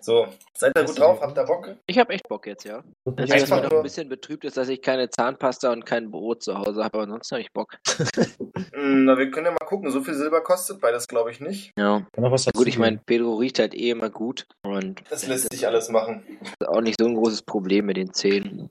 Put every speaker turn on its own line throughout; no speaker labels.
So, seid ihr gut drauf? Habt ihr Bock?
Ich habe echt Bock jetzt, ja. Das ist
Einfach
mir noch
nur-
ein bisschen betrübt ist, dass ich keine Zahnpasta und kein Brot zu Hause habe, aber ansonsten habe ich Bock.
Hm, Na, wir können ja mal gucken. So viel Silber kostet beides, glaube ich, nicht.
Ja.
Kann noch was dazu
Gut, ich meine, Pedro riecht halt eh immer gut und
Das lässt sich alles machen.
ist auch nicht so ein großes Problem mit den Zähnen.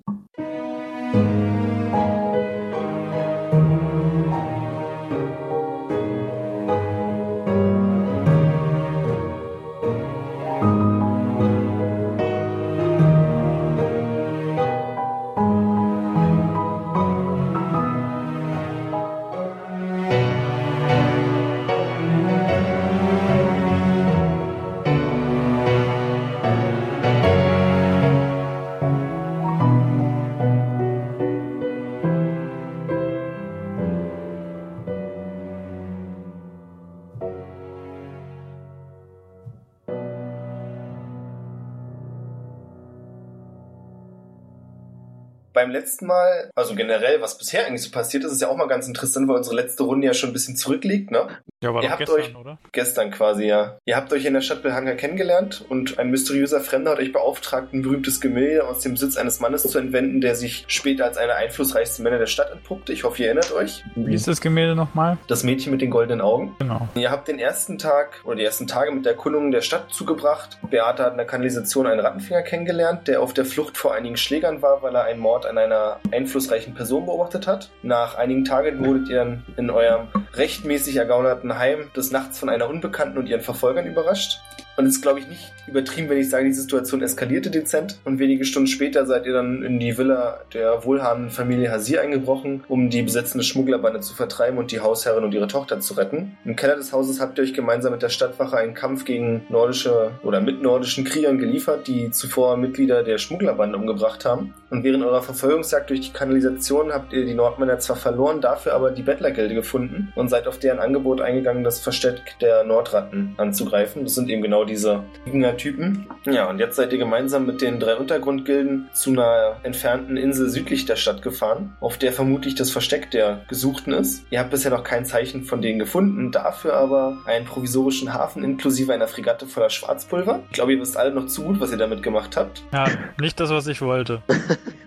Beim letzten Mal, also generell, was bisher eigentlich so passiert ist, ist ja auch mal ganz interessant, weil unsere letzte Runde ja schon ein bisschen zurückliegt, ne?
Ja, war
Ihr
doch
habt
gestern,
euch-
oder?
Gestern quasi, ja. Ihr habt euch in der Stadt Belhanga kennengelernt und ein mysteriöser Fremder hat euch beauftragt, ein berühmtes Gemälde aus dem Sitz eines Mannes zu entwenden, der sich später als einer einflussreichsten Männer der Stadt entpuppte. Ich hoffe, ihr erinnert euch.
Wie ist das Gemälde nochmal?
Das Mädchen mit den goldenen Augen.
Genau.
Ihr habt den ersten Tag oder die ersten Tage mit der Erkundung der Stadt zugebracht. Beate hat in der Kanalisation einen Rattenfänger kennengelernt, der auf der Flucht vor einigen Schlägern war, weil er einen Mord an einer einflussreichen Person beobachtet hat. Nach einigen Tagen wurdet ihr dann in eurem rechtmäßig ergaunerten Heim des Nachts von einer Unbekannten und ihren Verfolgern überrascht. Und es ist, glaube ich, nicht übertrieben, wenn ich sage, die Situation eskalierte dezent. Und wenige Stunden später seid ihr dann in die Villa der wohlhabenden Familie Hasir eingebrochen, um die besetzende Schmugglerbande zu vertreiben und die Hausherrin und ihre Tochter zu retten. Im Keller des Hauses habt ihr euch gemeinsam mit der Stadtwache einen Kampf gegen nordische oder mit nordischen Kriegern geliefert, die zuvor Mitglieder der Schmugglerbande umgebracht haben. Und während eurer Verfolgungsjagd durch die Kanalisation habt ihr die Nordmänner zwar verloren, dafür aber die Bettlergilde gefunden und seid auf deren Angebot eingegangen, das Versteck der Nordratten anzugreifen. Das sind eben genau diese Wikinger-Typen. Ja, und jetzt seid ihr gemeinsam mit den drei Untergrundgilden zu einer entfernten Insel südlich der Stadt gefahren, auf der vermutlich das Versteck der Gesuchten ist. Ihr habt bisher noch kein Zeichen von denen gefunden, dafür aber einen provisorischen Hafen inklusive einer Fregatte voller Schwarzpulver. Ich glaube, ihr wisst alle noch zu gut, was ihr damit gemacht habt.
Ja, nicht das, was ich wollte.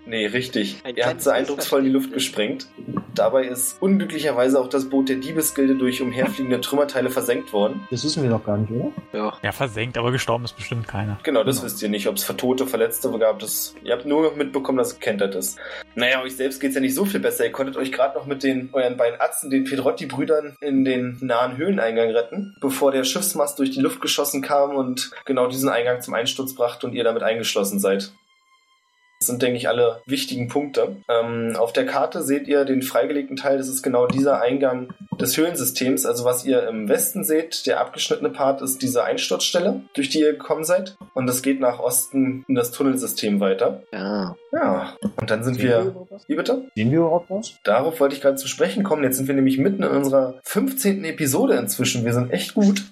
Nee, richtig.
Ein
er hat sie
kleines
eindrucksvoll in die Luft gesprengt. Dabei ist unglücklicherweise auch das Boot der Diebesgilde durch umherfliegende Trümmerteile versenkt worden.
Das wissen wir noch gar nicht, oder?
Ja.
Ja, versenkt, aber gestorben ist bestimmt keiner.
Genau, das
Genau.
wisst ihr nicht, ob es Vertote, Verletzte gab. Das, ihr habt nur mitbekommen, dass es gekentert ist. Naja, euch selbst geht's ja nicht so viel besser. Ihr konntet euch gerade noch mit den euren beiden Atzen, den Pedrotti-Brüdern, in den nahen Höhleneingang retten, bevor der Schiffsmast durch die Luft geschossen kam und genau diesen Eingang zum Einsturz brachte und ihr damit eingeschlossen seid. Das sind, denke ich, alle wichtigen Punkte. Ähm, auf der Karte seht ihr den freigelegten Teil. Das ist genau dieser Eingang des Höhlensystems. Also was ihr im Westen seht, der abgeschnittene Part ist diese Einsturzstelle, durch die ihr gekommen seid. Und das geht nach Osten in das Tunnelsystem weiter.
Ja.
Ja, und dann sind wir...
überhaupt was?
Wie bitte?
Sehen wir überhaupt was?
Darauf wollte ich gerade zu sprechen kommen. Jetzt sind wir nämlich mitten in unserer 15. Episode inzwischen. Wir sind echt gut.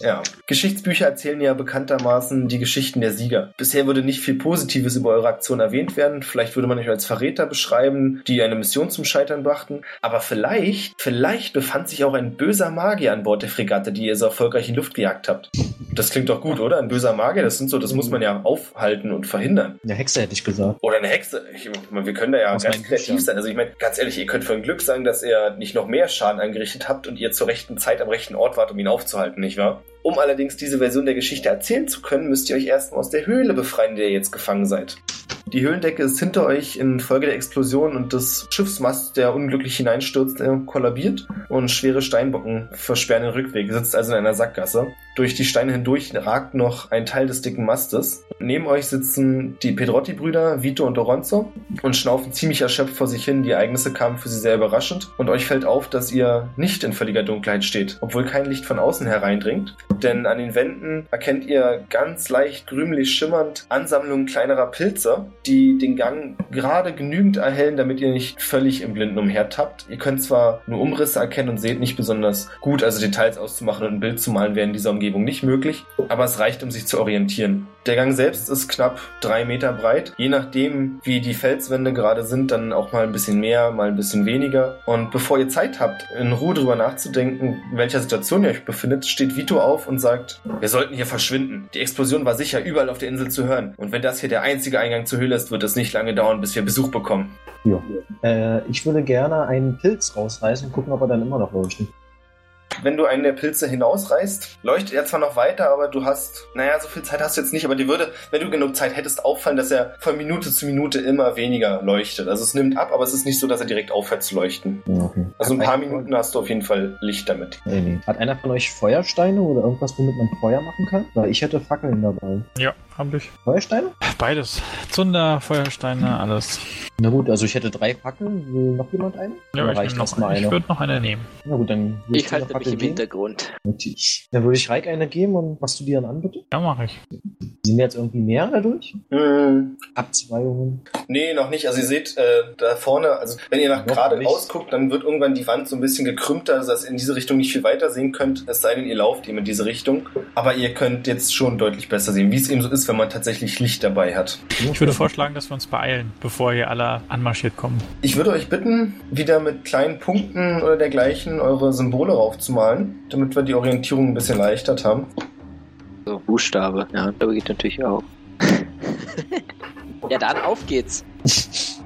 Ja, Geschichtsbücher erzählen ja bekanntermaßen die Geschichten der Sieger. Bisher würde nicht viel Positives über eure Aktion erwähnt werden. Vielleicht würde man euch als Verräter beschreiben, die eine Mission zum Scheitern brachten. Aber vielleicht, vielleicht befand sich auch ein böser Magier an Bord der Fregatte, die ihr so erfolgreich in die Luft gejagt habt. Das klingt doch gut, oder? Ein böser Magier, das sind so, das muss man ja aufhalten und verhindern.
Eine Hexe hätte ich gesagt.
Oder eine Hexe. Ich meine, wir können da ja
Aus
ganz
meinen
kreativ
Büchern.
sein. Also ich meine, ganz ehrlich, ihr könnt von Glück sagen, dass ihr nicht noch mehr Schaden angerichtet habt und ihr zur rechten Zeit am rechten Ort wart, um ihn aufzuhalten, nicht wahr? Um allerdings diese Version der Geschichte erzählen zu können, müsst ihr euch erstmal aus der Höhle befreien, in der ihr jetzt gefangen seid. Die Höhlendecke ist hinter euch infolge der Explosion und des Schiffsmasts, der unglücklich hineinstürzt, äh, kollabiert und schwere Steinbocken versperren den Rückweg. Ihr sitzt also in einer Sackgasse. Durch die Steine hindurch ragt noch ein Teil des dicken Mastes. Neben euch sitzen die Pedrotti-Brüder Vito und Oronzo und schnaufen ziemlich erschöpft vor sich hin. Die Ereignisse kamen für sie sehr überraschend und euch fällt auf, dass ihr nicht in völliger Dunkelheit steht, obwohl kein Licht von außen hereindringt. Denn an den Wänden erkennt ihr ganz leicht grünlich schimmernd Ansammlungen kleinerer Pilze, die den Gang gerade genügend erhellen, damit ihr nicht völlig im Blinden umhertappt. Ihr könnt zwar nur Umrisse erkennen und seht nicht besonders gut, also Details auszumachen und ein Bild zu malen, wäre in dieser Umgebung Umgebung nicht möglich, aber es reicht, um sich zu orientieren. Der Gang selbst ist knapp drei Meter breit, je nachdem, wie die Felswände gerade sind, dann auch mal ein bisschen mehr, mal ein bisschen weniger. Und bevor ihr Zeit habt, in Ruhe drüber nachzudenken, in welcher Situation ihr euch befindet, steht Vito auf und sagt, wir sollten hier verschwinden. Die Explosion war sicher überall auf der Insel zu hören. Und wenn das hier der einzige Eingang zur Höhle ist, wird es nicht lange dauern, bis wir Besuch bekommen.
Äh, ich würde gerne einen Pilz rausreißen und gucken, ob er dann immer noch leuchtet.
Wenn du einen der Pilze hinausreißt, leuchtet er zwar noch weiter, aber du hast, naja, so viel Zeit hast du jetzt nicht, aber dir würde, wenn du genug Zeit hättest, auffallen, dass er von Minute zu Minute immer weniger leuchtet. Also es nimmt ab, aber es ist nicht so, dass er direkt aufhört zu leuchten.
Ja, okay.
Also ein
Hat
paar
einer-
Minuten hast du auf jeden Fall Licht damit.
Nee, nee. Hat einer von euch Feuersteine oder irgendwas, womit man Feuer machen kann? Weil ich hätte Fackeln dabei.
Ja, hab ich.
Feuersteine?
Beides. Zunder, Feuersteine, alles.
Na gut, also ich hätte drei Fackeln. Will noch jemand eine?
Ja,
Dann reicht
ich nehme
das
noch
mal
eine. Ich würde noch eine nehmen.
Na gut, dann würde
Ich
dir eine
halte mich
Fackel
im
geben.
Hintergrund.
Natürlich. Dann würde ich Reik eine geben und machst du die dann an, bitte?
Ja, mache ich.
Sind jetzt irgendwie mehr dadurch?
Hm,
Abzweigungen?
nee, noch nicht. Also ihr seht äh, da vorne, also wenn ihr nach
Noch
gerade
nicht.
ausguckt, dann wird irgendwann die Wand so ein bisschen gekrümmter, sodass ihr in diese Richtung nicht viel weiter sehen könnt, es sei denn, ihr lauft eben in diese Richtung. Aber ihr könnt jetzt schon deutlich besser sehen, wie es eben so ist, wenn man tatsächlich Licht dabei hat.
Ich würde vorschlagen, dass wir uns beeilen, bevor hier alle anmarschiert kommen.
Ich würde euch bitten, wieder mit kleinen Punkten oder dergleichen eure Symbole raufzumalen, damit wir die Orientierung ein bisschen erleichtert haben.
So, Buchstabe. Ja, da geht natürlich auch. ja, dann auf geht's.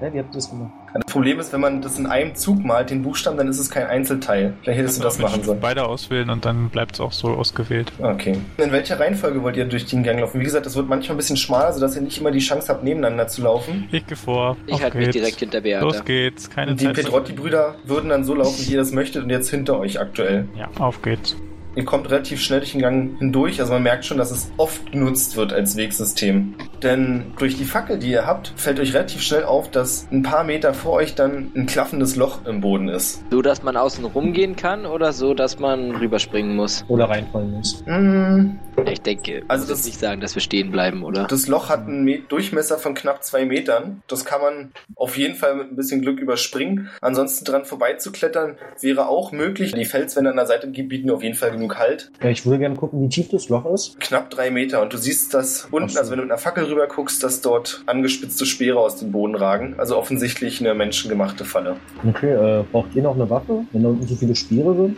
Ja, wie habt ihr das gemacht?
Das Problem ist, wenn man das in einem Zug malt, den Buchstaben, dann ist es kein Einzelteil. Vielleicht hättest du das machen sollen. Ah,
Beide auswählen und dann bleibt es auch so ausgewählt.
Okay. In welcher Reihenfolge wollt ihr durch den Gang laufen? Wie gesagt, das wird manchmal ein bisschen schmaler, sodass ihr nicht immer die Chance habt, nebeneinander zu laufen.
Ich gehe vor.
Ich halte mich direkt hinter
Los
Beata.
geht's. Keine
Die
Zeit. zu-
Pedrotti-Brüder würden dann so laufen, wie ihr das möchtet, und jetzt hinter euch aktuell.
Ja, auf geht's.
Ihr kommt relativ schnell durch den Gang hindurch, also man merkt schon, dass es oft genutzt wird als Wegsystem. Denn durch die Fackel, die ihr habt, fällt euch relativ schnell auf, dass ein paar Meter vor euch dann ein klaffendes Loch im Boden ist.
So, dass man außen rumgehen kann oder so, dass man rüberspringen muss.
Oder reinfallen muss.
Mm,
Ich denke,
Also
also
das-
das nicht sagen, dass wir stehen bleiben, oder?
Das Loch hat einen Me Durchmesser von knapp zwei Metern. Das kann man auf jeden Fall mit ein bisschen Glück überspringen. Ansonsten dran vorbeizuklettern wäre auch möglich. Die Felswände an der Seite bieten auf jeden Fall genug Halt.
Ja, ich würde gerne gucken, wie tief das Loch ist.
knapp drei Meter und du siehst, dass unten,
so.
also wenn du mit einer Fackel rüber guckst, dass dort angespitzte Speere aus dem Boden ragen. Also offensichtlich eine menschengemachte Falle.
Okay, äh, braucht ihr noch eine Waffe, wenn da unten so viele Speere sind?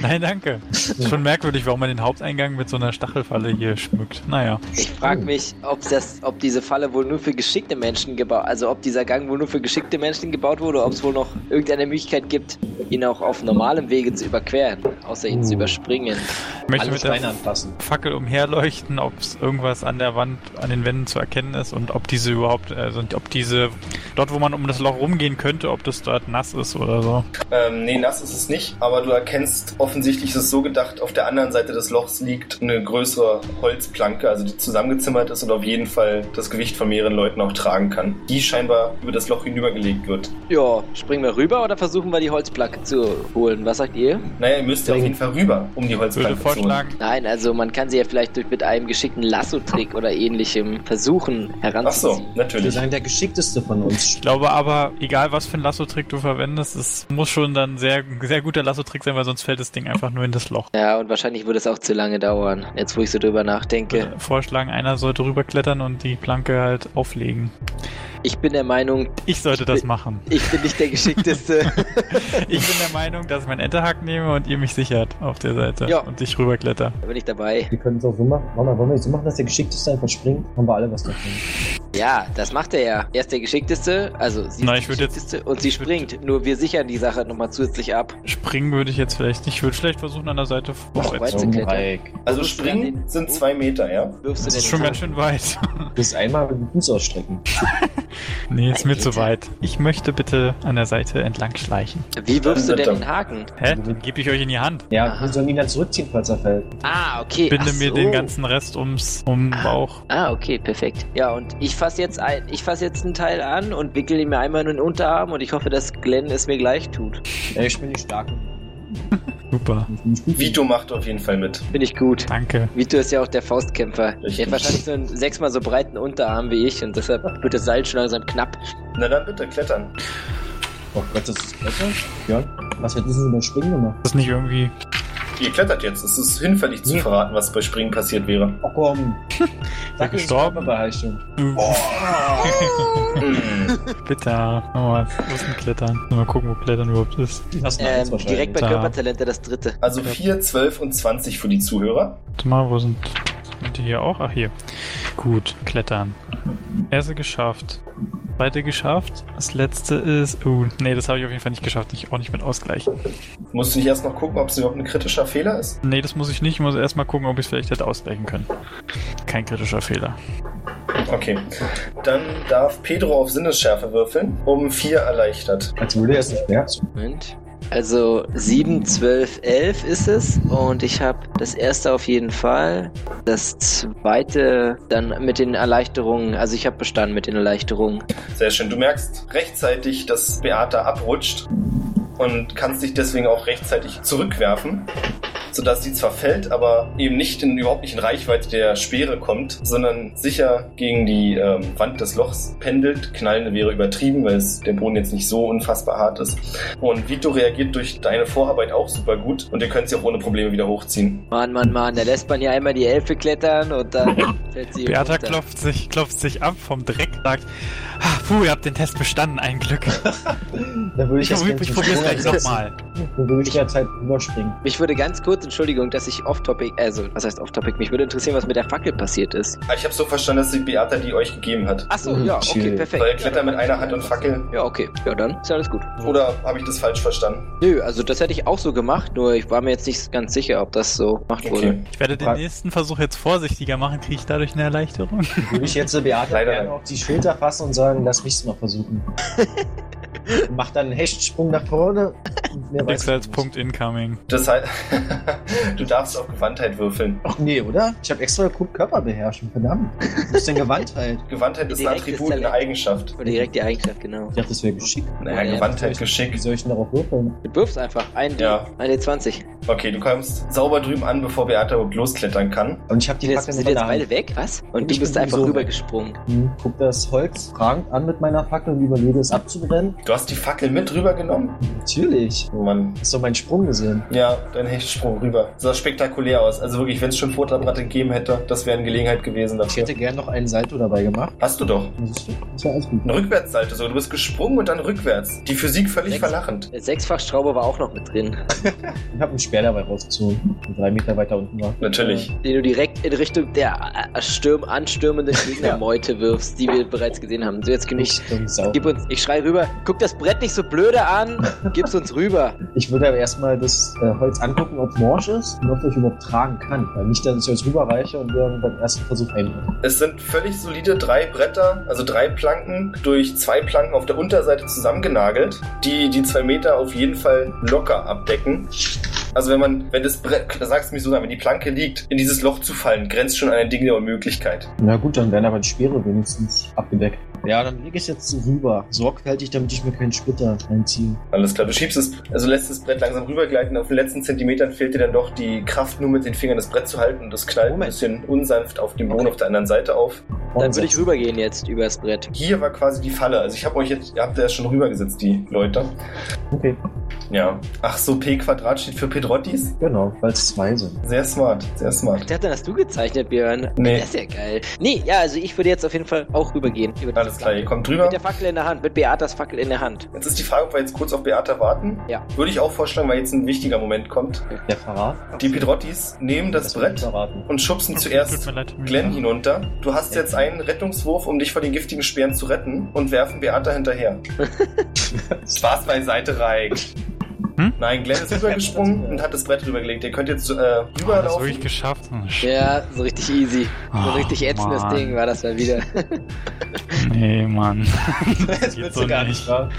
Nein, danke. Ist schon merkwürdig, warum man den Haupteingang mit so einer Stachelfalle hier schmückt. Naja.
Ich frage
Hm.
mich, ob, das, ob diese Falle wohl nur für geschickte Menschen gebaut, also ob dieser Gang wohl nur für geschickte Menschen gebaut wurde, ob es wohl noch irgendeine Möglichkeit gibt, ihn auch auf normalem Wege zu überqueren, außer ihn zu
Hm.
überspringen.
Ich möchte
Alle
mit
Steine
der
anfassen.
Fackel umherleuchten, ob es irgendwas an der Wand, an den Wänden zu erkennen ist und ob diese überhaupt, also ob diese, dort wo man um das Loch rumgehen könnte, ob das dort nass ist oder so.
Ähm, nee, nass ist es nicht, aber du erkennst, offensichtlich ist es so gedacht, auf der anderen Seite des Lochs liegt eine größere Holzplanke, also die zusammengezimmert ist und auf jeden Fall das Gewicht von mehreren Leuten auch tragen kann, die scheinbar über das Loch hinübergelegt wird.
Ja, springen wir rüber oder versuchen wir die Holzplanke zu holen? Was sagt ihr?
Naja, ihr müsst ja auf jeden Fall rüber, um die
Ich würde
Holzplanke zu holen.
vorschlagen,
Nein, also man kann sie ja vielleicht durch, mit einem geschickten Lasso-Trick oder ähnlichem versuchen
Ach so,
heranzuziehen.
Ich würde
natürlich.
sagen, der geschickteste von uns.
Ich glaube aber, egal was für ein Lasso-Trick du verwendest, es muss schon dann sehr, sehr guter Lasso-Trick sein, weil sonst fällt das Ding einfach nur in das Loch.
Ja, und wahrscheinlich würde es auch zu lange dauern, jetzt wo ich so drüber
Ich
nachdenke.
würde Vorschlagen, einer sollte rüberklettern und die Planke halt auflegen.
Ich bin der Meinung,
Ich sollte das machen.
ich bin nicht der Geschickteste.
Ich bin der Meinung, dass ich meinen Enterhack nehme und ihr mich sichert auf der Seite
Ja.
und ich rüberkletter.
da bin ich dabei.
Wir können es auch so machen. Warte mal, wollen wir es so machen, dass der geschickteste einfach springt? Haben wir alle was davon.
Ja, das macht er ja. Er ist der Geschickteste, also sie
Na,
ist
ich
die
würd jetzt-
Geschickteste und sie
ich würd-
springt. Nur wir sichern die Sache nochmal zusätzlich ab.
Springen würde ich jetzt vielleicht nicht. Ich würde vielleicht versuchen, an der Seite
Weit
vorwärts.
zu klettern.
Reik.
Also springen sind zwei Meter, ja?
Wirfst du
Das
denn
ist
den
schon
Sack?
ganz schön weit.
Bis einmal den Fuß ausstrecken.
Nee, ist mir
Alter.
zu weit. Ich möchte bitte an der Seite entlang schleichen.
Wie wirfst du
Dann-
denn
dann-
den Haken?
Hä? Dann gebe ich euch in die Hand.
Ja, wir sollen ihn dann zurückziehen, falls er fällt.
Ah, okay.
Binde
ach
mir
so.
den ganzen Rest ums um den
Ah.
Bauch.
Ah, okay, perfekt. Ja, und ich fasse jetzt ein, ich fasse jetzt einen Teil an und wickel ihn mir einmal in den Unterarm und ich hoffe, dass Glenn es mir gleich tut.
Ey, ich bin die Starken.
Super.
Ich bin nicht gut.
Vito macht auf jeden Fall mit.
Finde ich gut.
Danke.
Vito ist ja auch der Faustkämpfer.
Richtig.
Er hat wahrscheinlich so einen sechsmal so breiten Unterarm wie ich und deshalb wird das Seil schon langsam knapp.
Na dann bitte, klettern.
Oh Gott, das ist besser. Ja. Was hat diesen über Springen gemacht?
Ist das nicht irgendwie
Ihr klettert jetzt. Es ist hinfällig zu verraten, was bei Springen passiert wäre.
Oh komm.
Wer gestorben?
Körperbeherrschung.
Hm.
Bitter. Oh, Mann, wir müssen klettern. Mal gucken, wo Klettern überhaupt ist.
Das ist
Ähm, direkt bei
Da.
Körpertalente das dritte.
Also 4, 12 und 20 für die Zuhörer.
Warte mal, wo sind, sind die hier auch? Ach, hier. Gut, klettern. Erste geschafft. Zweite geschafft. Das letzte ist. Uh, nee, das habe ich auf jeden Fall nicht geschafft. Ich auch nicht mit ausgleichen.
Musst du nicht erst noch gucken, ob es überhaupt ein kritischer Fehler ist?
Nee, das muss ich nicht. Ich muss erstmal gucken, ob ich es vielleicht hätte ausgleichen können. Kein kritischer Fehler.
Okay. Dann darf Pedro auf Sinnesschärfe würfeln. Um 4 erleichtert.
Als würde er es nicht merken.
Moment. Also 7, 12, 11 ist es. Und ich habe das erste auf jeden Fall. Das zweite dann mit den Erleichterungen. Also ich habe bestanden mit den Erleichterungen.
Sehr schön. Du merkst rechtzeitig, dass Beata abrutscht und kannst dich deswegen auch rechtzeitig zurückwerfen, sodass sie zwar fällt, aber eben nicht in, überhaupt nicht in Reichweite der Speere kommt, sondern sicher gegen die ähm, Wand des Lochs pendelt. Knallende wäre übertrieben, weil es der Boden jetzt nicht so unfassbar hart ist. Und Vito reagiert durch deine Vorarbeit auch super gut und ihr könnt sie auch ohne Probleme wieder hochziehen.
Mann, Mann, Mann, da lässt man hier einmal die Elfe klettern und dann fällt sie
Beata
runter.
klopft sich, klopft sich ab vom Dreck, sagt: ah, Puh, ihr habt den Test bestanden, ein Glück.
Dann würde ich,
Ich,
das
probier-
gerne
ich
zum
probiere es
Sprung
gleich
einsetzen.
nochmal.
Dann würde ich jetzt halt überspringen.
Mich würde ganz kurz, Entschuldigung, dass ich off-topic, also was heißt off-topic, mich würde interessieren, was mit der Fackel passiert ist.
Ah, Ich habe so verstanden, dass die Beata die euch gegeben hat.
Achso,
Mhm,
ja, okay,
chill.
perfekt.
Weil Kletter mit einer Hand und Fackel.
Ja, okay, ja dann ist ja alles gut.
Oder habe ich das falsch verstanden?
Nö, also das hätte ich auch so gemacht, nur ich war mir jetzt nicht ganz sicher, ob das so gemacht wurde.
Okay.
Ich werde den
Frag-
nächsten Versuch jetzt vorsichtiger machen. Kriege ich dadurch eine Erleichterung?
Dann würde ich jetzt so Beata
Leider
gerne
nein.
auf die Schulter fassen und sagen, lass mich's mal versuchen. Mach dann einen Hechtsprung nach vorne. und Mehr
Nix
ich
als
nicht.
Punkt incoming.
Das heißt, du darfst auf Gewandtheit würfeln.
Ach nee, oder? Ich habe extra geguckt, Körperbeherrschung, verdammt. Was ist denn Gewandtheit?
Gewandtheit ist ein
Direktes
Attribut, eine
Talent.
Eigenschaft.
Oder direkt die Eigenschaft, genau.
Ich dachte, das wäre geschickt.
Naja,
Ja,
Gewandtheit,
Wie
Geschick.
soll ich denn darauf würfeln?
Du wirfst einfach ein,
Ja.
ein D20.
Okay, du kommst sauber drüben an, bevor Beata überhaupt losklettern kann.
Und ich habe
Die
die
jetzt,
Fackel in
sind
meiner
jetzt
Hand.
beide weg, was? Und
Ich bin
du bist einfach
sowieso weg.
rübergesprungen.
Hm, Guck das Holz fragend an mit meiner Fackel und überlege es abzubrennen.
Du hast die Fackel mit rübergenommen?
Natürlich.
Oh Mann.
Hast du meinen Sprung gesehen?
Ja, dein Hechtsprung rüber. Sah spektakulär aus. Also wirklich, wenn es schon Fotoapparatte gegeben hätte, das wäre eine Gelegenheit gewesen
Ich
dafür.
hätte gern noch einen Salto dabei gemacht.
Hast du doch.
Das war alles gut.
Ein Rückwärtssalto so. Du bist gesprungen und dann rückwärts. Die Physik völlig
Sechs.
verlachend.
Der Sechsfachschrauber war auch noch mit drin,
Ich habe einen Speer dabei rausgezogen, der drei Meter weiter unten war.
Natürlich.
den du direkt in Richtung der äh, Stürm anstürmenden Gegnermeute wirfst, die wir bereits gesehen haben. So, jetzt genug.
Nicht dumm Sau.
Gib uns, ich schrei rüber, guck das Brett nicht so blöde an, gib's uns rüber.
Ich würde aber erstmal das äh, Holz angucken, ob morsch ist und ob ich überhaupt tragen kann. Weil nicht, dass ich euch rüberreiche und wir beim ersten Versuch einbrechen.
Es sind völlig solide drei Bretter, also drei Planken, durch zwei Planken auf der Unterseite zusammengenagelt, die die zwei Meter auf jeden Fall locker abdecken. Also wenn man, wenn das Brett, da sagst du mich sogar, wenn die Planke liegt, in dieses Loch zu fallen, grenzt schon an ein Ding der Unmöglichkeit.
Na gut, dann werden aber die Speere wenigstens abgedeckt. Ja, dann lege ich es jetzt so rüber. Sorgfältig, damit ich mir keinen Splitter reinziehe.
Alles klar, du schiebst es, also lässt das Brett langsam rübergleiten. Auf den letzten Zentimetern fehlt dir dann doch die Kraft, nur mit den Fingern das Brett zu halten und es knallt ein
Moment.
bisschen unsanft auf dem Boden
Okay.
auf der anderen Seite auf.
Dann würde ich rübergehen jetzt übers Brett.
Hier war quasi die Falle. Also ich habe euch jetzt, ihr habt ja schon rübergesetzt, die Leute.
Okay,
Ja. Ach so, P Quadrat steht für Pedrottis?
genau, weil es zwei sind.
Sehr smart, sehr smart.
Der hat dann hast du gezeichnet, Björn.
Nee.
Das ist ja geil. Nee, ja, also ich würde jetzt auf jeden Fall auch rübergehen. Über das
Alles klar, ihr kommt
Brett.
drüber.
Mit der Fackel in der Hand, mit Beatas Fackel in der Hand.
Jetzt ist die Frage, ob wir jetzt kurz auf Beata warten.
Ja.
Würde ich auch vorschlagen, weil jetzt ein wichtiger Moment kommt.
Der Verrat?
Die Pedrottis nehmen das
wird
Brett
Verraten.
und schubsen
Tut
zuerst
mir leid.
Glenn hinunter. Du hast jetzt einen Rettungswurf, um dich vor den giftigen Speeren zu retten und werfen Beata hinterher. Spaß beiseite, Reik.
Hm?
Nein, Glenn ist rübergesprungen und hat das Brett rübergelegt. Ihr könnt jetzt äh,
Oh, das ist
rüberlaufen.
wirklich geschafft. Oh, shit.
Ja, so richtig easy. So
Oh,
richtig ätzendes
Mann.
Ding war das mal wieder.
Nee, Mann.
Jetzt
geht
willst
so
du gar
nicht.
nicht, wahr?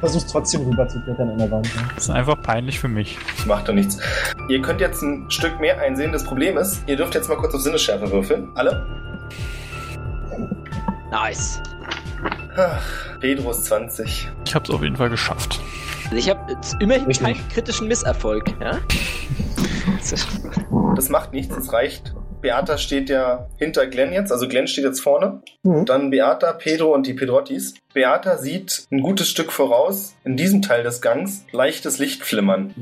Versuch's trotzdem rüber zu klettern an der Wand.
Das ist einfach peinlich für mich.
Macht doch nichts. Ihr könnt jetzt ein Stück mehr einsehen. Das Problem ist, ihr dürft jetzt mal kurz auf Sinnesschärfe würfeln. Alle?
Nice.
Ach, Pedros 20.
Ich hab's auf jeden Fall geschafft.
Also ich habe immerhin
Ich
keinen
nicht.
kritischen Misserfolg. Ja? So.
Das macht nichts, das reicht. Beata steht ja hinter Glenn jetzt, also Glenn steht jetzt vorne.
Mhm.
Dann Beata, Pedro und die Pedrottis. Beata sieht ein gutes Stück voraus, in diesem Teil des Gangs, leichtes Licht flimmern.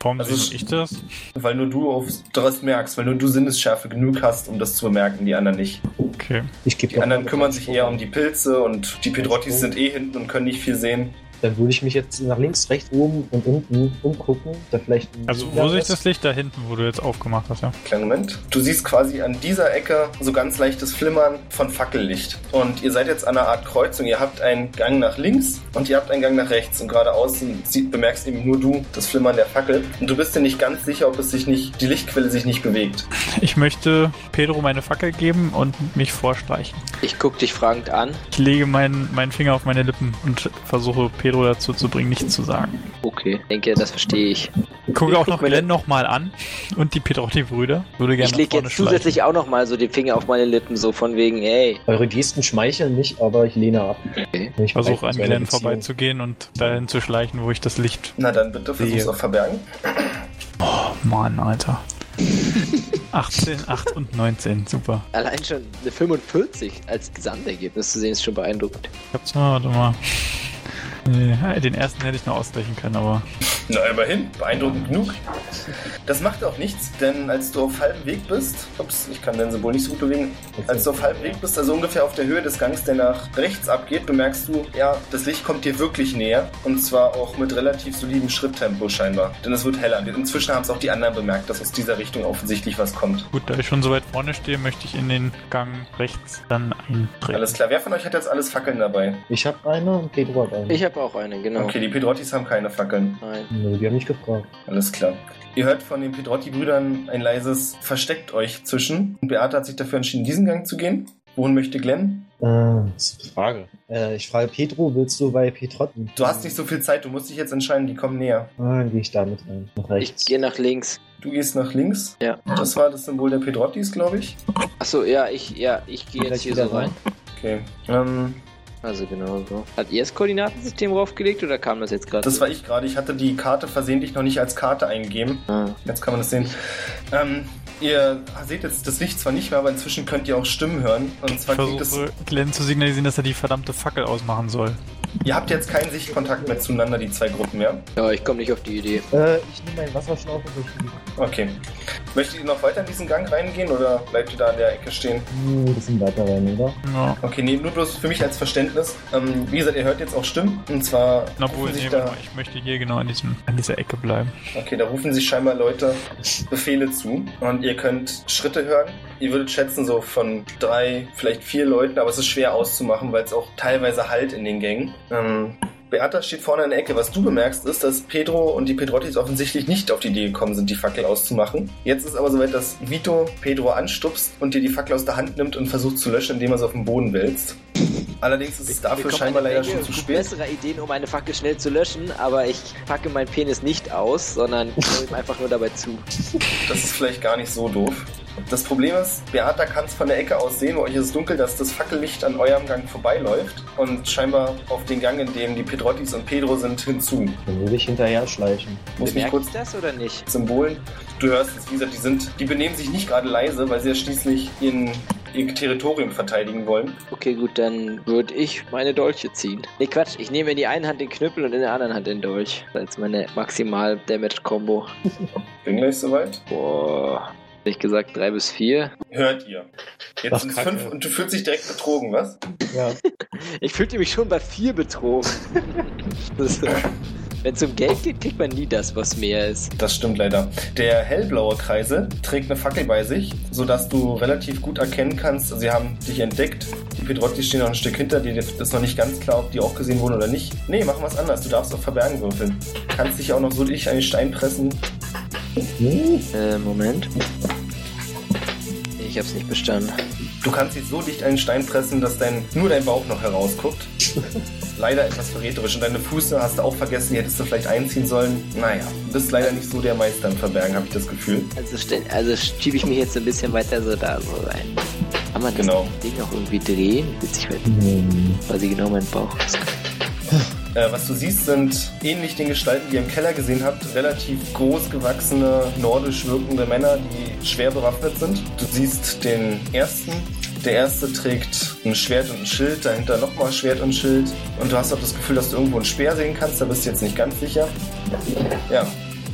Warum
Also
also
es-
ich das?
Weil nur du auf, das merkst, weil nur du Sinnesschärfe genug hast, um das zu bemerken, die anderen nicht.
Okay.
Ich gebe
Die anderen kümmern sich eher um die Pilze und die Pedrottis sind eh hinten und können nicht viel sehen.
Dann würde ich mich jetzt nach links, rechts, oben und unten umgucken. Da vielleicht ein
Also
Lieder
wo sehe ich
ist.
das Licht da hinten, wo du jetzt aufgemacht hast, ja?
Kleinen Moment. Du siehst quasi an dieser Ecke so ganz leichtes Flimmern von Fackellicht. Und ihr seid jetzt an einer Art Kreuzung. Ihr habt einen Gang nach links und ihr habt einen Gang nach rechts. Und geradeaus sie- bemerkst eben nur du das Flimmern der Fackel. Und du bist dir nicht ganz sicher, ob es sich nicht, die Lichtquelle sich nicht bewegt.
Ich möchte Pedro meine Fackel geben und mich vorschleichen.
Ich guck dich fragend an.
Ich lege meinen, meinen Finger auf meine Lippen und versuche Pedro dazu zu bringen, nichts zu sagen.
Okay, denke, das verstehe ich.
Gucke
Ich
auch
guck
noch
mir
Glenn
den-
nochmal an und die Pedrotti-Brüder. Würde gerne
ich
nach
lege
vorne
jetzt
schleichen.
zusätzlich auch nochmal so die Finger auf meine Lippen, so von wegen, ey.
Eure Gesten schmeicheln mich, aber ich lehne ab.
Okay.
Ich
Ich versuche
weiß,
an
meine
Glenn
Beziehung.
vorbeizugehen und dahin zu schleichen, wo ich das Licht.
Na dann bitte versuch's
Sehe.
auf Verbergen.
Oh Mann, Alter. 18, 8 und 19, super.
Allein schon eine 45 als Gesamtergebnis zu sehen, ist schon beeindruckend.
Ich hab's mal, warte mal. Nee, den ersten hätte ich noch ausgleichen können, aber.
Na, immerhin. Beeindruckend genug. Das macht auch nichts, denn als du auf halbem Weg bist, ups, ich kann dein Symbol nicht so gut bewegen, Als du auf halbem Weg bist, also ungefähr auf der Höhe des Gangs, der nach rechts abgeht, bemerkst du, ja, das Licht kommt dir wirklich näher. Und zwar auch mit relativ solidem Schritttempo scheinbar. Denn es wird heller. Inzwischen haben es auch die anderen bemerkt, dass aus dieser Richtung offensichtlich was kommt.
Gut, da ich schon so weit vorne stehe, möchte ich in den Gang rechts dann eintreten.
Alles klar, wer von euch hat jetzt alles Fackeln dabei?
Ich habe eine und Pedro hat eine.
Ich habe auch eine, genau.
Okay, die Pedrottis haben keine Fackeln.
Nein.
Nö, die haben mich gefragt.
Alles klar. Ihr hört von den Pedrotti-Brüdern ein leises Versteckt euch zwischen. Und Beate hat sich dafür entschieden, diesen Gang zu gehen. Wohin möchte Glenn?
Äh, das ist eine Frage. Äh, ich frage Pedro, willst du bei Petrotten?
Du hast nicht so viel Zeit, du musst dich jetzt entscheiden, die kommen näher.
Ah, dann gehe ich damit rein. Nach
Ich
rechts.
gehe nach links.
Du gehst nach links.
Ja.
Das war das Symbol der Pedrottis, glaube ich.
Achso, ja, ich, ja, ich gehe
Vielleicht
jetzt hier so
wieder
rein.
Okay. Ähm,
Also genau so. Hat ihr das Koordinatensystem draufgelegt oder kam das jetzt gerade?
das war ich gerade. Ich hatte die Karte versehentlich noch nicht als Karte eingegeben.
Ah.
Jetzt kann man das sehen. Ähm, ihr seht jetzt das Licht zwar nicht mehr, aber inzwischen könnt ihr auch Stimmen hören. Und
Ich
zwar klingt es.
versuche Glenn zu signalisieren, dass er die verdammte Fackel ausmachen soll.
Ihr habt jetzt keinen Sichtkontakt mehr zueinander, die zwei Gruppen, ja?
Ja, ich komme nicht auf die Idee.
Äh, ich nehme meinen Wasserschlauch und ich
Okay. Möchtet ihr noch weiter in diesen Gang reingehen oder bleibt ihr da an der Ecke stehen?
hm, ein bisschen weiter rein, oder?
Ja.
Okay, nee, nur bloß für mich als Verständnis. Ähm, wie gesagt, ihr hört jetzt auch Stimmen. Und zwar.
Na, obwohl,
rufen sich
nee,
da-
warte mal, ich möchte hier genau an, diesem, an dieser Ecke bleiben.
Okay, da rufen sich scheinbar Leute Befehle zu und ihr könnt Schritte hören. Ihr würdet schätzen, so von drei, vielleicht vier Leuten, aber es ist schwer auszumachen, weil es auch teilweise halt in den Gängen. Ähm, Beata steht vorne in der Ecke. Was du bemerkst, ist, dass Pedro und die Pedrottis offensichtlich nicht auf die Idee gekommen sind, die Fackel auszumachen. Jetzt ist aber soweit, dass Vito Pedro anstupst und dir die Fackel aus der Hand nimmt und versucht zu löschen, indem er sie auf den Boden wälzt. Allerdings ist es dafür
Mir kommt
scheinbar
eine
leider
Menge
schon zu spät.
Bessere Ideen, um eine Fackel schnell zu löschen, aber ich packe meinen Penis nicht aus, sondern schaue ihm einfach nur dabei zu.
Das ist vielleicht gar nicht so doof. Das Problem ist, Beata kann es von der Ecke aus sehen, bei euch ist es dunkel, dass das Fackellicht an eurem Gang vorbeiläuft und scheinbar auf den Gang, in dem die Pedrottis und Pedro sind, hinzu.
Dann würde ich hinterher schleichen.
Muss mich
Merke
kurz
ich das oder nicht?
Symbolen. Du hörst es, wie gesagt, die sind, die benehmen sich nicht gerade leise, weil sie ja schließlich ihren, ihr Territorium verteidigen wollen.
Okay, gut, dann würde ich meine Dolche ziehen. Nee, Quatsch, ich nehme in die eine Hand den Knüppel und in der anderen Hand den Dolch. Als meine Maximal-Damage-Kombo.
Bin gleich soweit.
Boah. Hätte ich gesagt, drei bis vier.
Hört ihr. Jetzt
Ach,
sind
Kacke.
fünf und du fühlst dich direkt betrogen, was?
Ja.
Ich fühlte mich schon bei vier betrogen. äh, Wenn es um Geld geht, kriegt man nie das, was mehr ist.
Das stimmt leider. Der hellblaue Kreisel trägt eine Fackel bei sich, sodass du relativ gut erkennen kannst, also sie haben dich entdeckt. Die Pedrotti stehen noch ein Stück hinter dir, das ist noch nicht ganz klar, ob die auch gesehen wurden oder nicht. Nee, machen wir es anders, du darfst auf Verbergen würfeln. Kannst dich auch noch so dich an den Stein pressen.
Hm,
Äh, Moment. Ich hab's nicht bestanden.
Du kannst dich so dicht an den Stein pressen, dass dein, nur dein Bauch noch herausguckt. leider etwas verräterisch. Und deine Füße hast du auch vergessen, die hättest du vielleicht einziehen sollen. Naja, du bist leider nicht so der Meister im Verbergen, habe ich das Gefühl.
Also, stell- also schiebe ich mich jetzt ein bisschen weiter so da so rein. Kann man das
Genau.
Ding auch irgendwie drehen? Witzig, weil
hm.
quasi genau mein Bauch ist.
Äh, was du siehst, sind ähnlich den Gestalten, die ihr im Keller gesehen habt, relativ groß gewachsene, nordisch wirkende Männer, die schwer bewaffnet sind. Du siehst den ersten. Der erste trägt ein Schwert und ein Schild, dahinter nochmal Schwert und Schild. Und du hast auch das Gefühl, dass du irgendwo einen Speer sehen kannst, da bist du jetzt nicht ganz sicher. Ja.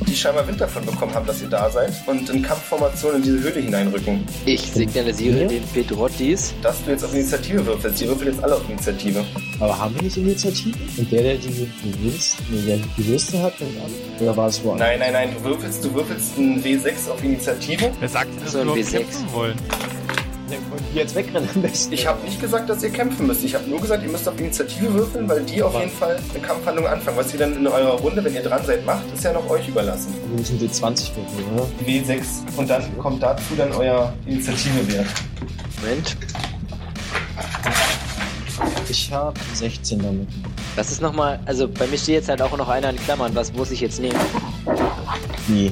die scheinbar Wind davon bekommen haben, dass ihr da seid und in Kampfformation in diese Höhle hineinrücken.
Ich signalisiere
Ja.
den Pedrottis.
Dass du jetzt auf Initiative würfelst. Die würfeln jetzt alle auf Initiative.
Aber haben wir nicht Initiative? Und der, der die gewürzt, nee, der die Würste hat, fängt an? Oder war es wohl?
Nein, nein, nein, du würfelst, du würfelst ein W6 auf Initiative.
Wer sagt, denn, dass
So
wir
ein
überhaupt
W6.
kämpfen wollen?
Jetzt wegrennen am besten.
Ich habe nicht gesagt, dass ihr kämpfen müsst. Ich habe nur gesagt, ihr müsst auf Initiative würfeln, weil die auf jeden Fall eine Kampfhandlung anfangen. Was ihr dann in eurer Runde, wenn ihr dran seid, macht, ist ja noch euch überlassen.
Wir müssen die 20 würfeln, oder?
W6 und dann kommt dazu dann euer Initiativewert.
Moment.
Ich habe 16 damit.
Das ist nochmal, also bei mir steht jetzt halt auch noch einer in Klammern. Was muss ich jetzt nehmen?
Nee,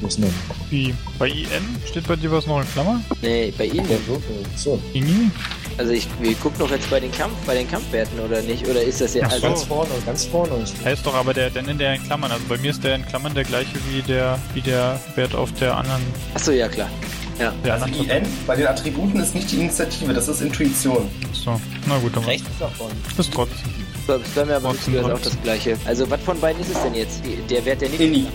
muss man.
Wie? Bei IN steht bei dir was noch in Klammer?
Nee, bei Ihnen.
Der Würfel. So,
Ini?
Also ich, wir gucken doch jetzt bei den Kampf, bei den Kampfwerten oder nicht? Oder ist das ja
Ach so.
also
ganz vorne, ganz vorne. Ich
Er ist doch aber der, dann in der in Klammern. Also bei mir ist der in Klammern der gleiche wie der, wie der Wert auf der anderen.
Achso, ja klar. Ja.
Der
Also
anderen
IN bei den Attributen ist nicht die Initiative, das ist Intuition.
So, na gut, dann
rechts davon.
ist trotzdem.
So, das war mir aber
Trotzdem
nicht auch
trotzdem.
das gleiche. Also was von beiden ist es denn jetzt? Die- Der Wert der nicht.
Inni.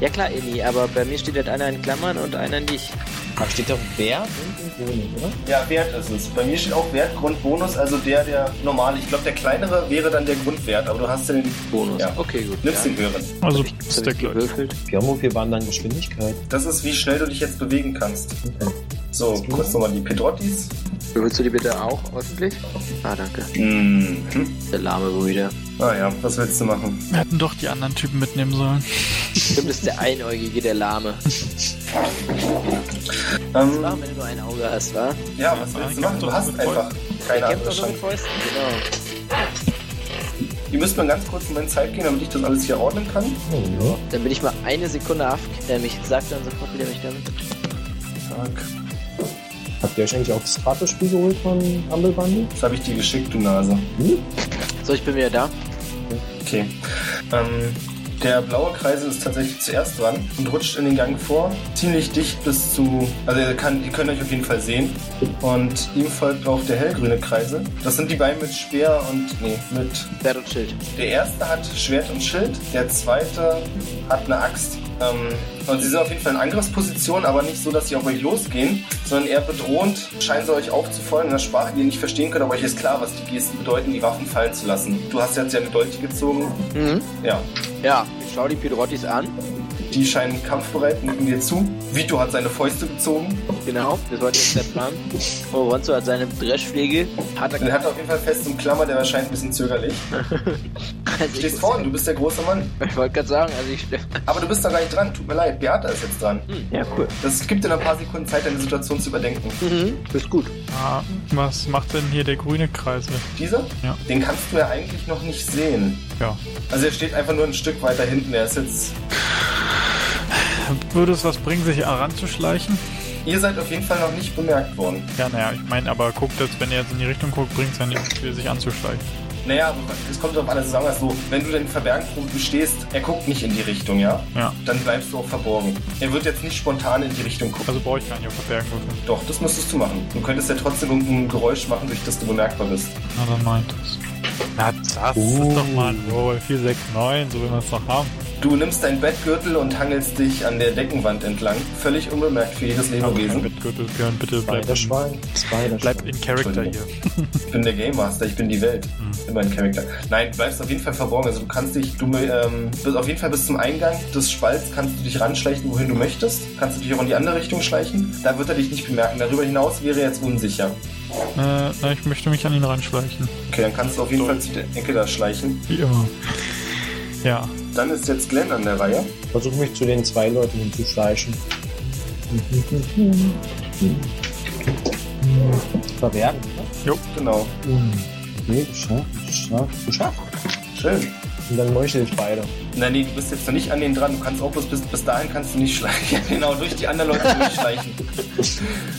Ja klar, Inni, aber bei mir steht halt einer in Klammern und einer nicht.
Aber steht doch Bär und Wohnung, oder?
Ja, Wert ist es. Bei mir steht auch Wert, Grund, Bonus, also der, der normale. Ich glaube, der kleinere wäre dann der Grundwert, aber du hast ja den
Bonus.
Ja.
Okay, gut.
nimmst
ja.
den höheren.
Also
Ich-
ist
hab
der
ich
gleiche.
gewürfelt.
Wir haben wir waren dann Geschwindigkeit.
Das ist, wie schnell du dich jetzt bewegen kannst.
Okay.
So, kurz nochmal die Pedrottis.
Würfelst du die bitte auch ordentlich? Ah, danke.
Mhm.
Der lahme Brüder.
Ah ja, was willst du machen?
Wir hätten doch die anderen Typen mitnehmen sollen.
Stimmt, das ist der Einäugige, der lahme.
Ähm,
Lahm, wenn du nur ein Auge hast, wa?
ja, was willst du machen? Du hast einfach keine
Der kämpft
andere
doch nur
Chance.
mit Fäusten. Genau.
Ihr müsst mir einen ganz kurzen Moment Zeit geben, damit ich das alles hier ordnen kann.
Oh,
Dann bin ich mal eine Sekunde AFK. Äh, mich sagt dann sofort wieder mich damit.
Zack.
ja. Habt ihr euch eigentlich auch das Kartenspiel geholt von Humble Bundle?
Jetzt habe ich dir geschickt, du Nase.
Hm?
So, ich bin wieder da.
Okay. Ähm, der blaue Kreisel ist tatsächlich zuerst dran und rutscht in den Gang vor. Ziemlich dicht bis zu. Also, ihr, kann, ihr könnt euch auf jeden Fall sehen. Und ihm folgt auch der hellgrüne Kreisel. Das sind die beiden mit Speer und. Nee, mit.
Schwert und Schild.
Der erste hat Schwert und Schild. Der zweite hat eine Axt. Ähm, und sie sind auf jeden Fall in Angriffsposition, aber nicht so, dass sie auf euch losgehen, sondern eher bedrohend scheinen sie euch aufzufallen in einer Sprache, die ihr nicht verstehen könnt, aber euch ist klar, was die Gesten bedeuten, die Waffen fallen zu lassen. Du hast jetzt ja eine Dolch gezogen.
Mhm.
Ja,
Ja, ich schau die Pidrottis an.
die scheinen kampfbereit, nicken dir zu. Vito hat seine Fäuste gezogen.
Genau, das war jetzt der Plan. Oh, Ronzo hat seine Dreschpflege. Hat
Den
er
hat er auf jeden Fall fest umklammert, der erscheint ein bisschen zögerlich. Du
also ich,
stehst vorne, du bist der große Mann.
ich wollte gerade sagen, also ich.
Aber du bist da gar nicht dran, tut mir leid, Beata ist jetzt dran.
Hm, ja, cool.
Das gibt dir noch ein paar Sekunden Zeit, deine Situation zu überdenken.
Mhm, ist gut.
Ah, was macht denn hier der grüne Kreisel?
Dieser?
Ja.
Den kannst du ja eigentlich noch nicht sehen.
Ja.
Also er steht einfach nur ein Stück weiter hinten. Er ist jetzt.
Würde es was bringen, sich heranzuschleichen?
Ihr seid auf jeden Fall noch nicht bemerkt worden.
Ja, naja, ich meine, aber guckt jetzt, wenn ihr jetzt in die Richtung guckt, bringt es ja nicht viel, sich anzuschleichen.
Naja, aber es kommt drauf an, also sagen wir es so, wenn du den Verbergen du stehst, er guckt nicht in die Richtung, ja?
Ja.
Dann bleibst du auch verborgen. Er wird jetzt nicht spontan in die Richtung gucken.
Also brauche ich gar nicht auf Verbergen würfeln.
Doch, das müsstest du machen. Du könntest ja trotzdem irgendein Geräusch machen, durch das du bemerkbar bist.
Na, dann meint es. Na, das
Uh.
ist doch mal ein Roll. 4, 6, 9, so will man es doch haben.
Du nimmst deinen Bettgürtel und hangelst dich an der Deckenwand entlang. Völlig unbemerkt für jedes
Aber kein
Lebewesen.
Bettgürtel, Björn, bitte bleib in,
Spider-Schwein. Spider-Schwein.
bleib in Character hier.
Ich bin der Game Master, ich bin die Welt.
Mhm.
Immer ein Charakter. Nein, du bleibst auf jeden Fall verborgen. Also du kannst dich, du ähm, bist auf jeden Fall bis zum Eingang des Spalts kannst du dich ranschleichen, wohin du möchtest. Kannst du dich auch in die andere Richtung schleichen. Da wird er dich nicht bemerken. Darüber hinaus wäre er jetzt unsicher.
Äh, na, ich möchte mich an ihn ranschleichen.
Okay, dann kannst du auf jeden Fall zu der Ecke da schleichen.
Wie immer. Ja,
Dann ist jetzt Glenn an der Reihe.
Versuche mich zu den zwei Leuten hinzuschleichen. Verbergen, oder?
Genau.
Nee, geschafft, geschafft, geschafft.
Schön.
Und dann meuchel ich halt beide.
Nein, nee, du bist jetzt noch nicht an den dran. Du kannst auch bloß bis, bis dahin kannst du nicht schleichen. genau, durch die anderen Leute durchschleichen.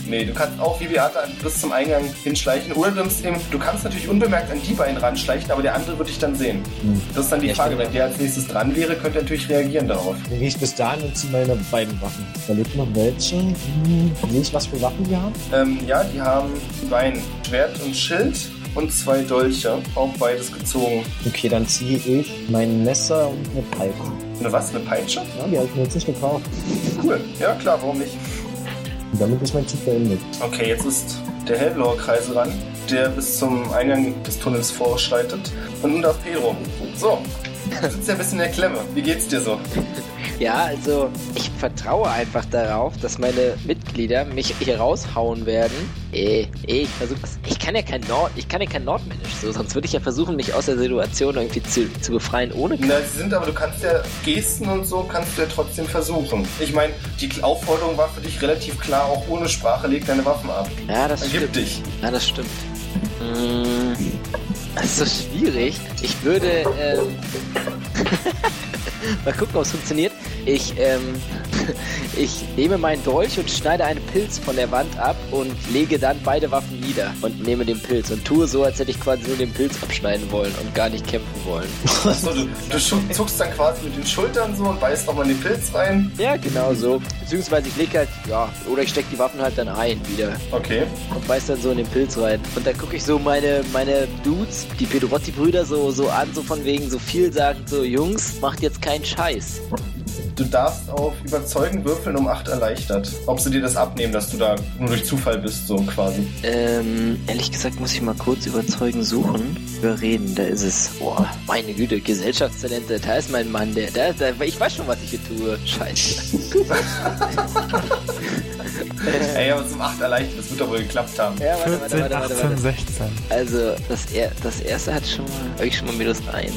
nee, du kannst auch wie Beate bis zum Eingang hinschleichen. Oder du, nimmst eben, du kannst natürlich unbemerkt an die beiden ranschleichen, aber der andere wird dich dann sehen.
Hm.
Das ist dann die
Ja,
Frage.
stimmt.
Wenn der als nächstes dran wäre, könnte er natürlich reagieren darauf.
Dann gehe ich bis dahin und ziehe meine beiden Waffen. Da liegt noch welche. Hm. Sehe ich, was für Waffen die haben?
Ähm, ja, die haben Wein, Schwert und Schild und zwei Dolche. Auch beides gezogen.
Okay, dann ziehe ich mein Messer und eine Pfeife.
Eine was? Eine Peitsche?
Ja, die habe ich mir jetzt nicht gekauft.
Cool. Ja, klar, warum nicht?
Und damit ist mein Zug beendet.
Okay, jetzt ist der hellblaue Kreis ran, der bis zum Eingang des Tunnels vorschreitet. Und nun darf Pedro. So, du sitzt ja ein bisschen in der Klemme. Wie geht's dir so?
Ja, also ich vertraue einfach darauf, dass meine Mitglieder mich hier raushauen werden. Ey, ey, ich versuche das. Ich kann ja kein Nord, ich kann ja kein Nordmännisch so, sonst würde ich ja versuchen, mich aus der Situation irgendwie zu, zu befreien ohne.
Na, sie sind aber, du kannst ja Gesten und so, kannst du ja trotzdem versuchen. Ich meine, die Aufforderung war für dich relativ klar, auch ohne Sprache, leg deine Waffen ab.
Ja, das
Ergib
stimmt.
dich.
Ja, das stimmt. Mm, Das ist so schwierig. Ich würde. Ähm, mal gucken, ob es funktioniert. Ich, ähm, ich nehme meinen Dolch und schneide einen Pilz von der Wand ab und lege dann beide Waffen nieder und nehme den Pilz und tue so, als hätte ich quasi nur den Pilz abschneiden wollen und gar nicht kämpfen wollen.
Achso, du, du schu- zuckst dann quasi mit den Schultern so und beißt nochmal in den Pilz rein.
Ja, genau so. Beziehungsweise ich lege halt, ja, oder ich stecke die Waffen halt dann ein wieder.
Okay.
und beißt dann so in den Pilz rein. Und dann gucke ich so meine, meine Dudes, die Pedrotti-Brüder, so, so an, so von wegen so viel sagt, so Jungs, macht jetzt keinen Scheiß.
Du darfst auf Überzeugen würfeln um 8 erleichtert. Ob sie dir das abnehmen, dass du da nur durch Zufall bist, so quasi.
Ähm, ehrlich gesagt muss ich mal kurz überzeugen suchen. Überreden, da ist es. Boah, meine Güte, Gesellschaftstalente, da ist mein Mann, der, da, da, ich weiß schon, was ich hier tue. Scheiße.
Ey, aber zum 8 erleichtert, das wird doch wohl geklappt haben.
Ja,
14, 18, 16.
Also, das, er, das erste hat schon mal. Habe ich schon mal minus ein?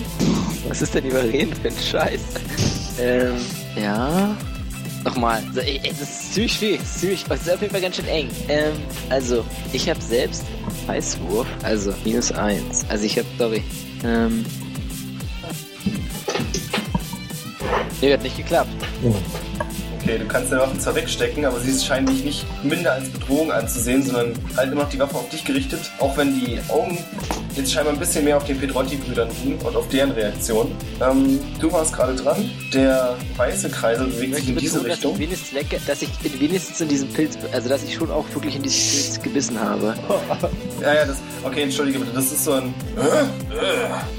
Was ist denn überreden für ein Scheiß? Ähm, ja. Nochmal. Also, ey, ey, das ist ziemlich schwierig. Das ist, ziemlich, das ist auf jeden Fall ganz schön eng. Ähm, also, ich habe selbst Weißwurf. Also, minus eins. Also, ich habe, sorry. Ähm. Nee, hat nicht geklappt.
Okay, du kannst deine Waffen zwar wegstecken, aber sie scheinen dich nicht minder als Bedrohung anzusehen, sondern halt immer noch die Waffe auf dich gerichtet, auch wenn die Augen jetzt scheinbar ein bisschen mehr auf den Pedrotti-Brüdern ruhen und auf deren Reaktion. Ähm, du warst gerade dran. Der weiße Kreisel bewegt sich in diese
betonen,
Richtung.
Dass ich, wenigstens lecker, dass ich in- wenigstens in diesem Pilz, also dass ich schon auch wirklich in diesen Pilz gebissen habe.
Ja, ja, das. Okay, entschuldige bitte. Das ist so ein.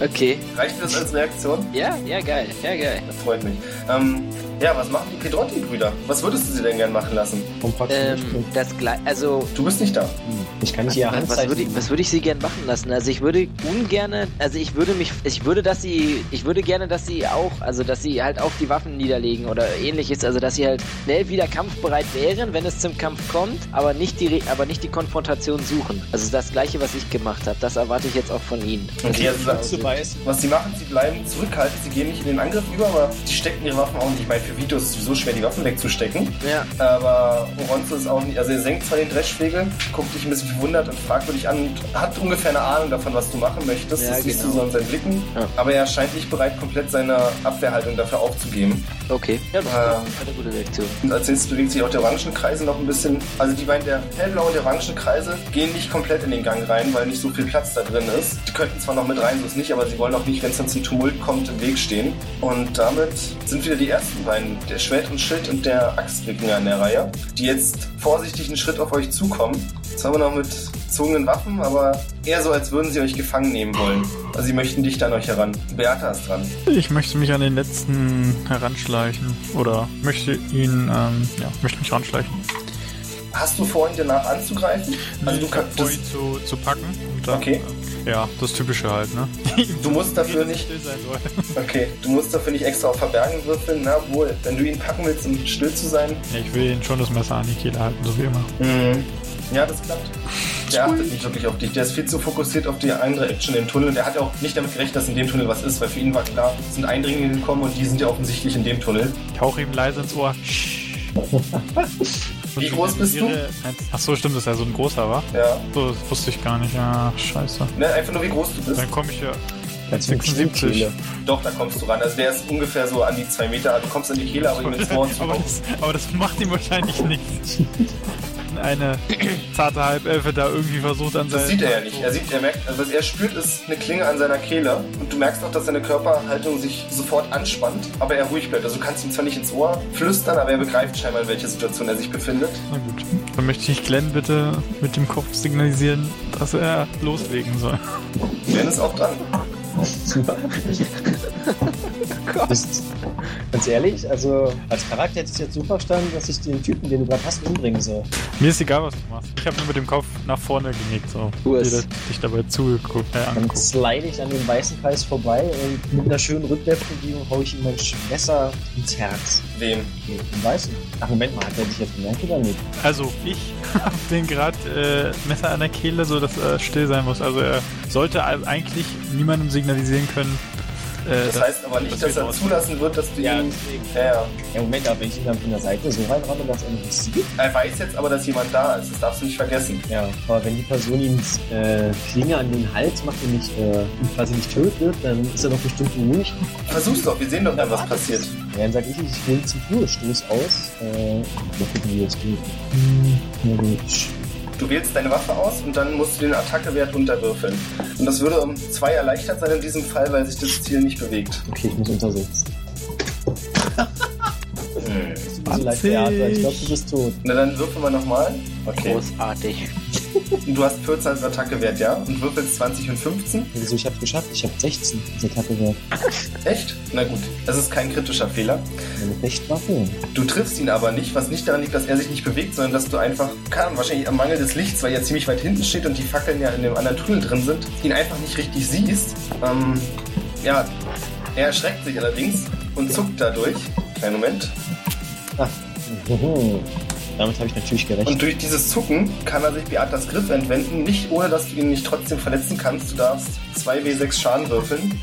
Okay.
Reicht dir das als Reaktion?
Ja, ja, geil. Ja, geil.
Das freut mich. Ähm, ja, was machen die Pedrotti-Brüder? Was würdest du sie denn gern machen lassen?
Warum fragst du mich?
Ähm, das gleich, also
Du bist nicht da.
Hm, Ich kann nicht ihr
was, was
Handzeichen.
würde ich, was würde ich sie gern machen lassen? Also ich würde ungerne, also ich würde mich, ich würde, dass sie, ich würde gerne, dass sie auch, also dass sie halt auch die Waffen niederlegen oder ähnliches, also dass sie halt schnell wieder kampfbereit wären, wenn es zum Kampf kommt, aber nicht die, Re- aber nicht die Konfrontation suchen. Also das Gleiche, was ich gemacht habe, das erwarte ich jetzt auch von ihnen.
Okay, also
Kannst du beißen?
Was sie machen, sie bleiben zurückhaltend, sie gehen nicht in den Angriff über, aber sie stecken ihre Waffen auch nicht. Ich meine, für Vito ist es sowieso schwer, die Waffen wegzustecken.
Ja,
Aber Oronzo ist auch nicht. Also, er senkt zwar den Dreschflegel, guckt dich ein bisschen verwundert und fragwürdig an und hat ungefähr eine Ahnung davon, was du machen möchtest.
Ja,
das siehst du
genau.
so an seinen Blicken.
Ja.
Aber er scheint nicht bereit, komplett seine Abwehrhaltung dafür aufzugeben.
okay. Ja, das
Ähm.
ist eine gute Reaktion.
Und als nächstes bewegt sich auch der Orangenkreisel noch ein bisschen. Also die beiden, der hellblaue und der Orangenkreisel, gehen nicht komplett in den Gang rein, weil nicht so viel Platz da drin ist. Die könnten zwar noch mit rein, so ist nicht, aber sie wollen auch nicht, wenn es dann zum Tumult kommt, im Weg stehen. Und damit sind wieder die ersten beiden, der Schwert und Schild und der Axtwikinger in der Reihe, die jetzt vorsichtig einen Schritt auf euch zukommen. Zwar immer noch mit gezogenen Waffen, aber eher so, als würden sie euch gefangen nehmen wollen. Also sie möchten dich an euch heran. Beata ist dran.
Ich möchte mich an den letzten heranschleichen. Oder möchte ihn, ähm, ja, möchte mich heranschleichen.
Hast du vorhin danach anzugreifen? Also du
Ich hab
kannst...
vor, ihn Um zu, zu packen. Und dann,
Okay.
äh, Ja, das Typische halt, ne?
Du musst dafür nicht
still sein soll.
Okay, du musst dafür nicht extra auf Verbergen würfeln, na wohl. Wenn du ihn packen willst, um still zu sein.
Ich will ihn schon das Messer an die Kehle halten, so wie immer.
Mhm. Ja, das klappt. Der achtet nicht wirklich auf dich. Der ist viel zu fokussiert auf die andere Action im Tunnel. Der hat ja auch nicht damit gerechnet, dass in dem Tunnel was ist, weil für ihn war klar, es sind Eindringlinge gekommen und die sind ja offensichtlich in dem Tunnel.
Ich hauche ihm leise ins Ohr. Sch.
Wie groß bist du?
Ach so, stimmt, das ist ja so ein großer, war?
Ja.
So, das wusste ich gar nicht. Ja, scheiße.
Ne, einfach nur wie groß du bist.
Dann komme ich ja.
Kannst du mit
76.
Stimmkehle.
Doch, da kommst du ran. Also der ist ungefähr so an die zwei Meter. Du kommst an die Kehle, aber ihm ins Ohr zu.
aber, das, aber das macht ihm wahrscheinlich nichts. Wenn Eine zarte Halbelfe da irgendwie versucht an
Das
seinen-
sieht er ja nicht. Er sieht, er merkt, also was er spürt, ist eine Klinge an seiner Kehle. Und du merkst auch, dass seine Körperhaltung sich sofort anspannt, aber er ruhig bleibt. Also du kannst ihm zwar nicht ins Ohr flüstern, aber er begreift scheinbar, in welcher Situation er sich befindet.
Na gut. Dann möchte ich Glenn bitte mit dem Kopf signalisieren, dass er loslegen soll.
Glenn ist auch dran.
Bist, ganz ehrlich, also als Charakter hätte ich es jetzt so verstanden, dass ich den Typen, den du gerade hast, umbringen soll.
Mir ist egal, was du machst. Ich habe nur mit dem Kopf nach vorne genickt, so.
Urs.
Jeder hat dich dabei zugeguckt, äh,
Dann
angeguckt.
slide ich an dem weißen Kreis vorbei und mit einer schönen Rückwärtsbewegung haue ich ihm mein Messer ins Herz.
Wem?
Okay, den weißen. Ach, Moment mal, hat er dich jetzt gemerkt oder nicht?
Also, ich habe den gerade äh, Messer an der Kehle, so dass er still sein muss. Also, er sollte al- eigentlich niemandem signalisieren können. Äh,
Das heißt aber nicht, dass
wir
er
draußen-
zulassen wird, dass du ihn.
deswegen.
Ja, ja.
Ja, Moment, aber wenn ich ihn dann von der Seite so reinramme, dass er mich sieht.
Er weiß jetzt aber, dass jemand da ist. Das darfst du nicht vergessen.
Ja, aber wenn die Person ihm äh, Klinge an den Hals macht und nicht, äh, ihn quasi nicht tötet, dann ist er doch bestimmt ruhig.
Versuch's doch, wir sehen doch dann, was passiert.
Ja, dann sag ich, ich gehe zum Flurstoß aus. Äh, mal gucken, wie das geht. Hm, Na gut.
Du wählst deine Waffe aus und dann musst du den Attackewert unterwürfeln. Und das würde um zwei erleichtert sein in diesem Fall, weil sich das Ziel nicht bewegt.
Okay, ich muss untersetzen.
Hm.
Das ist mir so leicht Theater. Ich glaube, du bist tot.
Na dann würfel mal nochmal. Okay.
Großartig.
Und du hast 14 als Attackewert, ja? Und würfelst 20 und 15?
Wieso, ich hab's geschafft. Ich hab 16. Diese Kacke wäre
Echt? Na gut, das ist kein kritischer Fehler.
eine Fechtwaffe.
Du triffst ihn aber nicht, was nicht daran liegt, dass er sich nicht bewegt, sondern dass du einfach, keine Ahnung, wahrscheinlich am Mangel des Lichts, weil er ziemlich weit hinten steht und die Fackeln ja in dem anderen Tunnel drin sind, ihn einfach nicht richtig siehst. Ähm, ja, er erschreckt sich allerdings und zuckt dadurch. Kleinen Moment.
Mhm. Damit habe ich natürlich gerechnet.
Und durch dieses Zucken kann er sich Beatas Griff entwenden, nicht ohne dass du ihn nicht trotzdem verletzen kannst. Du darfst 2W6 Schaden würfeln.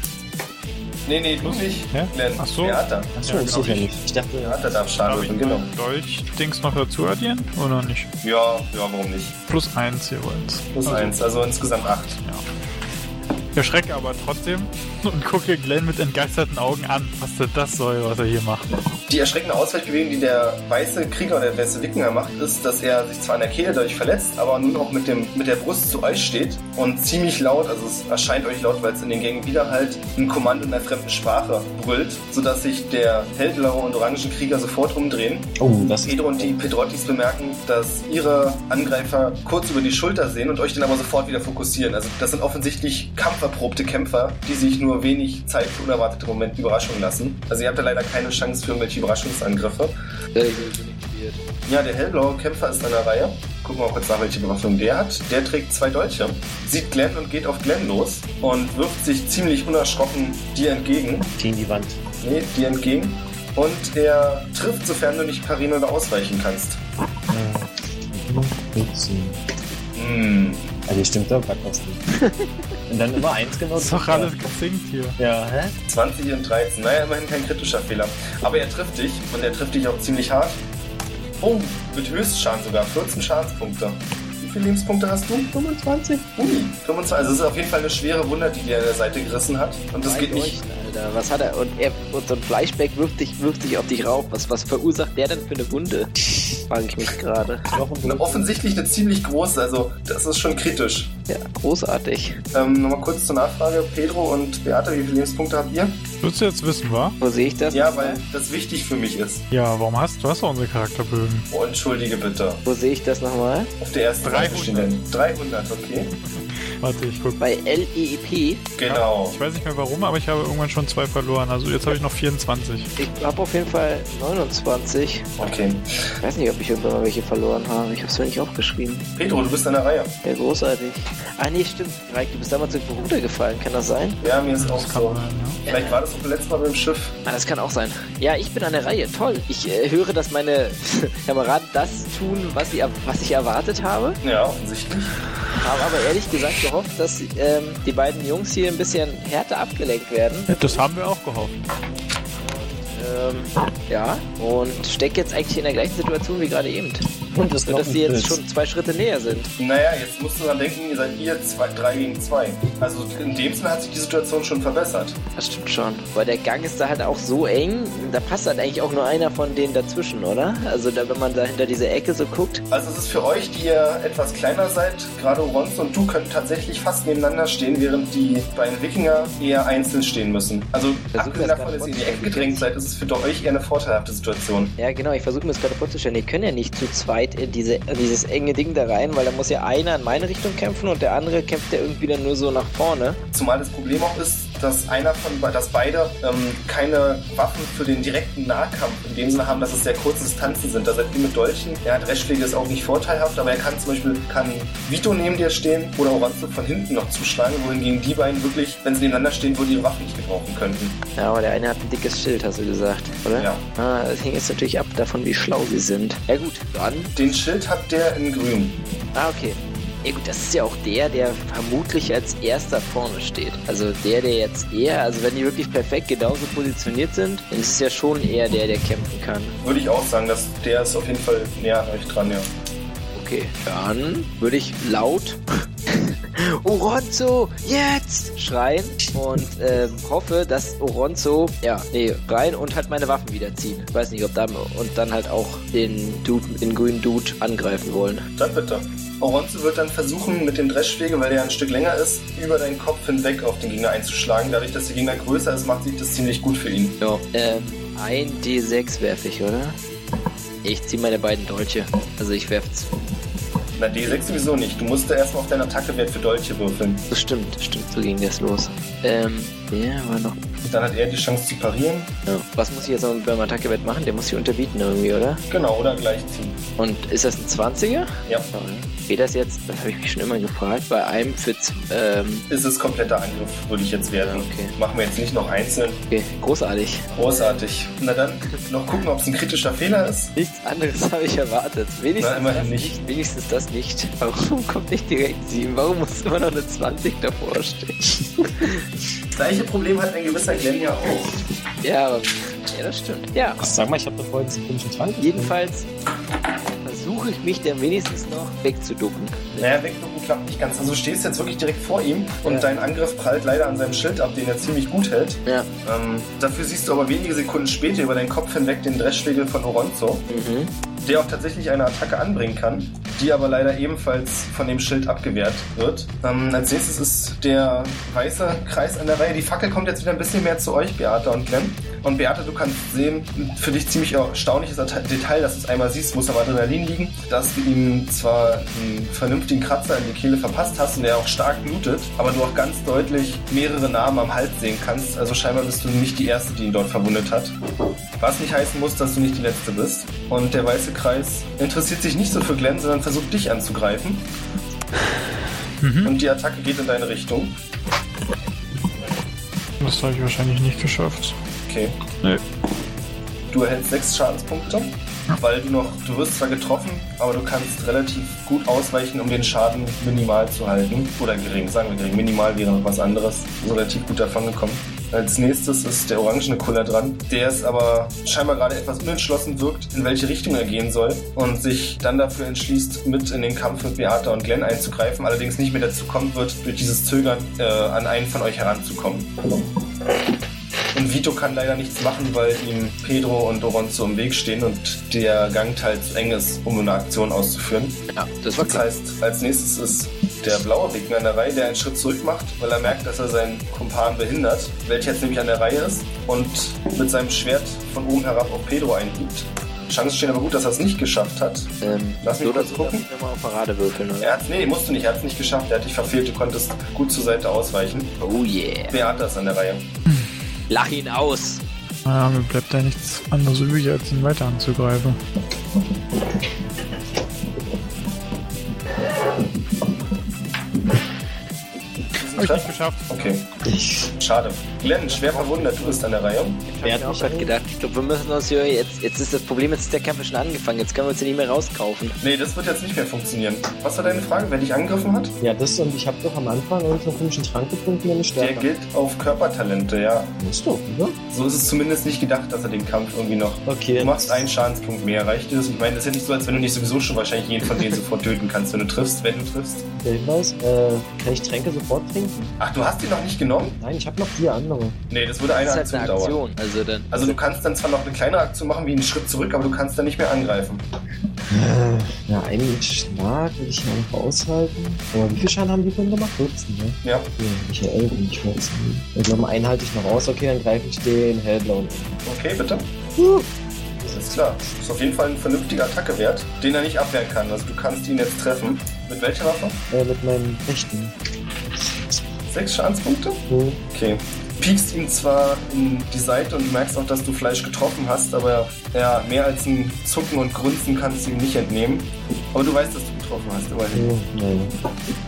Nee, nee, du nicht.
Hä?
Glenn.
Ach so.
Beata.
Achso,
Ja, genau.
das ist
glaub
ja
ich.
genau.
nicht. Ich dachte, ja.
Beata darf Schaden
Darf ich
würfeln, genau.
Dolch-Dings noch dazu addieren? Oder nicht?
Ja, ja, warum nicht?
Plus eins jeweils.
Plus
Also,
eins, also insgesamt acht.
Ich erschrecke aber trotzdem und gucke Glenn mit entgeisterten Augen an, was denn das soll, was er hier macht.
Die erschreckende Ausweichbewegung, die der weiße Krieger oder der weiße Wikinger macht, ist, dass er sich zwar an der Kehle dadurch verletzt, aber nun auch mit, dem, mit der Brust zu euch steht und ziemlich laut, also es erscheint euch laut, weil es in den Gängen widerhallt, ein Kommando in einer fremden Sprache brüllt, sodass sich der hellblaue und orange Krieger sofort umdrehen.
Oh, das ist.
Pedro und die Pedrottis bemerken, dass ihre Angreifer kurz über die Schulter sehen und euch dann aber sofort wieder fokussieren. Also das sind offensichtlich kampferprobte Kämpfer, die sich nur wenig Zeit für unerwartete Momente Überraschungen lassen. Also ihr habt da leider keine Chance für irgendwelche Überraschungsangriffe.
Äh,
Ja, der hellblaue Kämpfer ist an der Reihe. Gucken wir mal kurz nach, welche Bewaffnung der hat. Der trägt zwei Dolche, sieht Glenn und geht auf Glenn los und wirft sich ziemlich unerschrocken dir entgegen.
Gegen die Wand.
Nee, dir entgegen. Und er trifft, sofern du nicht parieren oder ausweichen kannst.
Äh, 14.
Hm.
Also hier stimmt doch grad was nicht. Und dann immer eins genau.
Das ist doch alles gezinkt hier.
Ja, hä?
20 und 13. Naja, immerhin kein kritischer Fehler. Aber er trifft dich und er trifft dich auch ziemlich hart. Oh, mit Höchstschaden sogar. 14 Schadenspunkte. Wie viele Lebenspunkte hast du? 25. Ui, 25. Also es ist auf jeden Fall eine schwere Wunder, die dir an der Seite gerissen hat. Und das geht nicht.
Alter, was hat er? Und, er, und so ein Fleischback wirft dich, wirft dich auf dich rauf. Was, was verursacht der denn für eine Wunde? Frage ich mich gerade.
Noch ein
Eine,
Blut.
offensichtlich eine ziemlich große, also das ist schon kritisch.
Ja, großartig.
Ähm, Nochmal kurz zur Nachfrage. Pedro und Beate, wie viele Lebenspunkte habt ihr?
Würdest du jetzt wissen, wa?
Wo sehe ich das?
Ja, weil das wichtig für mich ist.
Ja, warum hast du hast doch unsere Charakterbögen?
Oh, entschuldige bitte.
Wo sehe ich das nochmal?
Auf der ersten Seite stehen denn 300, okay.
Warte, ich guck.
Bei E LEEP.
Genau.
Ich weiß nicht mehr warum, aber ich habe irgendwann schon zwei verloren. Also jetzt habe ich noch 24.
Ich habe auf jeden Fall 29.
Okay.
Ich weiß nicht, ob ich irgendwann mal welche verloren habe. Ich habe es mir nicht aufgeschrieben.
Pedro, du bist an der Reihe.
Ja, großartig. Ah, nee, stimmt. Reik, du bist damals irgendwo runtergefallen. Kann das sein?
Ja, mir ist auch
kann
so.
sein, ja.
Vielleicht war das auch letztes Mal beim Schiff.
Ah, das kann auch sein. Ja, ich bin an der Reihe. Toll. Ich äh, höre, dass meine Kameraden das tun, was, sie, er- was ich erwartet habe.
Ja, offensichtlich.
Habe aber ehrlich gesagt gehofft, dass ähm, die beiden Jungs hier ein bisschen härter abgelenkt werden.
Das haben wir auch gehofft.
Ähm, ja, und stecke jetzt eigentlich in der gleichen Situation wie gerade eben.
Und das
Nur, dass die jetzt schon zwei Schritte näher sind.
Naja, jetzt musst du dran denken, ihr seid ihr 3 gegen 2. Also in dem Sinne hat sich die Situation schon verbessert.
Das stimmt schon. Weil der Gang ist da halt auch so eng, da passt halt eigentlich auch nur einer von denen dazwischen, oder? Also da, wenn man da hinter diese Ecke so guckt.
Also es ist für euch, die ihr etwas kleiner seid, gerade Rons und du könnt tatsächlich fast nebeneinander stehen, während die beiden Wikinger eher einzeln stehen müssen. Also
Versuch
abgesehen
das
davon,
gerade
dass ihr in die Ecke gedrängt seid, ist es für euch eher eine vorteilhafte Situation.
Ja, genau, ich versuche mir das gerade vorzustellen. Die können ja nicht zu zweit in diese, in dieses enge Ding da rein, weil da muss ja einer in meine Richtung kämpfen und der andere kämpft ja irgendwie dann nur so nach vorne.
Zumal das Problem auch ist, dass einer von, be- dass beide ähm, keine Waffen für den direkten Nahkampf in dem Sinne haben, dass es sehr kurze Distanzen sind. Also er mit Dolchen, er hat Rechtschläge, ist auch nicht vorteilhaft, aber er kann zum Beispiel kann Vito neben dir stehen oder Horazzo von hinten noch zuschlagen, wohingegen die beiden wirklich, wenn sie nebeneinander stehen würden, ihre Waffen nicht gebrauchen könnten.
Ja, aber der eine hat ein dickes Schild, hast du gesagt, oder?
Ja.
Ah, das hängt jetzt natürlich ab davon, wie schlau sie sind. Ja gut, dann.
Den Schild hat der in grün.
Ah, okay. Ja gut, das ist ja auch der, der vermutlich als erster vorne steht. Also der, der jetzt eher, also wenn die wirklich perfekt genauso positioniert sind, dann ist es ja schon eher der, der kämpfen kann.
Würde ich auch sagen, dass der ist auf jeden Fall näher an euch dran, ja.
Okay, dann würde ich laut Oronzo jetzt schreien und ähm, hoffe, dass Oronzo ja nee rein und halt meine Waffen wiederziehen. Ich weiß nicht, ob dann und dann halt auch den Dude, den grünen Dude angreifen wollen.
Dann bitte. Oronzo wird dann versuchen, mit dem Dreschschläger, weil der ein Stück länger ist, über deinen Kopf hinweg auf den Gegner einzuschlagen. Dadurch, dass der Gegner größer ist, macht sich das ziemlich gut für ihn.
Ja. Ähm, ein D6 werfe ich, oder? Ich ziehe meine beiden Dolche. Also ich werfe
Na, D6 sowieso nicht. Du musst da erstmal auf deinen Attackewert für Dolche würfeln.
Das stimmt, stimmt, so ging das los. Ähm, der war noch.
Dann hat er die Chance zu parieren.
Ja. Was muss ich jetzt noch beim Attackewert machen? Der muss sich unterbieten irgendwie, oder?
Genau, oder gleich ziehen.
Und ist das ein 20er?
Ja.
Geht das jetzt, das habe ich mich schon immer gefragt, bei einem für z- ähm,
Ist es kompletter Angriff, würde ich jetzt werden.
Okay.
Machen wir jetzt nicht noch einzeln.
okay, großartig.
Großartig. Na dann, noch gucken, ob es ein kritischer Fehler ist.
Nichts anderes habe ich erwartet. Wenigstens,
Na, immerhin
das
nicht.
Wenigstens das nicht. Warum kommt nicht direkt 7? Warum muss immer noch eine 20 davor stehen?
Gleiche Problem hat ein gewisser Glenn ja auch.
Ja, aber- ja, das stimmt. Ja,
Sag mal, ich habe doch vorhin einen komischen Trank.
jedenfalls versuche ich mich dann wenigstens noch wegzuducken.
Naja, wegducken klappt nicht ganz. Also du stehst jetzt wirklich direkt vor ihm und
Ja.
dein Angriff prallt leider an seinem Schild ab, den er ziemlich gut hält.
Ja.
Ähm, dafür siehst du aber wenige Sekunden später über deinen Kopf hinweg den Dreschschlägel von Oronzo,
Mhm.
der auch tatsächlich eine Attacke anbringen kann, die aber leider ebenfalls von dem Schild abgewehrt wird. Ähm, als nächstes ist der weiße Kreis an der Reihe. Die Fackel kommt jetzt wieder ein bisschen mehr zu euch, Beate und Clem. Und Beate, du kannst sehen, für dich ziemlich erstaunliches Deta- Detail, dass du es einmal siehst, muss am Adrenalin liegen, dass du ihm zwar einen vernünftigen Kratzer in die Kehle verpasst hast und der auch stark blutet, aber du auch ganz deutlich mehrere Narben am Hals sehen kannst. Also scheinbar bist du nicht die Erste, die ihn dort verwundet hat. Was nicht heißen muss, dass du nicht die Letzte bist. Und der weiße Kreis interessiert sich nicht so für Glenn, sondern versucht dich anzugreifen.
Mhm.
Und die Attacke geht in deine Richtung.
Das habe ich wahrscheinlich nicht geschafft.
Okay.
Nö.
Du erhältst sechs Schadenspunkte, weil du noch, du wirst zwar getroffen, aber du kannst relativ gut ausweichen, um den Schaden minimal zu halten. Oder gering, sagen wir gering. Minimal wäre noch was anderes. So relativ gut davon gekommen. Als nächstes ist der orangene Kuller dran, der es aber scheinbar gerade etwas unentschlossen wirkt, in welche Richtung er gehen soll und sich dann dafür entschließt, mit in den Kampf mit Beata und Glenn einzugreifen, allerdings nicht mehr dazu kommen wird, durch dieses Zögern äh, an einen von euch heranzukommen. Und Vito kann leider nichts machen, weil ihm Pedro und Doronzo im Weg stehen und der Gang teils eng ist, um eine Aktion auszuführen.
Ja, das war
Das
klar.
heißt, als nächstes ist der blaue Gegner in der Reihe, der einen Schritt zurück macht, weil er merkt, dass er seinen Kumpan behindert, welcher jetzt nämlich an der Reihe ist und mit seinem Schwert von oben herab auf Pedro eingibt. Chancen stehen aber gut, dass er es nicht geschafft hat.
Ähm,
Lass mich
so oder
kurz
so
gucken.
darf ich nochmal auf ne? Parade würfeln, oder?
Er hat, nee, musst du nicht, er hat es nicht geschafft, er hat dich verfehlt, du konntest gut zur Seite ausweichen.
Oh yeah.
Beata ist an der Reihe.
Lach ihn aus.
Ah, mir bleibt da nichts anderes übrig, als ihn weiter anzugreifen.
Ist
Habe
ein
ich nicht
Treffer?
geschafft.
Okay,
Ich
schade. Glenn, schwer verwundert, du bist an der Reihe.
Ich
Wer
habe
hat
mir auch
mich
gerade
erholt?
gedacht, ich glaube, wir müssen uns hier jetzt, jetzt ist das Problem, jetzt ist der Kampf schon angefangen, jetzt können wir uns hier nicht mehr rauskaufen.
Nee, das wird jetzt nicht mehr funktionieren. Was war deine Frage, wer dich angegriffen hat?
Ja, das und ich habe doch am Anfang irgendeinen komischen Trank getrunken, der mich
Der
stärker
gilt auf Körpertalente, ja.
Musst du, oder?
So ist es zumindest nicht gedacht, dass er den Kampf irgendwie noch.
Okay.
Du machst einen Schadenspunkt mehr, reicht dir das? Ich meine, das ist ja nicht so, als wenn du nicht sowieso schon wahrscheinlich jeden von denen sofort töten kannst, wenn du triffst, wenn du triffst.
Der Hinweis, äh, kann ich Tränke sofort trinken?
Ach, du hast ihn noch nicht genommen?
Nein, ich habe noch vier andere.
Nee, das würde eine,
das ist halt
Aktion,
eine
dauern.
Aktion. Also dann.
Also du kannst dann zwar noch eine kleine Aktion machen, wie einen Schritt zurück, aber du kannst dann nicht mehr angreifen.
Äh, ja, einen Schlag will ich ja noch aushalten. Aber wie viel Schaden haben die von gemacht? 14, ne?
Ja.
Ja, Michael und ich weiß nicht. Ich glaube, einen halte ich noch aus. Okay, dann greife ich den Hellblauen an.
Okay, bitte.
Huh.
Ist klar. Ist auf jeden Fall ein vernünftiger Attacke wert, den er nicht abwehren kann. Also du kannst ihn jetzt treffen. Mit welcher Waffe?
Äh, mit meinem rechten.
Sechs Schadenspunkte? Okay. Piekst ihm zwar in die Seite und merkst auch, dass du Fleisch getroffen hast, aber ja, mehr als ein Zucken und Grunzen kannst du ihm nicht entnehmen. Aber du weißt, dass du getroffen hast, immerhin.
Nein.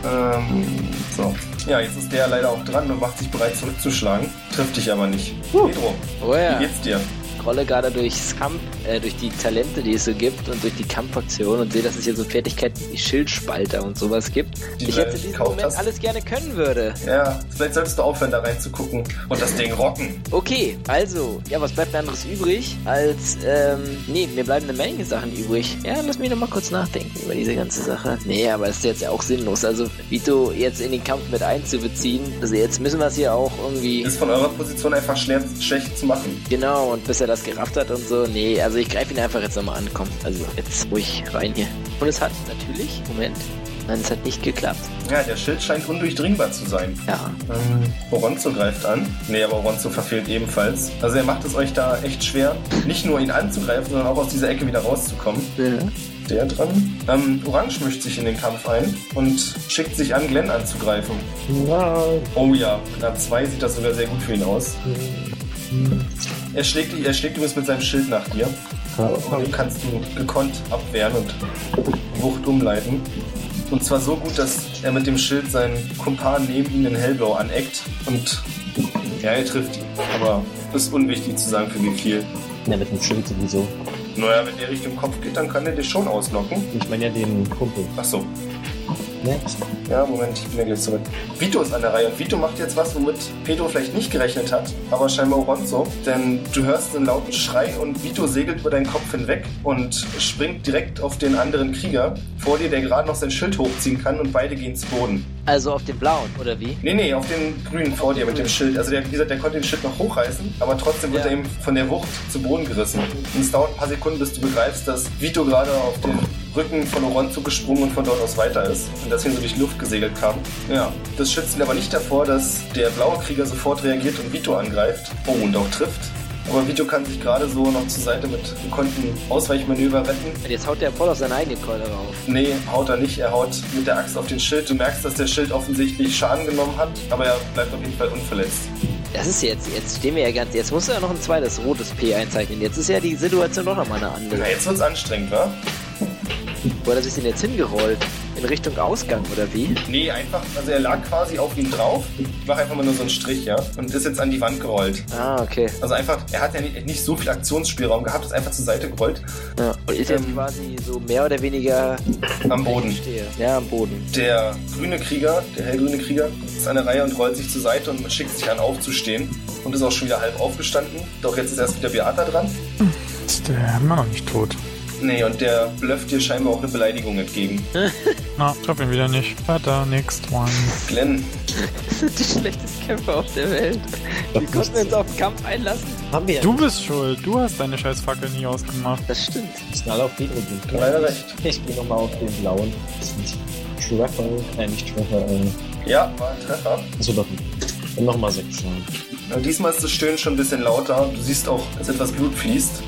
Ähm, so. Ja, jetzt ist der leider auch dran und macht sich bereit zurückzuschlagen. Trifft dich aber nicht. Pedro,
Oh ja.
wie geht's dir?
Rolle gerade durchs Kampf, äh, durch die Talente, die es so gibt und durch die Kampfaktion und sehe, dass es hier so Fertigkeiten wie Schildspalter und sowas gibt.
Die
ich
du
hätte diesen
gekauft
Moment
hast?
alles gerne können würde.
Ja, vielleicht solltest du aufhören, da reinzugucken und das Ding rocken.
Okay, also, ja, was bleibt mir anderes übrig als, ähm, nee, mir bleiben eine Menge Sachen übrig. Ja, lass mich nochmal kurz nachdenken über diese ganze Sache. Nee, aber ist jetzt auch sinnlos. Also, Vito jetzt in den Kampf mit einzubeziehen, also jetzt müssen wir es hier auch irgendwie...
Ist von eurer Position einfach schwer, schlecht zu machen.
Genau, und bis er das gerafft hat und so. Nee, also ich greife ihn einfach jetzt nochmal an. Komm, also jetzt ruhig rein hier. Und es hat natürlich, Moment, nein, es hat nicht geklappt.
Ja, der Schild scheint undurchdringbar zu sein.
Ja,
Ähm, Oronzo greift an. Nee, aber Oronzo verfehlt ebenfalls. Also er macht es euch da echt schwer, nicht nur ihn anzugreifen, sondern auch aus dieser Ecke wieder rauszukommen. Der dran. Ähm, Orange mischt sich in den Kampf ein und schickt sich an, Glenn anzugreifen.
Nein.
Oh ja, mit einer 2 sieht das sogar sehr gut für ihn aus.
hm,
Er schlägt, er schlägt übrigens mit seinem Schild nach dir.
hm.
Und den kannst du gekonnt abwehren und Wucht umleiten. Und zwar so gut, dass er mit dem Schild seinen Kumpan neben ihm in Hellblau aneckt. Und ja, er trifft ihn. Aber ist unwichtig zu sagen, für wie viel.
Ja, mit dem Schild sowieso.
Naja, wenn der Richtung Kopf geht, dann kann er dich schon auslocken.
Ich meine ja den Kumpel.
Ach so.
Ne?
Ja, Moment, ich bin ja gleich zurück. Vito ist an der Reihe und Vito macht jetzt was, womit Pedro vielleicht nicht gerechnet hat, aber scheinbar Ronzo. Denn du hörst einen lauten Schrei und Vito segelt über deinen Kopf hinweg und springt direkt auf den anderen Krieger vor dir, der gerade noch sein Schild hochziehen kann und beide gehen zu Boden.
Also auf den blauen, oder wie?
Nee, nee, auf den grünen vor dir mit dem Schild. Also der, wie gesagt, der konnte den Schild noch hochreißen, aber trotzdem wird
Ja.
er ihm von der Wucht zu Boden gerissen. Und es dauert ein paar Sekunden, bis du begreifst, dass Vito gerade auf den Rücken von Oronzo gesprungen und von dort aus weiter ist und deswegen so durch die Luft gesegelt kam. Ja, das schützt ihn aber nicht davor, dass der blaue Krieger sofort reagiert und Vito angreift. Oh, und auch trifft. Aber Vito kann sich gerade so noch zur Seite mit gekonnten Ausweichmanöver retten.
Und Jetzt haut der voll auf seine eigene Keule rauf.
Nee, haut er nicht. Er haut mit der Axt auf den Schild. Du merkst, dass der Schild offensichtlich Schaden genommen hat, aber er bleibt auf jeden Fall unverletzt.
Das ist jetzt, jetzt stehen wir ja ganz, jetzt musst du ja noch ein zweites rotes P einzeichnen. Jetzt ist ja die Situation doch nochmal eine andere.
Na, jetzt wird's anstrengend, wa?
Wo hat er sich denn jetzt hingerollt? In Richtung Ausgang, oder wie?
Nee, einfach, also er lag quasi auf ihm drauf. Ich mach einfach mal nur so einen Strich, ja? Und ist jetzt an die Wand gerollt.
Ah, okay.
Also einfach, er hat ja nicht, nicht so viel Aktionsspielraum gehabt, ist einfach zur Seite gerollt
Ja. Und ist jetzt
Ähm,
quasi so mehr oder weniger
am Boden.
Stehe. Ja, am Boden.
Der grüne Krieger, der hellgrüne Krieger, ist an der Reihe und rollt sich zur Seite und schickt sich an aufzustehen. Und ist auch schon wieder halb aufgestanden. Doch jetzt ist erst wieder Beata dran.
Ist der immer äh, noch nicht tot?
Nee, und der blöfft dir scheinbar auch eine Beleidigung entgegen.
Na, ich hab ihn wieder nicht. Weiter, next one.
Glenn,
Das sind die schlechtesten Kämpfer auf der Welt.
Doch,
Wir konnten
das-
uns auf den Kampf einlassen.
Haben wir ja
Du bist schuld. Du hast deine scheiß Fackel nie ausgemacht.
Das stimmt.
müssen alle auf Pedro gehen.
du leider recht.
Ich gehe nochmal auf den blauen. Das ist Treffer. Nein, nicht Treffer. Äh,
Ja, war ein Treffer.
achso, doch nicht. Dann nochmal sechs Schaden.
Und diesmal ist das Stöhnen schon ein bisschen lauter. Du siehst auch, dass etwas Blut fließt.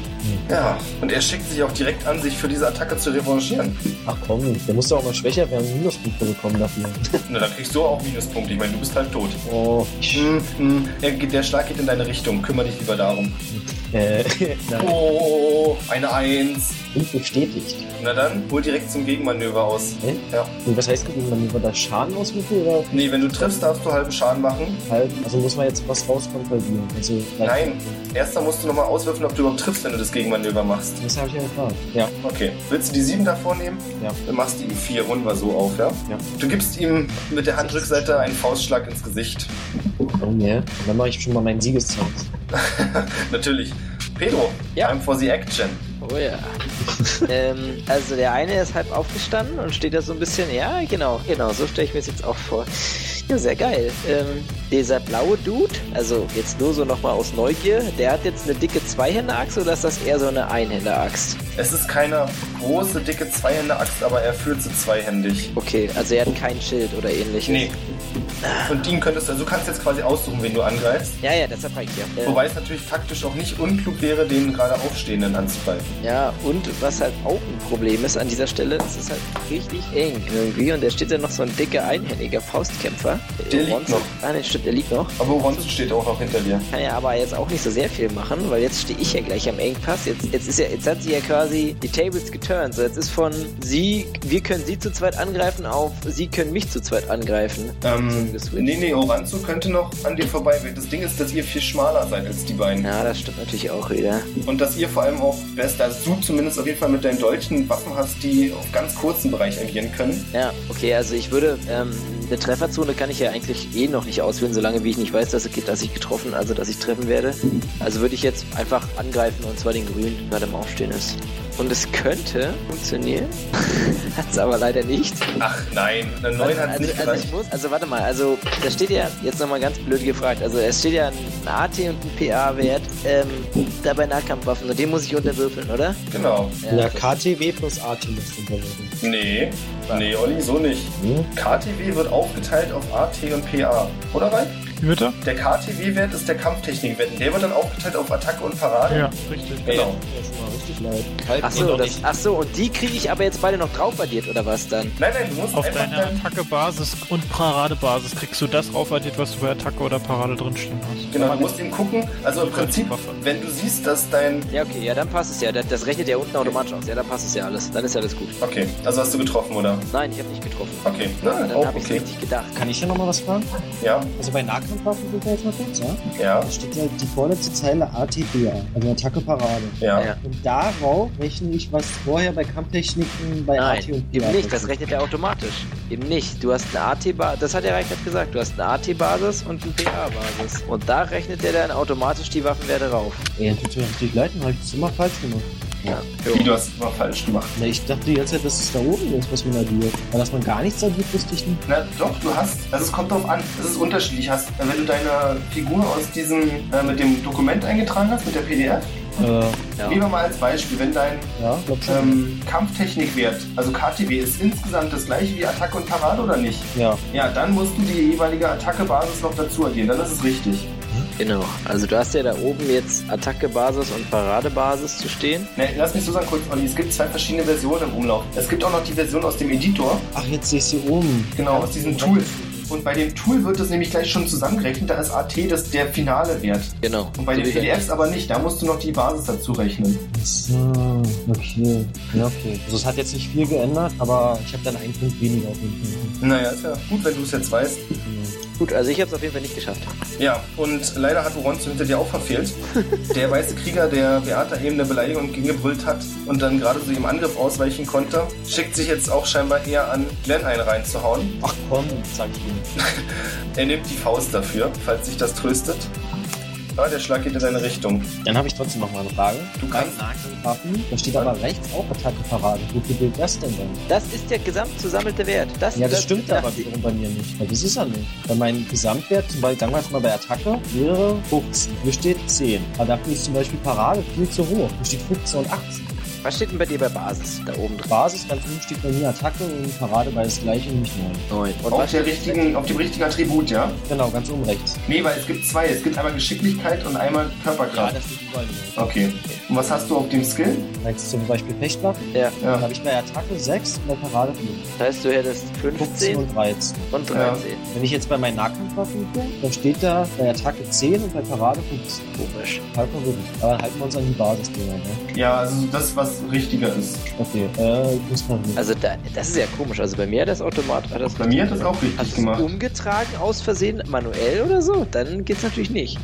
Ja, und er schickt sich auch direkt an, sich für diese Attacke zu revanchieren.
Ach komm, der muss doch auch mal schwächer werden. um Minuspunkte bekommen dafür.
Na, da kriegst du auch Minuspunkte. Ich meine, du bist halb tot.
Oh,
Hm, hm. Er, geht- der Schlag geht in deine Richtung. Kümmer dich lieber darum.
äh, nein.
Oh, eine Eins.
Und bestätigt.
Na dann, hol direkt zum Gegenmanöver aus.
Hä?
Ja.
Und was heißt gegen man über das Schaden auswürfeln oder
Nee, wenn du triffst, darfst du halben Schaden machen.
halb? Also muss man jetzt was rauskontrollieren. Also,
Nein. Erster musst du nochmal auswürfen, ob du überhaupt triffst, wenn du das Gegenmanöver machst.
Das habe ich ja gefragt. Ja,
Okay. Willst du die sieben davor nehmen?
ja.
Dann machst du ihm vier Runden mal so auf, ja?
Ja.
Du gibst ihm mit der Handrückseite einen Faustschlag ins Gesicht.
Oh ne. Und dann mache ich schon mal meinen Siegeszauber.
Natürlich. Pedro,
Ja.
time for the action.
Oh ja. ähm, also der eine ist halb aufgestanden und steht da so ein bisschen, ja, genau, genau, so stelle ich mir es jetzt auch vor. Ja, sehr geil. Ähm, dieser blaue Dude, also jetzt nur so nochmal aus Neugier, der hat jetzt eine dicke Zweihänder-Axt oder ist das eher so eine Einhänder-Axt?
Es ist keine große, dicke Zweihänder-Axt, aber er führt sie zweihändig.
Okay, also er hat kein Schild oder ähnliches.
Nee. Und ihn könntest du, also du kannst jetzt quasi aussuchen, wen du angreifst.
Ja, ja, deshalb habe ich ja. Äh,
Wobei es natürlich taktisch auch nicht unklug wäre, den gerade Aufstehenden anzugreifen.
Ja, und was halt auch ein Problem ist an dieser Stelle, es ist halt richtig eng irgendwie und da steht ja noch so ein dicker, einhändiger Faustkämpfer.
Der liegt
Ronson-
noch.
Ah, nee, stimmt, der liegt noch.
Aber Ronson steht auch noch hinter dir.
Kann ja aber jetzt auch nicht so sehr viel machen, weil jetzt stehe ich ja gleich am Engpass. Jetzt, jetzt ist ja, jetzt hat sie ja quasi die Tables geturnt. So, jetzt ist von sie, wir können sie zu zweit angreifen auf sie können mich zu zweit angreifen.
Ähm,
Geswitcht.
nee, nee, Oranzo könnte noch an dir vorbei. Das Ding ist, dass ihr viel schmaler seid als die beiden.
Ja, das stimmt natürlich auch wieder.
Und dass ihr vor allem auch besser, also du zumindest auf jeden Fall mit deinen deutschen Waffen hast, die auf ganz kurzen Bereich agieren können.
Ja, okay, also ich würde, ähm, eine Trefferzone kann ich ja eigentlich eh noch nicht auswählen, solange wie ich nicht weiß, dass, dass ich getroffen, also dass ich treffen werde. Also würde ich jetzt einfach angreifen und zwar den grünen, der gerade im Aufstehen ist. Und es könnte funktionieren, hat es aber leider nicht.
Ach nein, eine 9
Also,
hat nicht
also, also ich
gereicht.
muss, also warte mal, also da steht ja, jetzt nochmal ganz blöd gefragt, also es steht ja ein AT und ein PA-Wert, ähm, dabei Nahkampfwaffen und den muss ich unterwürfeln, oder?
Genau.
Ja,
Na,
das-
KTW plus AT muss unterlegen.
Nee, nee, Olli, so nicht.
Hm?
KTW wird aufgeteilt auf AT und PA. Oder Ralf?
Wie bitte?
Der KTW-Wert ist der Kampftechnik-Wert. Der wird dann aufgeteilt auf Attacke und Parade.
Ja, richtig.
Genau.
Ja, schon mal richtig leid. Halt
Ach so, das, ach so, und die kriege ich aber jetzt beide noch drauf addiert, oder was dann?
Nein, nein, du musst
Auf
einfach
deiner
dann,
Attacke-Basis und Paradebasis kriegst du das aufaddiert, was du bei Attacke oder Parade drinstehen hast.
Genau, du musst ihm gucken. Also im
Die deutsche
Prinzip,
Waffe.
wenn du siehst, dass dein.
Ja, okay, ja, dann passt es ja. Das, das rechnet ja unten automatisch aus. Ja, dann passt es ja alles. Dann ist ja alles gut.
Okay, also hast du getroffen, oder?
Nein, ich habe nicht getroffen.
Okay,
Aber
na,
dann
auch
habe ich
okay.
richtig gedacht.
Kann ich ja nochmal was fragen?
Ja,
Also bei Nahkampfwaffen sind wir jetzt mal kurz, ja?
ja,
Da steht ja die vorletzte Zeile ATPA, also Attacke Parade.
ja.
Ja.
Und darauf rechne ich, was vorher bei Kampftechniken bei AT
Nein,
und PA
eben nicht. Das
passiert.
rechnet er automatisch. Eben nicht. Du hast eine AT-Basis, das hat der Reichert gesagt. Du hast eine AT-Basis und eine PA-Basis. Und da rechnet er dann automatisch die Waffenwerte rauf.
Ey, tut mir richtig leid, dann habe ich das immer falsch gemacht.
Ja.
Wie, du hast es mal falsch gemacht.
Na, ich dachte die ganze Zeit, dass es da oben ist, was man addiert. Aber dass man gar nichts addiert, wusste ich nicht.
Na doch, du hast, also es kommt drauf an, es ist unterschiedlich. Hast, wenn du deine Figur aus diesem, äh, mit dem Dokument eingetragen hast, mit der PDF,
Äh,
Ja.
nehmen wir mal als Beispiel, wenn dein
ja, glaub schon.
ähm, Kampftechnikwert, also KTW, ist insgesamt das gleiche wie Attacke und Parade oder nicht?
ja.
Ja, dann musst du die jeweilige Attackebasis noch dazu addieren, dann ist es richtig.
Genau. Also du hast ja da oben jetzt Attacke-Basis und Parade-Basis zu stehen.
Ne, lass mich so sagen kurz, Olli, es gibt zwei verschiedene Versionen im Umlauf. Es gibt auch noch die Version aus dem Editor,
Ach, jetzt sehe ich sie oben.
genau, aus diesem Tool. Und bei dem Tool wird das nämlich gleich schon zusammengerechnet, da ist AT das der finale Wert.
Genau.
Und bei den PDFs aber nicht, da musst du noch die Basis dazu rechnen.
So, okay. Ja, okay. Also es hat jetzt nicht viel geändert, aber ich habe dann einen Punkt weniger auf jeden
Naja, ist ja gut, wenn du es jetzt weißt.
Fall.
Gut, also ich habe es auf jeden Fall nicht geschafft.
Ja, und leider hat Oronzo hinter dir auch verfehlt. Der weiße Krieger, der Beata eben eine Beleidigung gegengebrüllt hat und dann gerade so ihrem Angriff ausweichen konnte, schickt sich jetzt auch scheinbar eher an, Glenn einen reinzuhauen.
Ach komm, sag ich ihm.
Er nimmt die Faust dafür, falls sich das tröstet. Ah, der Schlag geht in deine Richtung.
Dann habe ich trotzdem noch mal eine Frage.
Du
Bei
kannst...
Nahkampfwaffen, da steht aber rechts auch Attacke Parade. Wofür gilt das denn dann?
Das ist der gesamt zusammelte Wert. Das,
Ja, das stimmt aber
das,
wiederum bei mir nicht. Weil das ist er nicht. Weil mein Gesamtwert, zum Beispiel, sagen wir jetzt mal bei Attacke, wäre 15. Hier steht 10. Aber dafür ist zum Beispiel Parade viel zu hoch. Hier steht 15 und 18.
Was steht denn bei dir bei Basis? Da oben drin.
Basis ganz oben steht bei mir Attacke und Parade bei das gleiche und nicht 9.
Neun. Und
Auf,
was
der
steht-
richtigen, auf dem richtigen Attribut, ja?
Genau, ganz oben rechts.
Nee, weil es gibt zwei. Es gibt einmal Geschicklichkeit und einmal
Ja,
Körperkraft.
das steht überall genau.
Okay. Und was hast du auf dem Skill?
Rechts zum Beispiel Fechtwaffen.
Ja,
Dann
Ja.
habe ich bei Attacke 6 und bei Parade 5.
das heißt, du hättest
15
15
und 13.
und
Ja.
13.
Wenn ich jetzt bei meinen Nahkampfwaffen gucke, dann steht da bei Attacke 10 und bei Parade 15.
Komisch.
Halb verwirrend. Aber dann halten wir uns an die Basis, Dinger, ne?
Ja, also das, was richtiger ist.
Okay, äh, ich muss mal mit.
Also, da, das ist ja komisch. Also, bei mir hat das Automat. Hat das
Bei mir hat das auch richtig
Hast du um- es
gemacht.
umgetragen aus Versehen, manuell oder so? Dann geht's natürlich nicht.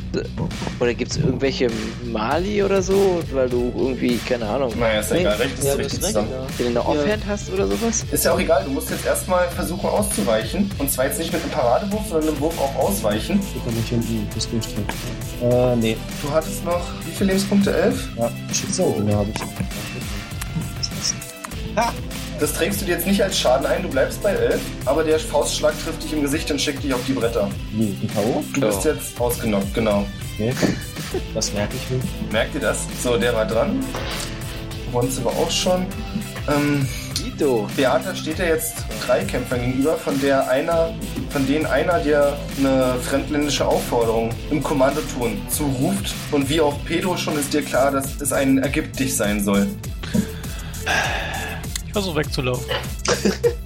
Oder gibt's irgendwelche Mali oder so, weil du irgendwie, keine Ahnung,
Naja, ist ja egal, recht ist
Ja,
richtig
das ist
zusammen.
recht,
wenn du eine Offhand hast oder sowas?
Ist ja auch egal, du musst jetzt erstmal versuchen auszuweichen. Und zwar jetzt nicht mit einem Paradewurf, sondern einem Wurf auf Ausweichen.
Ich kann mich hinten bis durchstrecken. Äh, nee.
Du hattest noch wie viele Lebenspunkte? Elf?
Ja, Schicksalsrunde habe ich. Das heißt,
Das trägst du dir jetzt nicht als Schaden ein, du bleibst bei elf. Aber der Faustschlag trifft dich im Gesicht und schickt dich auf die Bretter.
Wie, ein K.O.?
Du
Ja.
bist jetzt ausgenockt, genau.
Okay. Das merke ich mir.
Merkt ihr das? So, der war dran. Rons aber auch schon. Ähm,
Guido.
Beata steht ja jetzt drei Kämpfern gegenüber, von der einer, von denen einer dir eine fremdländische Aufforderung im Kommandoton zuruft. Und wie auch Pedro schon ist dir klar, dass es ein Ergibt dich sein soll.
Ich versuche wegzulaufen.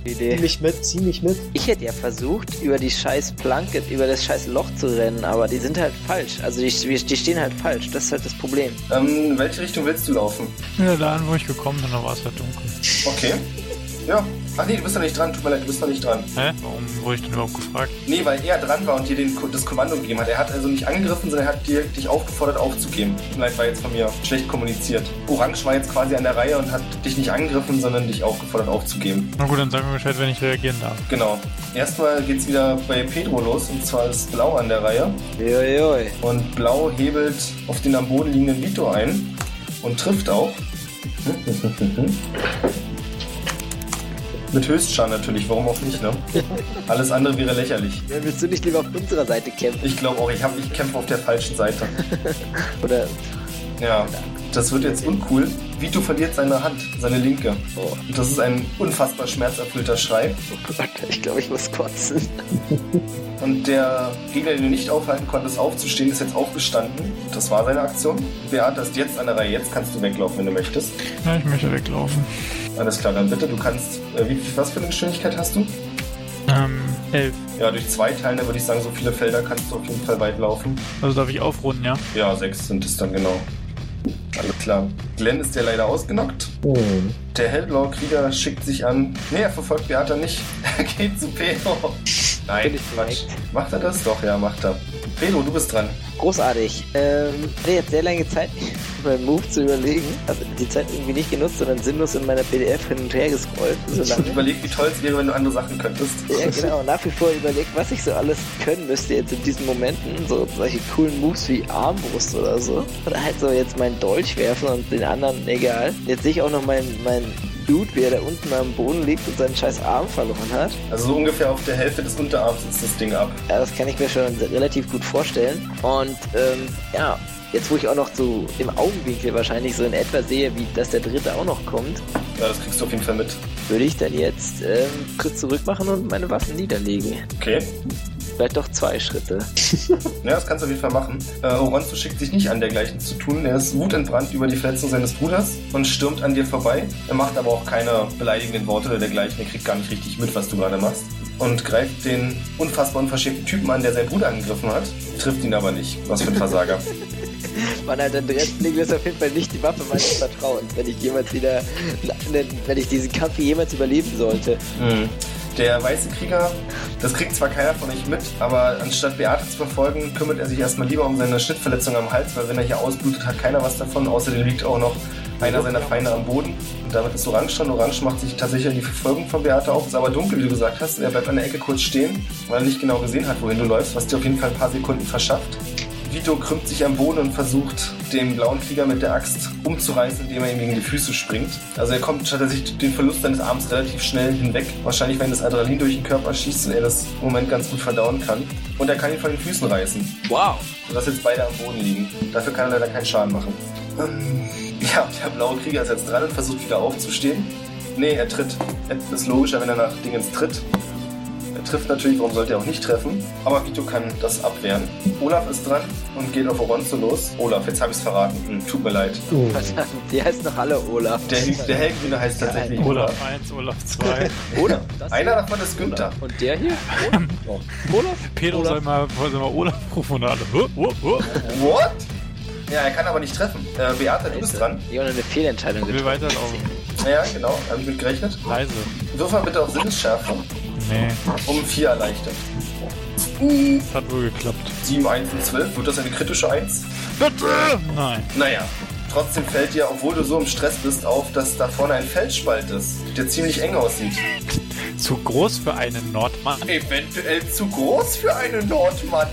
Zieh
Idee.
mich mit, zieh mich mit.
Ich hätte ja versucht, über die scheiß Planke, über das scheiß Loch zu rennen, aber die sind halt falsch. Also die, die stehen halt falsch. Das ist halt das Problem.
Ähm, in welche Richtung willst du laufen?
Ja, da an, wo ich gekommen bin, da war es halt dunkel.
Okay. Ja. Ach nee, du bist noch nicht dran. Tut mir leid, du bist noch nicht dran.
Hä? Warum wurde ich denn überhaupt gefragt?
Nee, weil er dran war und dir den, das Kommando gegeben hat. Er hat also nicht angegriffen, sondern er hat dir, dich aufgefordert aufzugeben. Vielleicht war jetzt von mir schlecht kommuniziert. Orange war jetzt quasi an der Reihe und hat dich nicht angegriffen, sondern dich aufgefordert aufzugeben.
Na gut, dann sag mir Bescheid, wenn ich reagieren darf.
Genau. Erstmal geht's wieder bei Pedro los und zwar ist Blau an der Reihe.
Uiuiui.
Und Blau hebelt auf den am Boden liegenden Vito ein und trifft auch. Mit Höchstschaden natürlich, warum auch nicht, ne? Alles andere wäre lächerlich.
Ja, willst du nicht lieber auf unserer Seite kämpfen?
Ich glaube auch, ich, hab, ich kämpfe auf der falschen Seite.
Oder.
Ja, das wird jetzt uncool. Vito verliert seine Hand, seine linke.
Oh,
Und das ist ein unfassbar schmerzerfüllter Schrei.
oh Gott, ich glaube, ich muss kotzen.
Und der Gegner, den du nicht aufhalten konntest, aufzustehen, ist jetzt aufgestanden. Das war seine Aktion. Beata ist jetzt an der Reihe. Jetzt kannst du weglaufen, wenn du möchtest.
Ja, ich möchte weglaufen.
Alles klar, dann bitte. Du kannst. Äh, wie, was für eine Geschwindigkeit hast du?
Ähm, elf.
Ja, durch zwei Teile würde ich sagen, so viele Felder kannst du auf jeden Fall weit laufen.
Also darf ich aufrunden, ja?
Ja, sechs sind es dann genau. Alles klar. Glenn ist ja leider ausgenockt.
Hm.
Der hellblaue Krieger schickt sich an. Nee, er verfolgt Beata nicht. Er geht zu Pedro. Nein,
Bin ich
Quatsch. Macht er das? Doch, ja, macht er. Pedro, du bist dran.
Großartig. Ähm, ich hatte jetzt sehr lange Zeit, meinen Move zu überlegen. Also die Zeit irgendwie nicht genutzt, sondern sinnlos in meiner PDF hin und her gescrollt. So
Ich
lange.
überleg, wie toll es wäre, wenn du andere Sachen könntest.
Ja, genau. Nach wie vor überlegt, was ich so alles können müsste jetzt in diesen Momenten. So solche coolen Moves wie Armbrust oder so. Oder halt so jetzt meinen Dolch werfen und den anderen, egal. Jetzt sehe ich auch noch meinen, meinen Dude, wie er da unten am Boden liegt und seinen scheiß Arm verloren hat.
Also so ungefähr auf der Hälfte des Unterarms ist das Ding ab.
Ja, das kann ich mir schon relativ gut vorstellen. Und ähm, ja, jetzt wo ich auch noch so im Augenwinkel wahrscheinlich so in etwa sehe, wie dass der dritte auch noch kommt,
Ja, das kriegst du auf jeden Fall mit.
würde ich dann jetzt ähm, einen Schritt zurück machen und meine Waffen niederlegen.
Okay.
Vielleicht doch zwei Schritte.
Ja, das kannst du auf jeden Fall machen. Äh, Oronzo schickt sich nicht an, dergleichen zu tun. Er ist wutentbrannt über die Verletzung seines Bruders und stürmt an dir vorbei. Er macht aber auch keine beleidigenden Worte oder dergleichen. Er kriegt gar nicht richtig mit, was du gerade machst. Und greift den unfassbar unverschämten Typen an, der seinen Bruder angegriffen hat. Trifft ihn aber nicht. Was für ein Versager.
Mann, Alter, der Wrestling ist auf jeden Fall nicht die Waffe meines Vertrauens, wenn ich jemals wieder, ne, wenn ich diesen Kampf hier jemals überleben sollte.
Mhm. Der weiße Krieger, das kriegt zwar keiner von euch mit, aber anstatt Beate zu verfolgen, kümmert er sich erstmal lieber um seine Schnittverletzung am Hals, weil wenn er hier ausblutet, hat keiner was davon. Außerdem liegt auch noch einer seiner Feinde am Boden. Und damit ist Orange schon. Orange macht sich tatsächlich an die Verfolgung von Beate auf. Ist aber dunkel, wie du gesagt hast. Er bleibt an der Ecke kurz stehen, weil er nicht genau gesehen hat, wohin du läufst, was dir auf jeden Fall ein paar Sekunden verschafft. Vito krümmt sich am Boden und versucht, den blauen Krieger mit der Axt umzureißen, indem er ihm gegen die Füße springt. Also er kommt tatsächlich den Verlust seines Arms relativ schnell hinweg. Wahrscheinlich, wenn das Adrenalin durch den Körper schießt und er das im Moment ganz gut verdauen kann. Und er kann ihn von den Füßen reißen,
Wow.
sodass jetzt beide am Boden liegen. Dafür kann er leider keinen Schaden machen. Ähm, ja, der blaue Krieger ist jetzt dran und versucht wieder aufzustehen. Nee, er tritt. Es ist logischer, wenn er nach Dingens tritt. Er trifft natürlich, warum sollte er auch nicht treffen? Aber Vito kann das abwehren. Olaf ist dran und geht auf Oronzo los. Olaf, jetzt habe ich es verraten. Hm, tut mir leid.
Oh.
Verdammt, die heißt noch alle Olaf.
Der, der Hellgrüne heißt tatsächlich
Olaf
Olaf.
1, Olaf 2.
Olaf. das
Einer
hier.
davon ist Günther.
Und der hier? Olaf. Olaf?
Pedro
Olaf.
soll mal, soll mal Olaf rufen und alle. Huh, huh, huh.
What? Ja, er kann aber nicht treffen. Äh, Beata, du bist dran.
Ich habe eine Fehlentscheidung
Ich will
getroffen.
weiterlaufen.
Ja, genau. Habe ich mit gerechnet.
Leise.
Wirf mal bitte auf Sinnesschärfe.
Nee,
Um 4 erleichtert.
das hat wohl geklappt.
7, 1 und 12. Wird das eine kritische 1?
Bitte! Nein.
Naja, trotzdem fällt dir, obwohl du so im Stress bist, auf, dass da vorne ein Felsspalt ist, der ziemlich eng aussieht.
Zu groß für einen Nordmann.
Eventuell zu groß für einen Nordmann.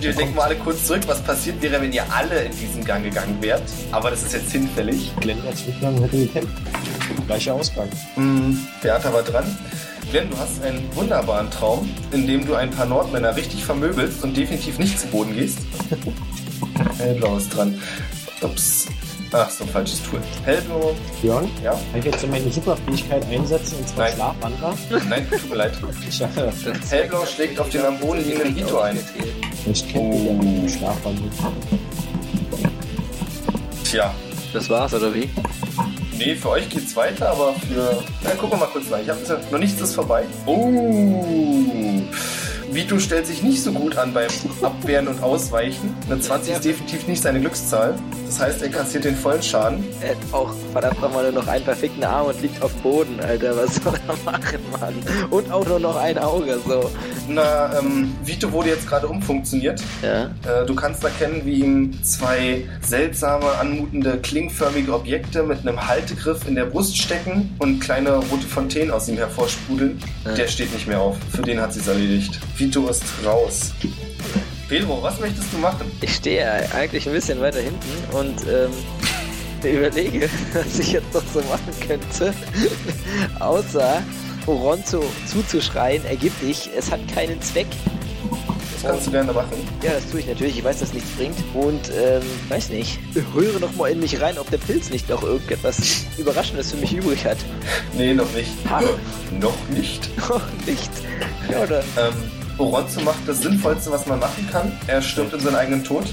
Wir denken mal alle kurz zurück, was passiert wäre, wenn ihr alle in diesen Gang gegangen wärt. Aber das ist jetzt hinfällig.
Glenn als Rückgang hätte gekämpft. Gleicher Ausgang.
Hm, Beata war dran. Glenn, du hast einen wunderbaren Traum, in dem du ein paar Nordmänner richtig vermöbelst und definitiv nicht zu Boden gehst. Hellblau ist dran. Ups. Ach, so ein falsches Tool. Hellblau,
Björn,
ja.
kann ich jetzt meine Superfähigkeit einsetzen und zwar
Nein.
Schlafwanderer?
Nein, tut mir leid.
Schade.
Hellblau schlägt auf den am Boden liegenden Vito ein.
Ich kenne die ja mit dem Schlafwanderer.
Tja.
Das war's, oder wie?
Nee, für euch geht's weiter, aber für. Na, gucken wir mal kurz nach. Ich hab gesagt, noch nichts ist vorbei. Oh. Vito stellt sich nicht so gut an beim Abwehren und Ausweichen. Eine 20 ist definitiv nicht seine Glückszahl. Das heißt, er kassiert den vollen Schaden.
Er hat Äh, auch verdammt nochmal nur noch einen verfickten Arm und liegt auf dem Boden, Alter. Was soll er machen, Mann? Und auch nur noch ein Auge, so.
Na, ähm, Vito wurde jetzt gerade umfunktioniert.
Ja.
Äh, du kannst erkennen, wie ihm zwei seltsame, anmutende, klingförmige Objekte mit einem Haltegriff in der Brust stecken und kleine rote Fontänen aus ihm hervorsprudeln.
Ja.
Der steht nicht mehr auf. Für den hat sie's erledigt. Vito ist raus. Pedro, was möchtest du machen?
Ich stehe eigentlich ein bisschen weiter hinten und ähm, überlege, was ich jetzt noch so machen könnte. Außer Oronzo zuzuschreien, ergibt sich, es hat keinen Zweck.
Das kannst du gerne machen.
Ja, das tue ich natürlich. Ich weiß, dass nichts bringt. Und, ähm, weiß nicht. Höre noch mal in mich rein, ob der Pilz nicht noch irgendetwas Überraschendes für mich übrig hat.
Nee, noch nicht.
Habe.
Noch nicht.
Noch nicht. Ja, oder?
Ähm, Oronzo macht das Sinnvollste, was man machen kann. Er stirbt in seinen eigenen Tod.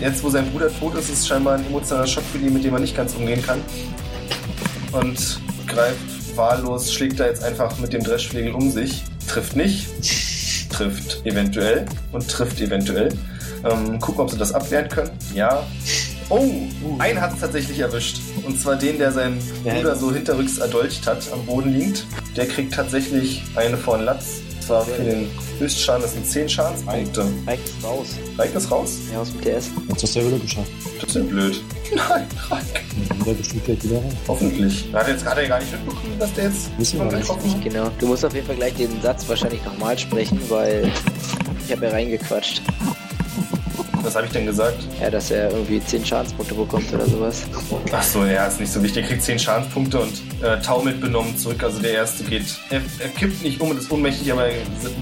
Jetzt, wo sein Bruder tot ist, ist es scheinbar ein emotionaler Schock für ihn, mit dem er nicht ganz umgehen kann. Und greift wahllos, schlägt er jetzt einfach mit dem Dreschflegel um sich. Trifft nicht. Trifft eventuell. Und trifft eventuell. Ähm, gucken, ob sie das abwehren können. Ja. Oh, einen hat es tatsächlich erwischt. Und zwar den, der seinen
Ja.
Bruder so hinterrücks erdolcht hat, am Boden liegt. Der kriegt tatsächlich eine von Latz. Das war für den Höchstschaden, das sind 10 Schadenspunkte.
Mike ist raus.
Reicht das raus?
Ja, aus dem TS.
Jetzt hast du ja wieder geschafft.
Das ist ja blöd. Nein,
Und wieder bestimmt gleich wieder rein.
hoffentlich. Hat, jetzt, hat er gar nicht mitbekommen, dass der jetzt
Wissen wir
jemand
gar nicht.
getroffen hat?
Genau. Du musst auf jeden Fall gleich den Satz wahrscheinlich nochmal sprechen, weil ich habe ja reingequatscht.
Was habe ich denn gesagt?
Ja, dass er irgendwie 10 Schadenspunkte bekommt oder sowas.
Ach so, ja, ist nicht so wichtig. Er kriegt 10 Schadenspunkte und äh, taumelt benommen zurück. Also der erste geht. Er, er kippt nicht um und ist ohnmächtig, aber er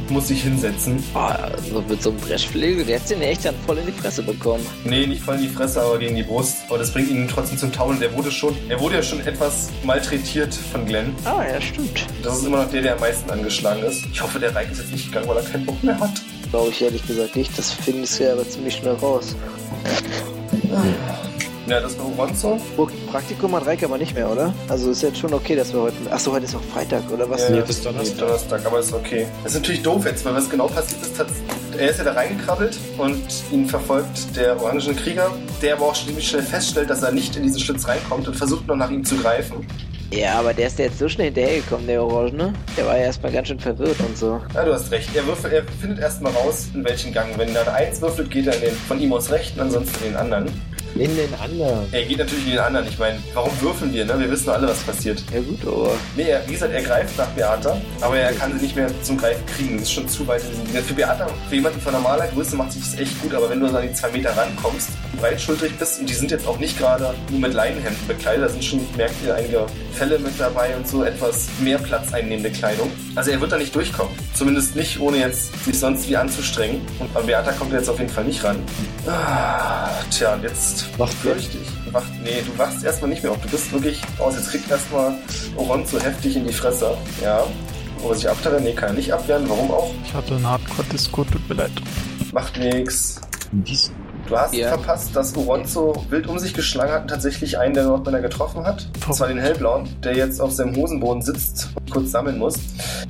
muss sich hinsetzen.
Boah, Ah, so mit so einem Dreschflegel, der hätte den echt dann voll in die Fresse bekommen.
Nee, nicht voll in die Fresse, aber gegen die Brust. Aber das bringt ihn trotzdem zum Taumeln. Der wurde schon, er wurde ja schon etwas malträtiert von Glenn.
Ah, ja, stimmt.
Das ist immer noch der, der am meisten angeschlagen ist. Ich hoffe, der Reik ist jetzt nicht gegangen, weil er keinen Bock mehr hat.
Glaube ich ehrlich gesagt nicht. Das findest du ja aber ziemlich schnell raus.
Ja, das war Oronzo.
Guck, Oh, Praktikum hat Reik aber nicht mehr, oder? Also ist jetzt schon okay, dass wir heute. Achso, heute ist auch Freitag, oder was?
nee, das ist Donnerstag.
Nee, Donnerstag, aber ist okay. Das ist natürlich doof jetzt, weil was genau passiert ist, hat, er ist ja da reingekrabbelt und ihn verfolgt der orangene Krieger, der aber auch ziemlich schnell feststellt, dass er nicht in diesen Schlitz reinkommt und versucht noch nach ihm zu greifen.
Ja, aber der ist ja jetzt so schnell hinterhergekommen, der Orangene. Der war ja erstmal ganz schön verwirrt und so.
Ja, du hast recht. Er, würfelt, er findet erstmal raus, in welchen Gang. Wenn er eine Eins würfelt, geht er in den, von ihm aus rechten, ansonsten in den anderen.
In den anderen.
Er geht natürlich in den anderen. Ich meine, warum würfeln wir, ne? Wir wissen doch alle, was passiert.
Ja, gut, aber.
Nee, er, wie gesagt, er greift nach Beata, aber er kann sie nicht mehr zum Greifen kriegen. Das ist schon zu weit. in diesem- Für Beata, für jemanden von normaler Größe macht sich das echt gut, aber wenn du so an die zwei Meter rankommst, breitschultrig bist und die sind jetzt auch nicht gerade nur mit Leinenhemden bekleidet, da sind schon, merkt ihr, einige Fälle mit dabei und so etwas mehr Platz einnehmende Kleidung. Also er wird da nicht durchkommen. Zumindest nicht, ohne jetzt sich sonst wie anzustrengen. Und an Beata kommt er jetzt auf jeden Fall nicht ran. Ah, tja, und jetzt
Macht Glenn.
Fürchte ich. Wach, nee, du wachst erstmal nicht mehr auf. Du bist wirklich aus. Jetzt kriegt erstmal Oron so heftig in die Fresse. Ja. Ob er sich abteilen? Nee, kann er nicht abwehren. Warum auch?
Ich hatte einen Hardcore-Disco, tut mir leid.
Macht nix.
Dies.
Du hast
Ja.
verpasst, dass Oronzo wild um sich geschlagen hat und tatsächlich einen der Nordmänner getroffen hat. Und zwar den Hellblauen, der jetzt auf seinem Hosenboden sitzt und kurz sammeln muss.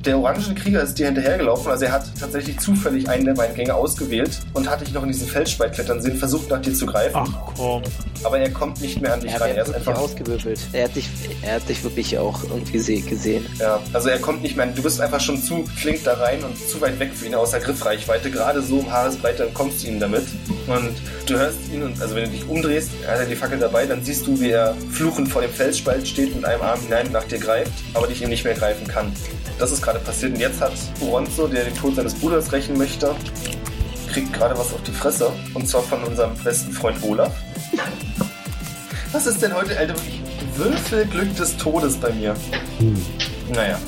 Der orangene Krieger ist dir hinterhergelaufen, also er hat tatsächlich zufällig einen der beiden Gänge ausgewählt und hat dich noch in diesen Felsspalt klettern sehen, versucht nach dir zu greifen,
Ach komm.
aber er kommt nicht mehr an dich
Er hat
ran.
ja
Er ist
wirklich
einfach
ausgewürfelt. Er hat dich, er hat dich wirklich auch irgendwie se- gesehen.
Ja, also er kommt nicht mehr. Du bist einfach schon zu flink da rein und zu weit weg für ihn aus der Griffreichweite. Gerade so um Haaresbreite, dann kommst du ihm damit. Und du hörst ihn und also wenn du dich umdrehst, hat er die Fackel dabei, dann siehst du, wie er fluchend vor dem Felsspalt steht mit einem Arm hinein nach dir greift, aber dich eben nicht mehr greifen kann. Das ist gerade passiert. Und jetzt hat Uronzo, der den Tod seines Bruders rächen möchte, kriegt gerade was auf die Fresse. Und zwar von unserem besten Freund Olaf. Was ist denn heute, Alter, wirklich Würfelglück des Todes bei mir?
Hm.
Naja.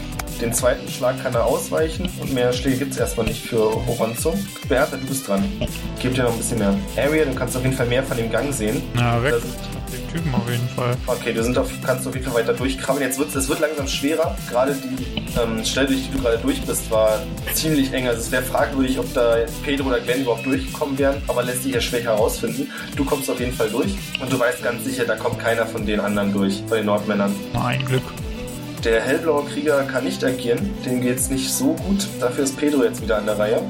Den zweiten Schlag kann er ausweichen und mehr Schläge gibt es erstmal nicht für Horonzo. Beata, du bist dran. Ich geb dir noch ein bisschen mehr. Area, du kannst auf jeden Fall mehr von dem Gang sehen.
Na, weg.
Das-
Nach dem Typen auf jeden Fall.
Okay, du sind auf, kannst auf jeden Fall weiter durchkrabbeln. Jetzt wird es wird langsam schwerer. Gerade die ähm, Stelle, durch die du gerade durch bist, war ziemlich eng. Also es wäre fragwürdig, ob da Pedro oder Glenn überhaupt durchgekommen wären, aber lässt sich ja schwer herausfinden. Du kommst auf jeden Fall durch und du weißt ganz sicher, da kommt keiner von den anderen durch, von den Nordmännern.
Na, ein Glück.
Der hellblaue Krieger kann nicht agieren, dem geht's nicht so gut. Dafür ist Pedro jetzt wieder an der Reihe.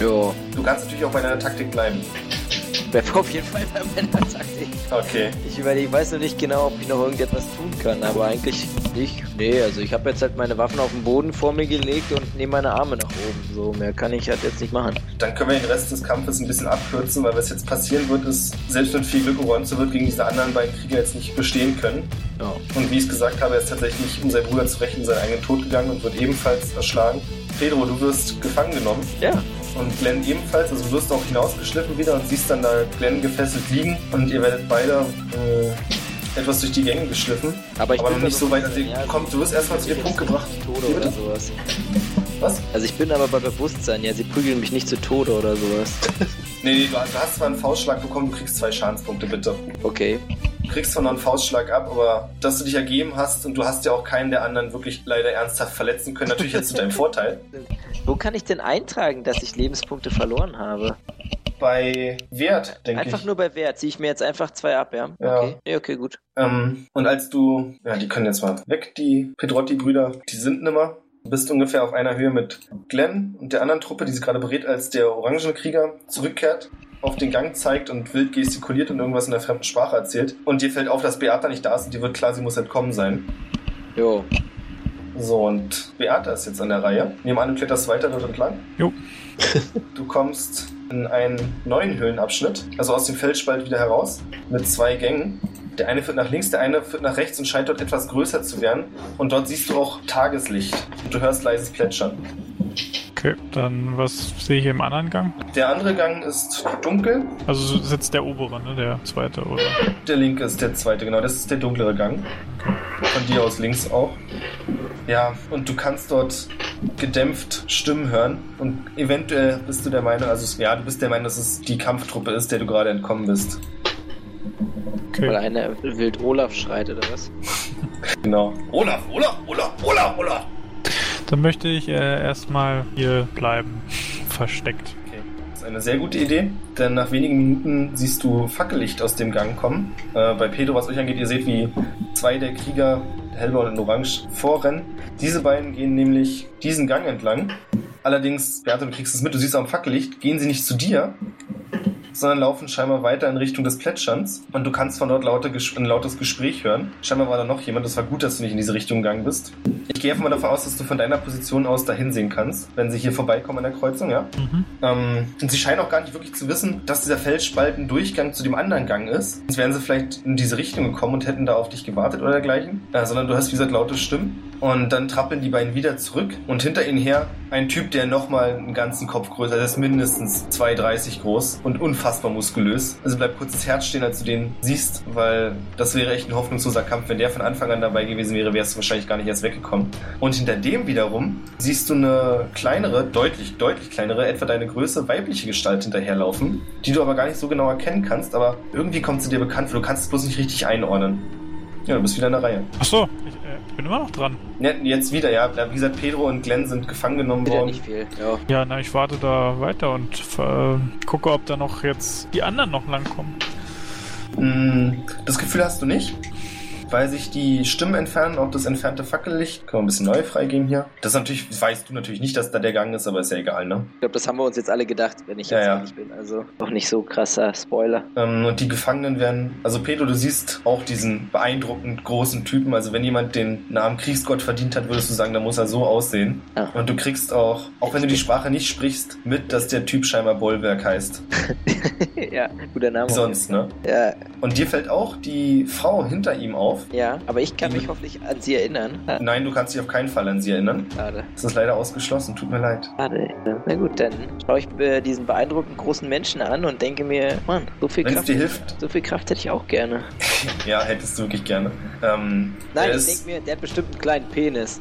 Jo.
Du kannst natürlich auch bei deiner Taktik bleiben.
Bleib auf jeden Fall bei meiner Taktik.
Okay.
Ich überlege, weiß noch nicht genau, ob ich noch irgendetwas tun kann, aber eigentlich nicht. Nee, also ich habe jetzt halt meine Waffen auf den Boden vor mir gelegt und nehme meine Arme nach oben. So, mehr kann ich halt jetzt nicht machen.
Dann können wir den Rest des Kampfes ein bisschen abkürzen, weil was jetzt passieren wird, ist, selbst mit viel Glück Oronzo wird gegen diese anderen beiden Krieger jetzt nicht bestehen können.
Ja.
Und wie ich es gesagt habe, er ist tatsächlich um seinen Bruder zu rächen, seinen eigenen Tod gegangen und wird ebenfalls erschlagen. Pedro, du wirst gefangen genommen
Ja.
und Glenn ebenfalls, also du wirst auch hinausgeschliffen wieder und siehst dann da Glenn gefesselt liegen und ihr werdet beide äh, etwas durch die Gänge geschliffen.
Aber ich
aber
bin
noch nicht so
bei-
weit, also ihr
Ja, also
kommt, du wirst erstmal zu dem Punkt gebracht.
Tode
Wie
oder
bitte?
sowas.
Was?
Also ich bin aber bei Bewusstsein, ja, sie prügeln mich nicht zu Tode oder sowas.
Nee, nee, du hast du hast zwar einen Faustschlag bekommen, du kriegst zwei Schadenspunkte, bitte.
Okay.
kriegst zwar noch einen Faustschlag ab, aber dass du dich ergeben hast und du hast ja auch keinen der anderen wirklich leider ernsthaft verletzen können, natürlich jetzt zu deinem Vorteil.
Wo kann ich denn eintragen, dass ich Lebenspunkte verloren habe?
Bei Wert, denke
Einfach
ich.
nur bei Wert. Ziehe ich mir jetzt einfach zwei ab, ja?
Ja.
Okay. Nee, okay, gut.
Ähm, und als du, ja, die können jetzt mal weg, die Pedrotti-Brüder, die sind nimmer. Du bist ungefähr auf einer Höhe mit Glenn und der anderen Truppe, die sie gerade berät, als der orangene Krieger zurückkehrt, auf den Gang zeigt und wild gestikuliert und irgendwas in der fremden Sprache erzählt. Und dir fällt auf, dass Beata nicht da ist und dir wird klar, sie muss entkommen sein.
Jo.
So, und Beata ist jetzt an der Reihe. Nehmen an, du kletterst weiter dort entlang.
Jo.
Du kommst in einen neuen Höhlenabschnitt, also aus dem Felsspalt wieder heraus, mit zwei Gängen. Der eine führt nach links, der eine führt nach rechts und scheint dort etwas größer zu werden. Und dort siehst du auch Tageslicht und du hörst leises Plätschern.
Okay, dann was sehe ich im anderen Gang?
Der andere Gang ist dunkel,
Also es ist jetzt der obere, ne? Der zweite, oder?
der linke ist der zweite, genau, das ist der dunklere Gang. Von dir aus links auch. Ja, und du kannst dort gedämpft Stimmen hören. Und eventuell bist du der Meinung, also es- ja, du bist der Meinung, dass es die Kampftruppe ist, der du gerade entkommen bist.
Weil
Okay.
einer wild Olaf schreit oder was?
Genau. Olaf, Olaf, Olaf, Olaf, Olaf!
Dann möchte ich äh, erstmal hier bleiben. Versteckt.
Okay, das ist eine sehr gute Idee, denn nach wenigen Minuten siehst du Fackellicht aus dem Gang kommen. Äh, bei Pedro, was euch angeht, ihr seht, wie zwei der Krieger, hellblau und orange, vorrennen. Diese beiden gehen nämlich diesen Gang entlang. Allerdings, Beate, du kriegst es mit, du siehst am Fackellicht, gehen sie nicht zu dir, sondern laufen scheinbar weiter in Richtung des Plätscherns. Und du kannst von dort laute Ges ein lautes Gespräch hören. Scheinbar war da noch jemand, es war gut, dass du nicht in diese Richtung gegangen bist. Ich gehe einfach mal davon aus, dass du von deiner Position aus dahin sehen kannst, wenn sie hier vorbeikommen an der Kreuzung, ja?
Mhm.
Ähm, und sie scheinen auch gar nicht wirklich zu wissen, dass dieser Felsspalt ein Durchgang zu dem anderen Gang ist. Sonst wären sie vielleicht in diese Richtung gekommen und hätten da auf dich gewartet oder dergleichen. Äh, sondern du hörst, wie gesagt, laute Stimmen. Und dann trappeln die beiden wieder zurück. Und hinter ihnen her ein Typ, der nochmal einen ganzen Kopf größer ist. Der ist mindestens 2,30 groß und unfassbar muskulös. Also bleibt kurz das Herz stehen, als du den siehst. Weil das wäre echt ein hoffnungsloser Kampf. Wenn der von Anfang an dabei gewesen wäre, wärst du wahrscheinlich gar nicht erst weggekommen. Und hinter dem wiederum siehst du eine kleinere, deutlich, deutlich kleinere, etwa deine Größe, weibliche Gestalt hinterherlaufen, die du aber gar nicht so genau erkennen kannst, aber irgendwie kommt sie dir bekannt vor, du kannst es bloß nicht richtig einordnen. Ja, du bist wieder in der Reihe.
Achso, ich äh, bin immer noch dran.
Ne, Jetzt wieder, ja. Wie gesagt, Pedro und Glenn sind gefangen genommen
Wieder
worden.
nicht viel. Ja.
Ja, na, ich warte da weiter und äh, gucke, ob da noch jetzt die anderen noch langkommen.
Hm, Das Gefühl hast du nicht, weil sich die Stimmen entfernen, auch das entfernte Fackellicht. Können wir ein bisschen neu freigeben hier. Das natürlich, weißt du natürlich nicht, dass da der Gang ist, aber ist ja egal, ne?
Ich glaube, das haben wir uns jetzt alle gedacht, wenn ich
Ja,
jetzt
ja.
ehrlich bin. Also noch nicht so krasser Spoiler.
Ähm, und die Gefangenen werden. Also, Pedro, du siehst auch diesen beeindruckend großen Typen. Also, wenn jemand den Namen Kriegsgott verdient hat, würdest du sagen, da muss er so aussehen.
Ja.
Und du kriegst auch, auch wenn du die Sprache nicht sprichst, mit, dass der Typ scheinbar Bollwerk heißt.
ja, guter Name.
Wie sonst, ne?
Ja,
Und dir fällt auch die Frau hinter ihm auf.
ja, aber ich kann
Mhm.
mich hoffentlich an sie erinnern. Ha,
Nein, du kannst dich auf keinen Fall an sie erinnern.
Schade.
Das ist leider ausgeschlossen, tut mir leid.
Schade. Na gut, dann schaue ich äh, diesen beeindruckenden großen Menschen an und denke mir, Mann, so viel
Wenn es
Kraft.
dir hilft,
So viel Kraft hätte ich auch gerne.
ja, hättest du wirklich gerne. Ähm,
Nein,
er
ich denke mir, der hat bestimmt einen kleinen Penis.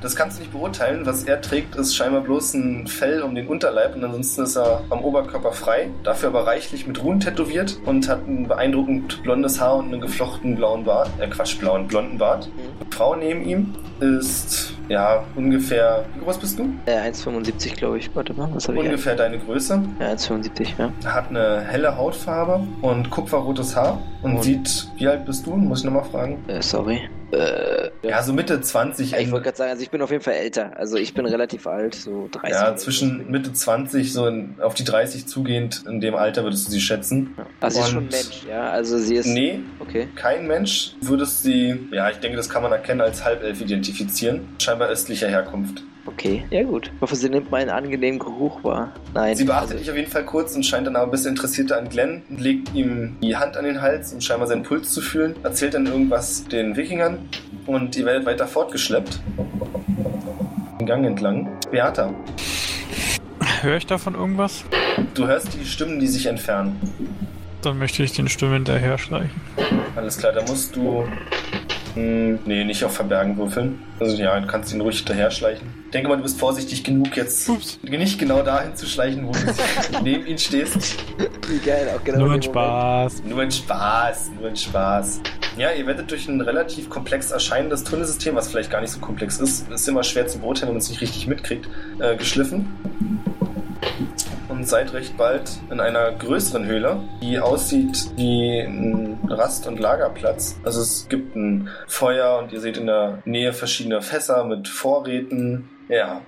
Das kannst du nicht beurteilen. Was er trägt, ist scheinbar bloß ein Fell um den Unterleib und ansonsten ist er am Oberkörper frei, dafür aber reichlich mit Runen tätowiert und hat ein beeindruckend blondes Haar und einen geflochtenen blauen Bart, äh Quatsch, blauen, blonden Bart. Die Frau neben ihm ist, ja, ungefähr, wie groß bist du?
Äh, 1,75 glaube ich. Warte mal, was habe ich? Ja,
Ungefähr deine Größe.
1,75, ja.
Hat eine helle Hautfarbe und kupferrotes Haar und,
Und-
sieht, wie alt bist du? Muss ich nochmal fragen.
Äh, sorry. Äh,
Ja, so Mitte 20.
ich wollte gerade sagen, also ich bin auf jeden Fall älter. Also ich bin relativ alt, so 30.
ja,
oder so.
zwischen Mitte 20, so in, auf die 30 zugehend, in dem Alter würdest du sie schätzen.
Also sie ist schon ein
und-
Mensch, ja. Also sie ist.
Nee,
Okay.
kein Mensch würdest sie, ja, ich denke, das kann man erkennen, als Halbelf identifizieren. Scheinbar östlicher Herkunft.
Okay. Ja, gut. Ich hoffe, sie nimmt meinen angenehmen Geruch wahr. Nein.
Sie beachtet
also,
dich auf jeden Fall kurz und scheint dann aber ein bisschen interessierter an Glenn, legt ihm die Hand an den Hals, um scheinbar seinen Puls zu fühlen, erzählt dann irgendwas den Wikingern und ihr werdet weiter fortgeschleppt. Den Gang entlang. Beata,
Höre ich davon irgendwas?
du hörst die Stimmen, die sich entfernen.
Dann möchte ich den Stimmen hinterher schleichen.
Alles klar, da musst du. Hm, nee, nicht auf Verbergen würfeln. Also ja, du kannst ihn ruhig hinterher schleichen. Ich denke mal, du bist vorsichtig genug, jetzt
Ups.
nicht genau dahin zu schleichen, wo du neben ihm stehst.
Wie geil, auch genau.
Nur
in
ein
dem Moment.
Spaß.
Nur ein Spaß, nur ein Spaß. Ja, ihr werdet durch ein relativ komplex erscheinendes Tunnelsystem, was vielleicht gar nicht so komplex ist, ist immer schwer zu beurteilen, wenn man es nicht richtig mitkriegt, äh, geschliffen. Und seid recht bald in einer größeren Höhle, die aussieht wie ein Rast- und Lagerplatz. Also es gibt ein Feuer und ihr seht in der Nähe verschiedene Fässer mit Vorräten. Ja,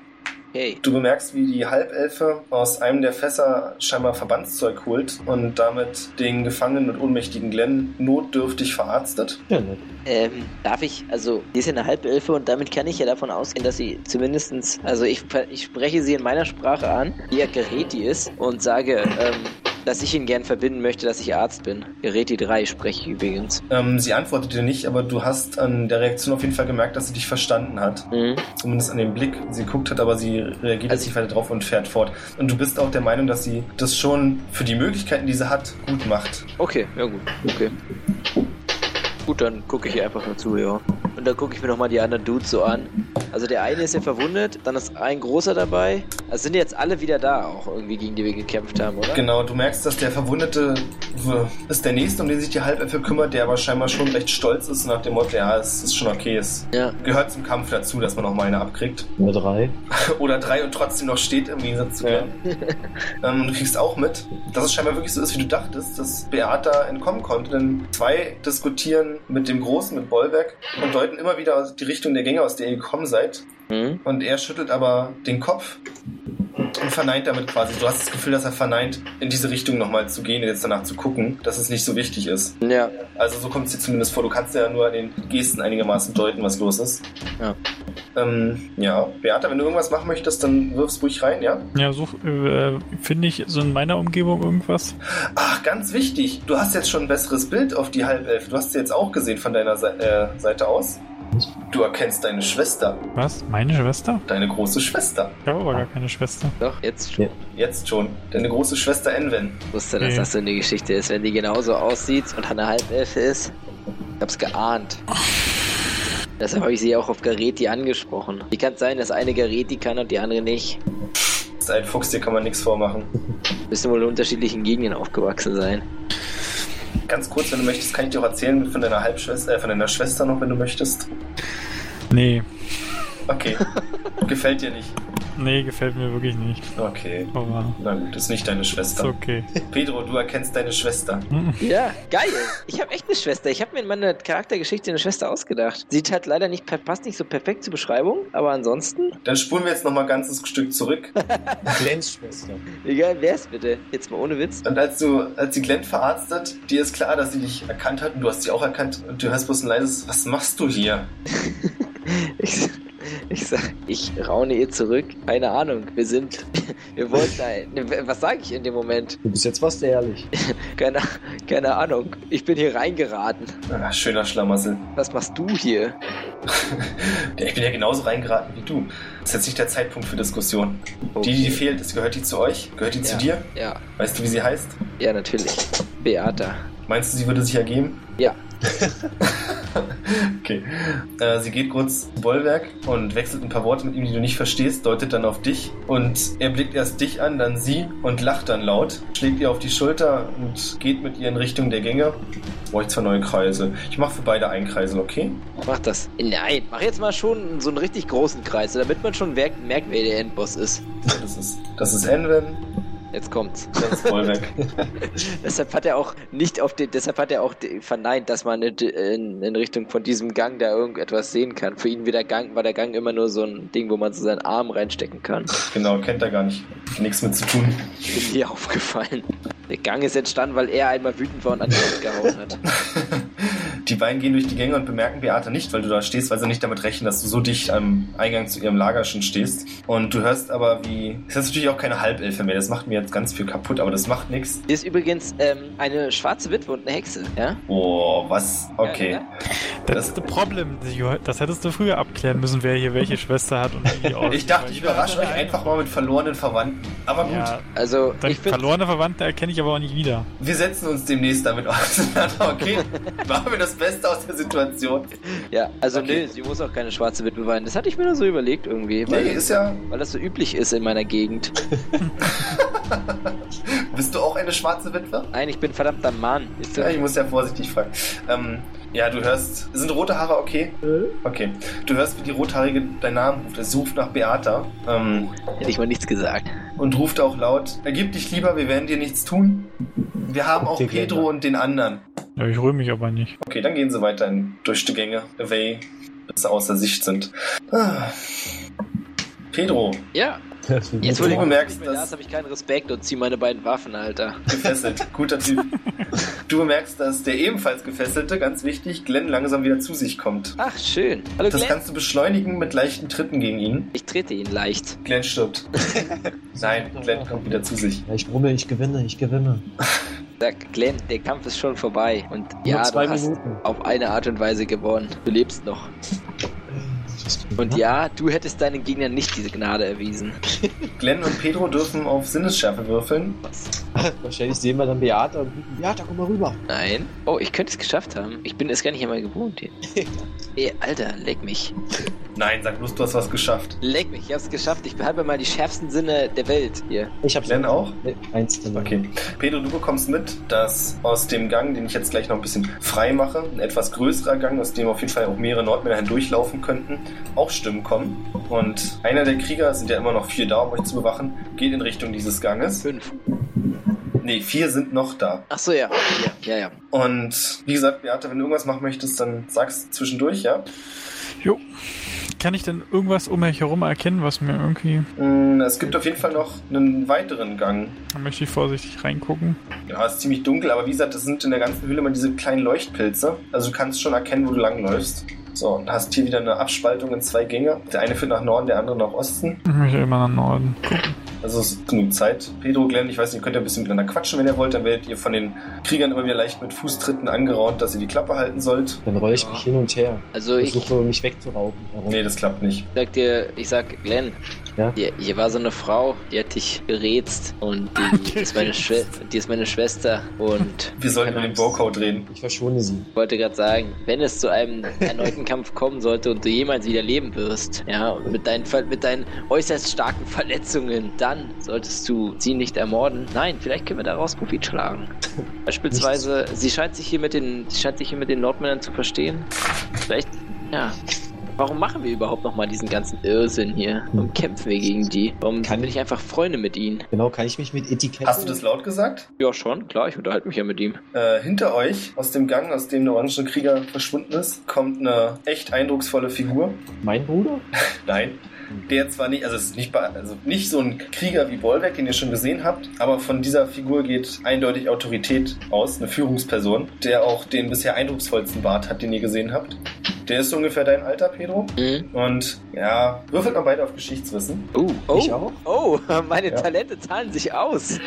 Hey.
Du bemerkst, wie die Halbelfe aus einem der Fässer scheinbar Verbandszeug holt und damit den gefangenen und ohnmächtigen Glenn notdürftig verarztet.
Ja, nett.
Ähm, darf ich, also, die ist ja eine Halbelfe und damit kann ich ja davon ausgehen, dass sie zumindestens, also ich, ver- ich spreche sie in meiner Sprache an, die ja Gereti ist, und sage, ähm, dass ich ihn gern verbinden möchte, dass ich Arzt bin. Gereti 3 spreche ich übrigens.
Ähm, sie antwortet dir nicht, aber du hast an der Reaktion auf jeden Fall gemerkt, dass sie dich verstanden hat.
Mhm.
Zumindest an dem Blick. Sie guckt hat, aber sie reagiert
Also-
jetzt nicht weiter drauf und fährt fort. Und du bist auch der Meinung, dass sie das schon für die Möglichkeiten, die sie hat, gut macht.
Okay, ja gut, okay. Gut, dann gucke ich ihr einfach nur zu, ja. Und dann gucke ich mir nochmal die anderen Dudes so an. Also der eine ist ja verwundet, dann ist ein großer dabei. Also sind jetzt alle wieder da auch irgendwie, gegen die wir gekämpft haben, oder?
Genau, du merkst, dass der Verwundete w- ist der Nächste, um den sich die Halbelfe kümmert, der aber scheinbar schon recht stolz ist nach dem Motto, ja, es ist schon okay, es
Ja.
gehört zum Kampf dazu, dass man auch mal eine abkriegt.
Nummer drei.
Oder drei und trotzdem noch steht im Gegensatz zu
Ja.
Glenn. ähm, du kriegst auch mit, dass es scheinbar wirklich so ist, wie du dachtest, dass Beata entkommen konnte. Denn zwei diskutieren mit dem Großen, mit Bollwerk, und deuten immer wieder die Richtung der Gänge, aus der ihr gekommen seid.
Hm?
Und er schüttelt aber den Kopf und verneint damit quasi. Du hast das Gefühl, dass er verneint, in diese Richtung nochmal zu gehen und jetzt danach zu gucken, dass es nicht so wichtig ist.
Ja,
Also so kommt es dir zumindest vor. Du kannst ja nur an den Gesten einigermaßen deuten, was los ist.
Ja.
Ähm, ja. Beata, wenn du irgendwas machen möchtest, dann wirf's ruhig rein, ja?
Ja, such, äh, finde ich so in meiner Umgebung irgendwas?
Ach, ganz wichtig. Du hast jetzt schon ein besseres Bild auf die Halbelf. Du hast sie jetzt auch gesehen von deiner Se äh, Seite aus. Du erkennst deine Schwester.
Was? Meine Schwester?
Deine große Schwester.
Ich habe aber gar keine Schwester.
doch, jetzt schon.
Jetzt schon. Deine große Schwester Enven.
Ich wusste, dass
Nee.
das so eine Geschichte ist, wenn die genauso aussieht und eine Halbelfe ist. Ich hab's geahnt. Deshalb habe ich sie auch auf Gareti angesprochen. Wie kann es sein, dass eine Gareti kann und die andere nicht?
Ist ein Fuchs, dir kann man nichts vormachen.
Müssen wohl in unterschiedlichen Gegenden aufgewachsen sein.
Ganz kurz, wenn du möchtest, kann ich dir auch erzählen von deiner Halbschwester, äh, von deiner Schwester noch, wenn du möchtest.
Nee.
Okay. Gefällt dir nicht.
Nee, gefällt mir wirklich nicht.
Okay.
Aber
Na gut, ist nicht deine
ist
Schwester.
okay.
Pedro, du erkennst deine Schwester.
Ja, geil. Ich habe echt eine Schwester. Ich habe mir in meiner Charaktergeschichte eine Schwester ausgedacht. Sieht halt leider nicht, per- passt nicht so perfekt zur Beschreibung, aber ansonsten.
Dann spulen wir jetzt nochmal ein ganzes Stück zurück.
Glänzschwester.
Egal, wär's bitte. Jetzt mal ohne Witz.
Und als du, als sie Glenn verarztet, dir ist klar, dass sie dich erkannt hat und du hast sie auch erkannt und du hörst bloß ein leises, was machst du hier?
Ich, ich sag, ich raune ihr zurück. Keine Ahnung. Wir sind. Wir wollten ein. ne, Was sage ich in dem Moment?
Du bist jetzt fast ehrlich.
Keine, keine Ahnung. Ich bin hier reingeraten.
Ah, schöner Schlamassel.
Was machst du hier?
Ja, Ich bin ja genauso reingeraten wie du. Das ist jetzt nicht der Zeitpunkt für Diskussion. Die, die fehlt, ist, gehört die zu euch? Gehört die zu
Ja.
dir?
Ja,
Weißt du, wie sie heißt?
ja, natürlich. Beata.
Meinst du, sie würde sich ergeben?
Ja.
okay. Äh, sie geht kurz zu Bollwerk und wechselt ein paar Worte mit ihm, die du nicht verstehst, deutet dann auf dich und er blickt erst dich an, dann sie und lacht dann laut, schlägt ihr auf die Schulter und geht mit ihr in Richtung der Gänge. Brauche ich zwei neue Kreise. Ich mache für beide einen Kreisel, okay?
Mach das. Nein, mach jetzt mal schon so einen richtig großen Kreis, damit man schon merkt, merkt wer der Endboss ist.
Das ist, das ist Enven,
Jetzt kommt's.
das ist Bollwerk.
deshalb hat er auch nicht auf den, deshalb hat er auch de- verneint, dass man in, in, in Richtung von diesem Gang da irgendetwas sehen kann. Für ihn wie der Gang, war der Gang immer nur so ein Ding, wo man so seinen Arm reinstecken kann.
genau, kennt er gar nicht. Nichts mit zu tun.
Ist mir aufgefallen. Der Gang ist entstanden, weil er einmal wütend war und an die Wand gehauen hat.
Die beiden gehen durch die Gänge und bemerken Beate nicht, weil du da stehst, weil sie nicht damit rechnen, dass du so dicht am Eingang zu ihrem Lager schon stehst. Und du hörst aber, wie. Das ist natürlich auch keine Halbelfe mehr, das macht mir jetzt ganz viel kaputt, aber das macht nichts.
Hier ist übrigens ähm, eine schwarze Witwe und eine Hexe, ja?
Oh, was? Okay.
Ja,
Das ist das Problem. Das hättest du früher abklären müssen, wer hier welche Schwester hat und wie die aussieht.
Ich dachte,
Weil
ich
jeder hat
überrasche euch
seine
einfach mal mit verlorenen Verwandten. Aber
eigene-
gut,
Ja,
Also,
deine
ich finde
verlorene Verwandte erkenne ich aber auch nicht wieder.
wir setzen uns demnächst damit auseinander, okay? Machen wir das Beste aus der Situation.
Ja, also
Okay.
nee, sie muss auch keine schwarze Witwe sein. Das hatte ich mir nur so überlegt irgendwie, weil,
Nee, ist ja.
weil das so üblich ist in meiner Gegend.
Bist du auch eine schwarze Witwe?
Nein, ich bin verdammter Mann. Ist
Ja,
doch-
ich muss ja vorsichtig fragen. Ähm, ja, du hörst. Sind rote Haare okay? Okay. Du hörst, wie die Rothaarige deinen Namen ruft. Er sucht nach Beata ähm,
Hätte ich mal nichts gesagt.
und ruft auch laut: Ergib dich lieber, wir werden dir nichts tun. Wir haben auch
Die
Pedro
Gänger.
und den anderen.
Ja, ich rühre mich aber nicht.
Okay, dann gehen sie weiter in, durch die Gänge, away, bis sie außer Sicht sind. Ah. Pedro,
Ja,
Das wird
Jetzt
du
wurde
nicht
ich-
bemerkst,
da
dass
habe ich keinen Respekt und zieh meine beiden Waffen, Alter.
gefesselt, guter Typ. Du bemerkst, dass der ebenfalls gefesselte, ganz wichtig, Glenn langsam wieder zu sich kommt.
Ach, schön. Hallo,
Das
Glenn.
kannst du beschleunigen mit leichten Tritten gegen ihn.
Ich trete ihn leicht.
Glenn stirbt. Nein, Glenn kommt wieder zu sich.
Ja, Ich brumme, ich gewinne, ich gewinne.
Sag, Glenn, der Kampf ist schon vorbei. Und
Nur
ja,
zwei
du hast
Minuten.
auf eine Art und Weise gewonnen. Du lebst noch. Und ja, du hättest deinen Gegnern nicht diese Gnade erwiesen.
Glenn und Pedro dürfen auf Sinnesschärfe würfeln.
Was?
Wahrscheinlich sehen wir dann Beate und rufen, Beate, komm mal rüber.
Nein. Oh, ich könnte es geschafft haben. Ich bin es gar nicht einmal gewohnt hier. Ey, Alter, leck mich.
Nein, sag bloß, du hast was geschafft.
Leck mich, ich hab's geschafft. Ich behalte mal die schärfsten Sinne der Welt hier.
Ich hab's
Glenn auch?
Nee, Eins denn.
Okay. Pedro, du bekommst mit, dass aus dem Gang, den ich jetzt gleich noch ein bisschen frei mache, ein etwas größerer Gang, aus dem auf jeden Fall auch mehrere Nordmänner hindurchlaufen könnten, auch Stimmen kommen. Und einer der Krieger, es sind ja immer noch vier da, um euch zu bewachen, geht in Richtung dieses Ganges.
Fünf.
Nee, vier sind noch da.
Ach so, ja. Ja, ja, ja.
Und wie gesagt, Beate, wenn du irgendwas machen möchtest, dann sag's zwischendurch, ja?
Jo. Kann ich denn irgendwas um mich herum erkennen, was mir irgendwie.
Mm, Es gibt auf jeden Fall noch einen weiteren Gang,
Da möchte ich vorsichtig reingucken.
Ja, ist ziemlich dunkel, aber wie gesagt, das sind in der ganzen Höhle immer diese kleinen Leuchtpilze. Also du kannst schon erkennen, wo du langläufst. So, und hast hier wieder eine Abspaltung in zwei Gänge. Der eine führt nach Norden, der andere nach Osten.
Ich möchte immer nach Norden.
Also es ist genug Zeit. Pedro, Glenn, ich weiß nicht, könnt ihr ein bisschen miteinander quatschen, wenn ihr wollt. Dann werdet ihr von den Kriegern immer wieder leicht mit Fußtritten angeraunt, dass ihr die Klappe halten sollt.
Dann roll ich
Ja.
mich hin und her.
Also ich
Versuche mich wegzurauben. Warum?
Nee, das klappt nicht.
sag dir, ich sag, Glenn,
Ja?
hier, hier war so eine Frau, die hat dich gerätzt und die, ist, meine Schwe die ist meine Schwester und
Wir sollten über den Bowcode reden.
Ich verschone sie.
ich wollte gerade sagen, wenn es zu einem erneuten Kampf kommen sollte und du jemals wieder leben wirst, ja, und mit deinen, Ver- mit deinen äußerst starken Verletzungen, dann solltest du sie nicht ermorden. Nein, vielleicht können wir daraus Profit schlagen. Beispielsweise, sie scheint sich hier mit den, sie scheint sich hier mit den Nordmännern zu verstehen. Vielleicht, ja. Warum machen wir überhaupt nochmal diesen ganzen Irrsinn hier? Warum kämpfen wir gegen die? Warum
Kann-
bin ich einfach Freunde mit ihnen?
Genau, kann ich mich mit Etiketten.
Hast du das laut gesagt?
Ja, schon, klar, ich unterhalte mich ja mit ihm.
Äh, hinter euch, aus dem Gang, aus dem der orange Krieger verschwunden ist, kommt eine echt eindrucksvolle Figur.
Mein Bruder?
Nein. Der zwar nicht, also es ist nicht, bei- also nicht so ein Krieger wie Bollwerk, den ihr schon gesehen habt, aber von dieser Figur geht eindeutig Autorität aus, eine Führungsperson, der auch den bisher eindrucksvollsten Bart hat, den ihr gesehen habt. Der ist so ungefähr dein Alter, Pedro.
Mhm.
Und ja, würfelt mal beide auf Geschichtswissen.
Uh, oh.
Ich auch?
Oh, meine
Ja.
Talente zahlen sich aus.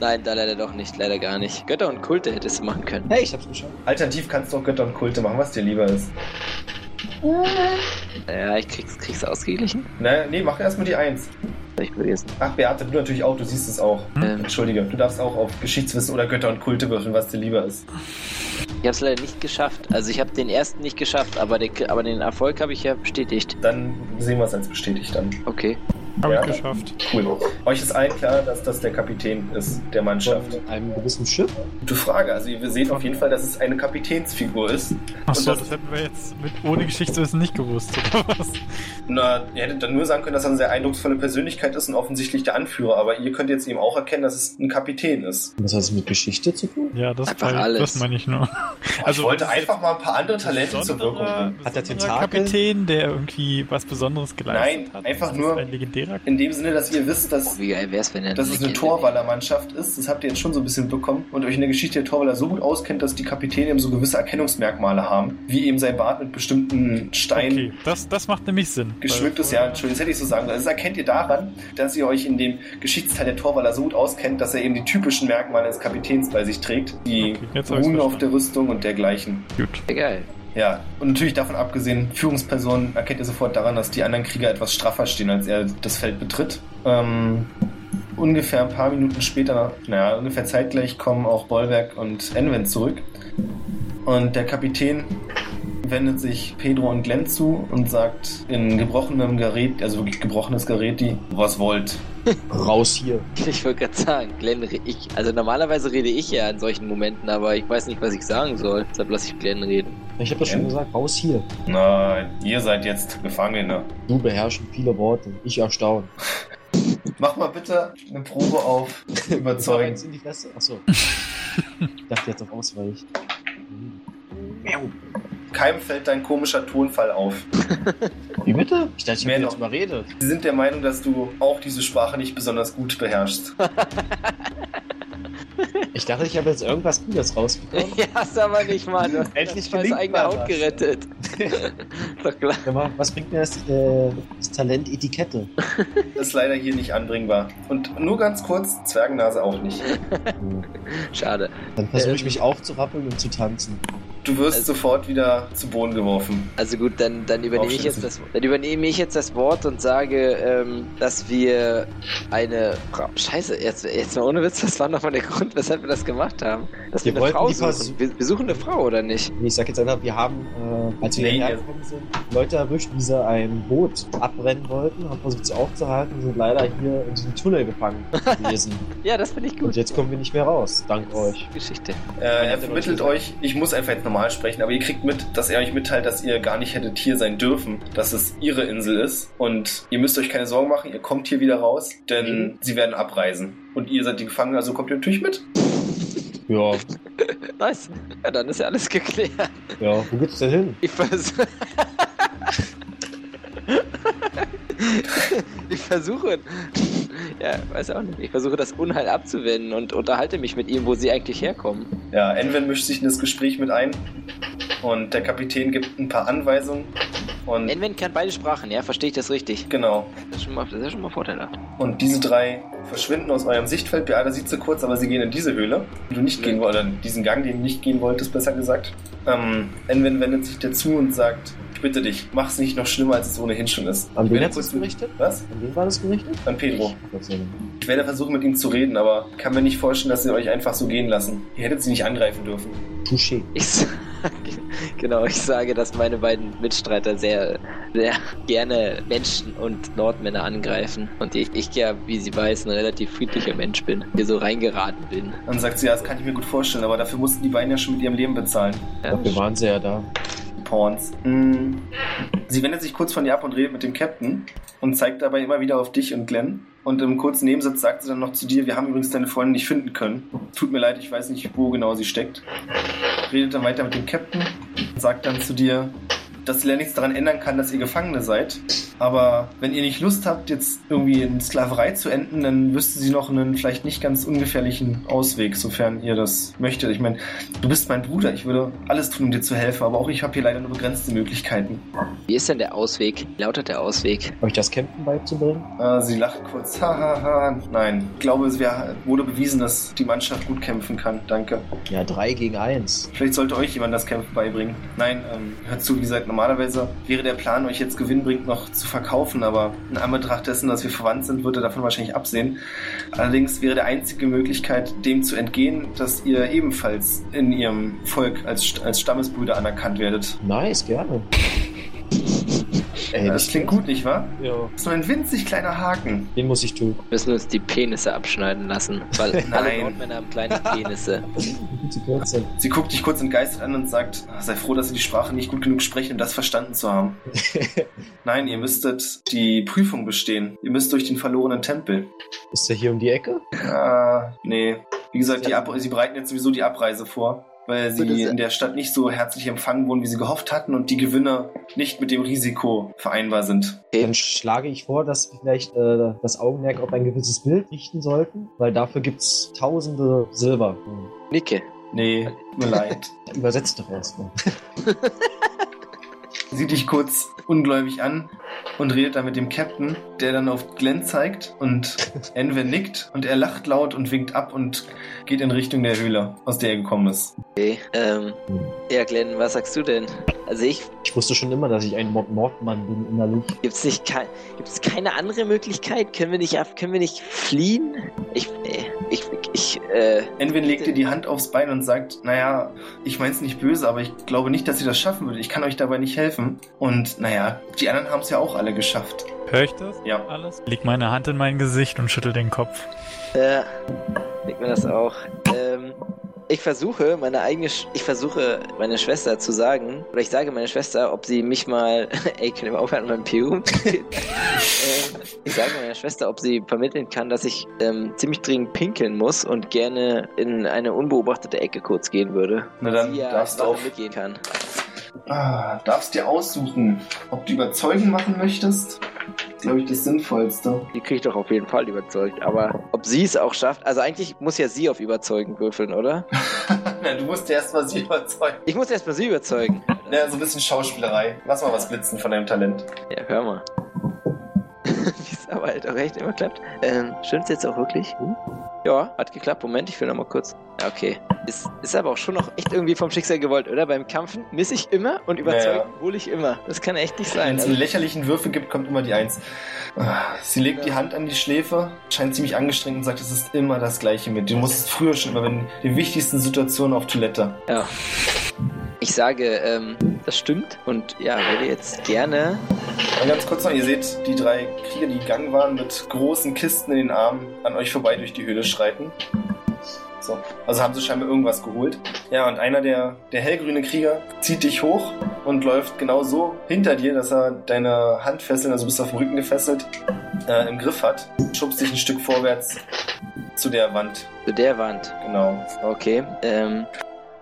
Nein, da leider doch nicht, leider gar nicht. Götter und Kulte hättest du machen können.
Hey, ich hab's geschafft.
Alternativ kannst du auch Götter und Kulte machen, was dir lieber ist.
Ja, ich krieg's, krieg's ausgeglichen.
Na, nee, mach erstmal die Eins.
Hab ich vergessen.
Ach, Beate, du natürlich auch, du siehst es auch.
Ähm,
Entschuldige, du darfst auch auf Geschichtswissen oder Götter und Kulte würfeln, was dir lieber ist.
Ich habe es leider nicht geschafft. Also ich habe den ersten nicht geschafft, aber, den- aber den Erfolg habe ich ja bestätigt.
Dann sehen wir es als bestätigt dann.
Okay.
Hab
Ja.
ich geschafft.
Cool. Euch ist allen klar, dass das der Kapitän ist der Mannschaft.
Von einem gewissen Schiff.
Gute Frage. Also ihr seht auf jeden Fall, dass es eine Kapitänsfigur ist.
Achso,
Und das-
das hätten wir jetzt mit ohne Geschichtswissen nicht gewusst, oder was?
Na, ihr hättet dann nur sagen können, dass er eine sehr eindrucksvolle Persönlichkeit ist und offensichtlich der Anführer, aber ihr könnt jetzt eben auch erkennen, dass es ein Kapitän ist.
Und Das hat es mit Geschichte zu tun?
Ja, das,
Einfach
meine ich-
alles.
das meine ich nur. Also,
ich wollte einfach mal ein paar andere Talente zur Wirkung bringen.
Hat der
der
Tentakel?
Kapitän, der irgendwie was Besonderes geleistet
Nein,
hat.
einfach
Ist
nur-
das Ein legendärer.
In dem Sinne, dass ihr wisst, dass,
Wie geil wär's, wenn er
dass es eine
Legende
Torwallermannschaft ist, das habt ihr jetzt schon so ein bisschen bekommen und euch in der Geschichte der Torwaller so gut auskennt, dass die Kapitäne eben so gewisse Erkennungsmerkmale haben, wie eben sein Bart mit bestimmten Steinen
Okay, das, das macht nämlich Sinn.
Geschmückt
Weil-
ist ja, Entschuldigung, das hätte ich so sagen sollen. Also, Das erkennt ihr daran, dass ihr euch in dem Geschichtsteil der Torwaller so gut auskennt, dass er eben die typischen Merkmale des Kapitäns bei sich trägt. Die
Okay, jetzt hab ich's
Runen auf
verstanden.
der Rüstung und dergleichen.
Gut.
wäre. Geil.
Ja, und natürlich davon abgesehen, Führungspersonen erkennt ihr sofort daran, dass die anderen Krieger etwas straffer stehen, als er das Feld betritt. Ähm, ungefähr ein paar Minuten später, naja, ungefähr zeitgleich kommen auch Bollwerk und Enven zurück. Und der Kapitän wendet sich Pedro und Glenn zu und sagt in gebrochenem Gerät, also wirklich gebrochenes Gerät, die, was wollt.
Raus hier.
Ich wollte gerade sagen, Glenn, re- ich, also normalerweise rede ich ja in solchen Momenten, aber ich weiß nicht, was ich sagen soll. Deshalb lasse ich Glenn reden.
Ich habe das schon
Ja.
gesagt, raus hier.
Nein, ihr seid jetzt Gefangene.
Du beherrschen viele Worte. Ich erstaunt.
Mach mal bitte eine Probe auf überzeugen.
Eins in die Fresse. Achso. ich dachte jetzt auf Ausweich. Hm.
Keinem fällt dein komischer Tonfall auf.
Wie bitte? Ich dachte, ich
Mehr
habe
noch.
jetzt mal redet.
Sie sind der Meinung, dass du auch diese Sprache nicht besonders gut beherrschst.
Ich dachte, ich habe jetzt irgendwas Gutes rausbekommen.
ja, hast aber nicht, Mann. Du hast
Endlich
das
gelingt
eigene
mal
Haut
was.
gerettet. Doch klar.
Sag mal, was bringt mir das, äh, das Talent Etikette?
Das ist leider hier nicht anbringbar. Und nur ganz kurz, Zwergennase auch nicht.
Hm.
Schade.
Dann versuche ich
Ähm.
mich aufzurappeln und zu tanzen.
Du wirst
Also-
sofort wieder zu Boden geworfen.
Also gut, dann, dann übernehme ich jetzt
Aufschließen.
das dann übernehme ich jetzt das Wort und sage, ähm, dass wir eine Frau. Scheiße, jetzt, jetzt mal ohne Witz, das war nochmal der Grund, weshalb wir das gemacht haben. Dass wir,
Wir
eine
wollten
Frau
die
suchen.
Vers-
Wir, wir suchen eine Frau, oder nicht?
Nee, Ich sag jetzt einfach, wir haben, äh, als wir
Nee,
hierher
ihr-
gekommen sind, Leute erwischt, wie sie ein Boot abbrennen wollten, haben versucht, sie aufzuhalten und sind leider hier in diesem Tunnel gefangen gewesen.
Ja, das finde ich
und
gut.
jetzt kommen wir nicht mehr raus, dank euch.
Geschichte.
Äh, er
hat ja
vermittelt
noch
euch, ich muss einfach jetzt normal sprechen, aber ihr kriegt mit, dass er euch mitteilt, dass ihr gar nicht hättet hier sein dürfen, dass es ihre Insel ist. Und ihr müsst euch keine Sorgen machen, ihr kommt hier wieder raus, denn sie werden abreisen. Und ihr seid die Gefangenen, also kommt ihr natürlich mit.
Ja,
Nice. Ja, dann ist ja alles geklärt.
ja, wo geht's denn hin?
Ich versuche. ich versuche. Ja, weiß auch nicht. Ich versuche das Unheil abzuwenden und unterhalte mich mit ihm, wo sie eigentlich herkommen.
Ja, Enven mischt sich in das Gespräch mit ein. Und der Kapitän gibt ein paar Anweisungen. Und
Enwen kann beide Sprachen, ja, verstehe ich das richtig.
genau.
Das ist schon mal, das ist ja schon mal vorteilhaft.
Und diese drei verschwinden aus eurem Sichtfeld. Beata sieht sie kurz, aber sie gehen in diese Höhle, die du nicht gehen wolltest, oder in diesen Gang, den du nicht gehen wolltest, besser gesagt. Ähm, Enven wendet sich dazu und sagt, ich bitte dich, mach's nicht noch schlimmer, als es ohnehin schon ist.
An
Ich
wen
werde
hat's das gerichtet?
Was?
An wen war das gerichtet?
An Pedro.
Gott sei Dank.
Ich werde versuchen, mit ihm zu reden, aber kann mir nicht vorstellen, dass sie euch einfach so gehen lassen. Ihr hättet sie nicht angreifen dürfen.
Touché.
Ich sage, genau, ich sage, dass meine beiden Mitstreiter sehr, sehr gerne Menschen und Nordmänner angreifen. Und ich, ich ja, wie sie weiß, ein relativ friedlicher Mensch bin, hier so reingeraten bin.
Dann sagt sie, ja, das kann ich mir gut vorstellen, aber dafür mussten die beiden ja schon mit ihrem Leben bezahlen.
Ja,
Dafür waren sie ja da.
Pawns. Mm. Sie wendet sich kurz von dir ab und redet mit dem Captain und zeigt dabei immer wieder auf dich und Glenn. Und im kurzen Nebensatz sagt sie dann noch zu dir, wir haben übrigens deine Freundin nicht finden können. Tut mir leid, ich weiß nicht, wo genau sie steckt. Redet dann weiter mit dem Captain und sagt dann zu dir, dass sie leider nichts daran ändern kann, dass ihr Gefangene seid. Aber wenn ihr nicht Lust habt, jetzt irgendwie in Sklaverei zu enden, dann wüsste sie noch einen vielleicht nicht ganz ungefährlichen Ausweg, sofern ihr das möchtet. Ich meine, Du bist mein Bruder, ich würde alles tun, um dir zu helfen, aber auch ich habe hier leider nur begrenzte Möglichkeiten.
Wie ist denn der Ausweg? Wie lautet der Ausweg?
Euch das Campen beizubringen?
Äh, sie lacht kurz. Hahaha. Nein, ich glaube, es wär, wurde bewiesen, dass die Mannschaft gut kämpfen kann. Danke.
Ja, drei gegen eins.
Vielleicht sollte euch jemand das Kämpfen beibringen. Nein, ähm, hört zu, wie gesagt, Normalerweise wäre der Plan, euch jetzt gewinnbringend noch zu verkaufen, aber in Anbetracht dessen, dass wir verwandt sind, würde davon wahrscheinlich absehen. Allerdings wäre die einzige Möglichkeit, dem zu entgehen, dass ihr ebenfalls in ihrem Volk als, St- als Stammesbrüder anerkannt werdet.
Nice, gerne. Ey,
das klingt gut, nicht wahr?
Ja.
So ein winzig kleiner Haken.
Den muss ich tun.
müssen uns die Penisse abschneiden lassen, weil alle
Nein.
Nordmänner haben kleine Penisse.
Gute Kürze.
Sie guckt dich kurz entgeistert an und sagt, "Ah, sei froh, dass Sie die Sprache nicht gut genug sprechen, um das verstanden zu haben. Nein, ihr müsstet die Prüfung bestehen. Ihr müsst durch den verlorenen Tempel.
Ist der hier um die Ecke?
Ah, nee. Wie gesagt, die Ab sie bereiten jetzt sowieso die Abreise vor, weil
Würde
sie
se-
in der Stadt nicht so herzlich empfangen wurden, wie sie gehofft hatten und die Gewinne nicht mit dem Risiko vereinbar sind.
Dann schlage ich vor, dass wir vielleicht äh, das Augenmerk auf ein gewisses Bild richten sollten, weil dafür gibt's tausende Silber.
Nicke.
Nee, mir leid.
Übersetzt doch erstmal.
Sie dich kurz ungläubig an und redet dann mit dem Captain, der dann auf Glenn zeigt und Enver nickt und er lacht laut und winkt ab und geht in Richtung der Höhle, aus der er gekommen ist.
Okay. Ähm, ja, Glenn, was sagst du denn? Also ich
Ich wusste schon immer, dass ich ein Mord Mordmann bin innerlich.
gibt's nicht kei- gibt's keine andere Möglichkeit? Können wir nicht ab können wir nicht fliehen? Ich äh, ich ich äh,
Envin legt ihr die Hand aufs Bein und sagt, naja, ich mein's nicht böse, aber ich glaube nicht, dass ihr das schaffen würdet. Ich kann euch dabei nicht helfen. Und naja, die anderen haben's ja auch alle geschafft.
Hör ich das?
Ja.
Alles? Leg meine Hand in mein Gesicht und schüttel den Kopf.
äh denkt mir das auch. Ähm ich versuche, meine eigene, Sch ich versuche, meine Schwester zu sagen, oder ich sage meine Schwester, ob sie mich mal, ey, können wir aufhören mit meinem Peru? ähm, ich sage meiner Schwester, ob sie vermitteln kann, dass ich ähm, ziemlich dringend pinkeln muss und gerne in eine unbeobachtete Ecke kurz gehen würde.
Na dann
sie ja
darfst du
Sachen
auf.
mitgehen kann.
Ah, darfst dir aussuchen, ob du überzeugen machen möchtest. Glaube ich, das Sinnvollste.
Die kriegt doch auf jeden Fall überzeugt, aber ob sie es auch schafft, also eigentlich muss ja sie auf überzeugen würfeln, oder?
Na, du musst ja erst mal sie überzeugen.
Ich muss erstmal sie überzeugen.
Na, Ne, so ein bisschen Schauspielerei. Lass mal was blitzen von deinem Talent.
Ja, hör mal. Wie es aber halt auch echt immer klappt. Ähm, stimmt's jetzt auch wirklich? Ja, hat geklappt. Moment, ich will noch mal kurz. Ja, Okay. Ist, ist aber auch schon noch echt irgendwie vom Schicksal gewollt, oder? Beim Kampfen miss ich immer und überzeugen hole ich immer. Das kann echt nicht
Wenn
sein.
es
Also,
einen lächerlichen Würfel gibt, kommt immer die Eins. Ah, Sie legt die Hand an die Schläfe, scheint ziemlich angestrengt und sagt, es ist immer das Gleiche mit. Du musstest früher schon immer, wenn die wichtigsten Situationen auf Toilette.
ich sage, ähm, das stimmt. Und ja, würde jetzt gerne.
Und ganz kurz noch, ihr seht die drei Krieger, die gegangen waren, mit großen Kisten in den Armen an euch vorbei durch die Höhle schreiten. So. Also haben sie scheinbar irgendwas geholt. Ja, und einer der, der hellgrüne Krieger zieht dich hoch und läuft genau so hinter dir, dass er deine Handfesseln, also du bist auf dem Rücken gefesselt, äh, im Griff hat. Schubst dich ein Stück vorwärts zu der Wand.
Zu der Wand.
Genau.
Okay. Ähm,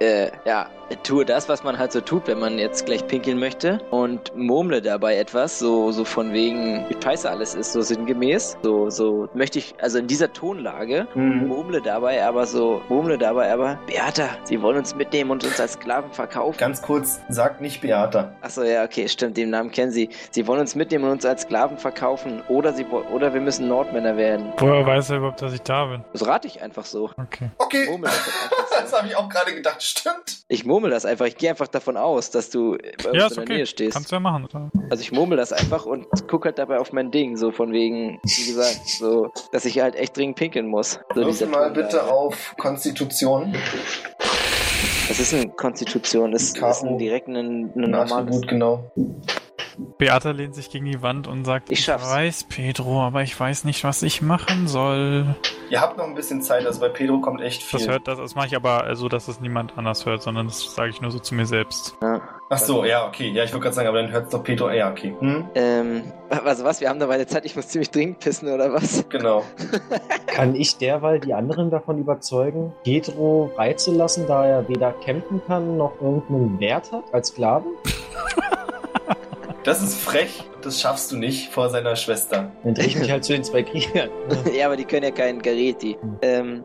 äh, ja, tue das, was man halt so tut, wenn man jetzt gleich pinkeln möchte und murmle dabei etwas, so, so von wegen, wie scheiße alles ist, so sinngemäß. So, so möchte ich, also in dieser Tonlage,
Mhm.
murmle dabei aber so, murmle dabei aber, Beata, sie wollen uns mitnehmen und uns als Sklaven verkaufen.
Ganz kurz, sagt nicht Beata.
Achso, ja, okay, stimmt, den Namen kennen sie. Sie wollen uns mitnehmen und uns als Sklaven verkaufen oder sie wo- oder wir müssen Nordmänner werden.
Woher weiß er überhaupt, dass ich da bin?
Das rate ich einfach so.
Okay.
Okay,
Murmel das einfach so.
habe ich auch gerade gedacht. Stimmt.
Ich murmel das einfach. Ich gehe einfach davon aus, dass du äh, bei uns in
Ja, ist
der
okay.
Nähe stehst.
Kannst du ja machen. oder?
Also ich murmel das einfach und gucke halt dabei auf mein Ding, so von wegen, wie gesagt, so, dass ich halt echt dringend pinkeln muss. So
Wirf
dieser
mal
Tonlage.
bitte auf Konstitution.
Das ist eine Konstitution, das
K.O.
ist ein direkt ein, ein
Ein
normales.
Attribut, genau.
Beata lehnt sich gegen die Wand und sagt,
Ich schaff's.
weiß, Pedro, aber ich weiß nicht, was ich machen soll.
Ihr habt noch ein bisschen Zeit, also bei Pedro kommt echt viel.
Das hört, das, das mache ich aber äh, so, dass es niemand anders hört, sondern das sage ich nur so zu mir selbst.
Ja.
Ach so, ja, okay. Ja, ich wollte gerade sagen, aber dann hört doch Pedro. Ja, okay. Hm?
Ähm, also was, wir haben dabei eine Zeit, ich muss ziemlich dringend pissen oder was?
Genau.
Kann ich derweil die anderen davon überzeugen, Pedro freizulassen, da er weder campen kann noch irgendeinen Wert hat als Sklave?
Das ist frech. Das schaffst du nicht vor seiner Schwester.
Dann drehe ich mich halt zu den zwei Kriegern.
ja, aber die können ja keinen Gareti.
Hm.
Ähm,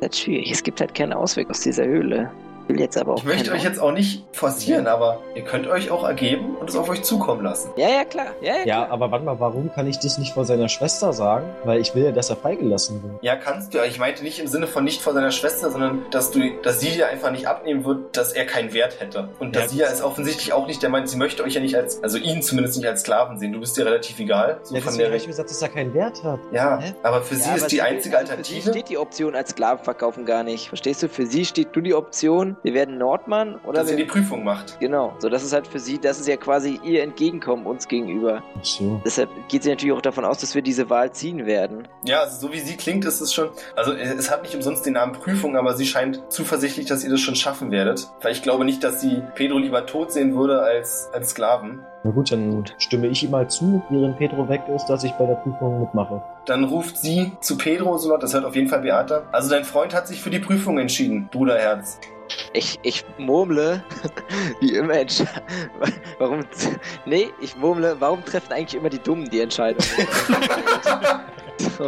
das ist schwierig. Es gibt halt keinen Ausweg aus dieser Höhle. will jetzt aber auch
Ich möchte
keinen
euch jetzt auch nicht forcieren, aber ihr könnt euch auch ergeben und es auf euch zukommen lassen.
Ja, ja, klar. Ja, ja,
Ja,
klar.
aber warte mal, warum kann ich das nicht vor seiner Schwester sagen? Weil ich will ja, dass er freigelassen wird.
Ja, kannst du. Ich meinte nicht im Sinne von nicht vor seiner Schwester, sondern dass du, dass sie dir einfach nicht abnehmen wird, dass er keinen Wert hätte. Und
Ja,
dass sie ja ist offensichtlich auch nicht der meint, sie möchte euch ja nicht als, also ihn zumindest nicht als Sklaven sehen. Du bist dir relativ egal. So
Ja,
von
deswegen
der
habe ich gesagt, dass er keinen Wert hat.
Ja,
Hä?
aber für sie
ja, aber
ist die
will-
einzige
also Für sie
Alternative,
steht die Option als Sklaven verkaufen gar nicht. Verstehst du? Für sie steht nur die Option, wir werden Nordmann oder
dass
wir.
sie die Prüfung macht.
Genau. So, das ist halt für sie, das ist ja quasi ihr Entgegenkommen uns gegenüber.
Ach so.
Deshalb geht sie natürlich auch davon aus, dass wir diese Wahl ziehen werden.
Ja, also so wie sie klingt, ist es schon. Also es hat nicht umsonst den Namen Prüfung, aber sie scheint zuversichtlich, dass ihr das schon schaffen werdet. Weil ich glaube nicht, dass sie Pedro lieber tot sehen würde als, als Sklaven.
Na gut, dann stimme ich ihm mal zu, während Pedro weg ist, dass ich bei der Prüfung mitmache.
Dann ruft sie zu Pedro so laut, das hört auf jeden Fall Beata. Also dein Freund hat sich für die Prüfung entschieden, Bruderherz.
Ich, ich murmle, wie immer, entsch- warum, nee, ich murmle, warum treffen eigentlich immer die Dummen die Entscheidung? so,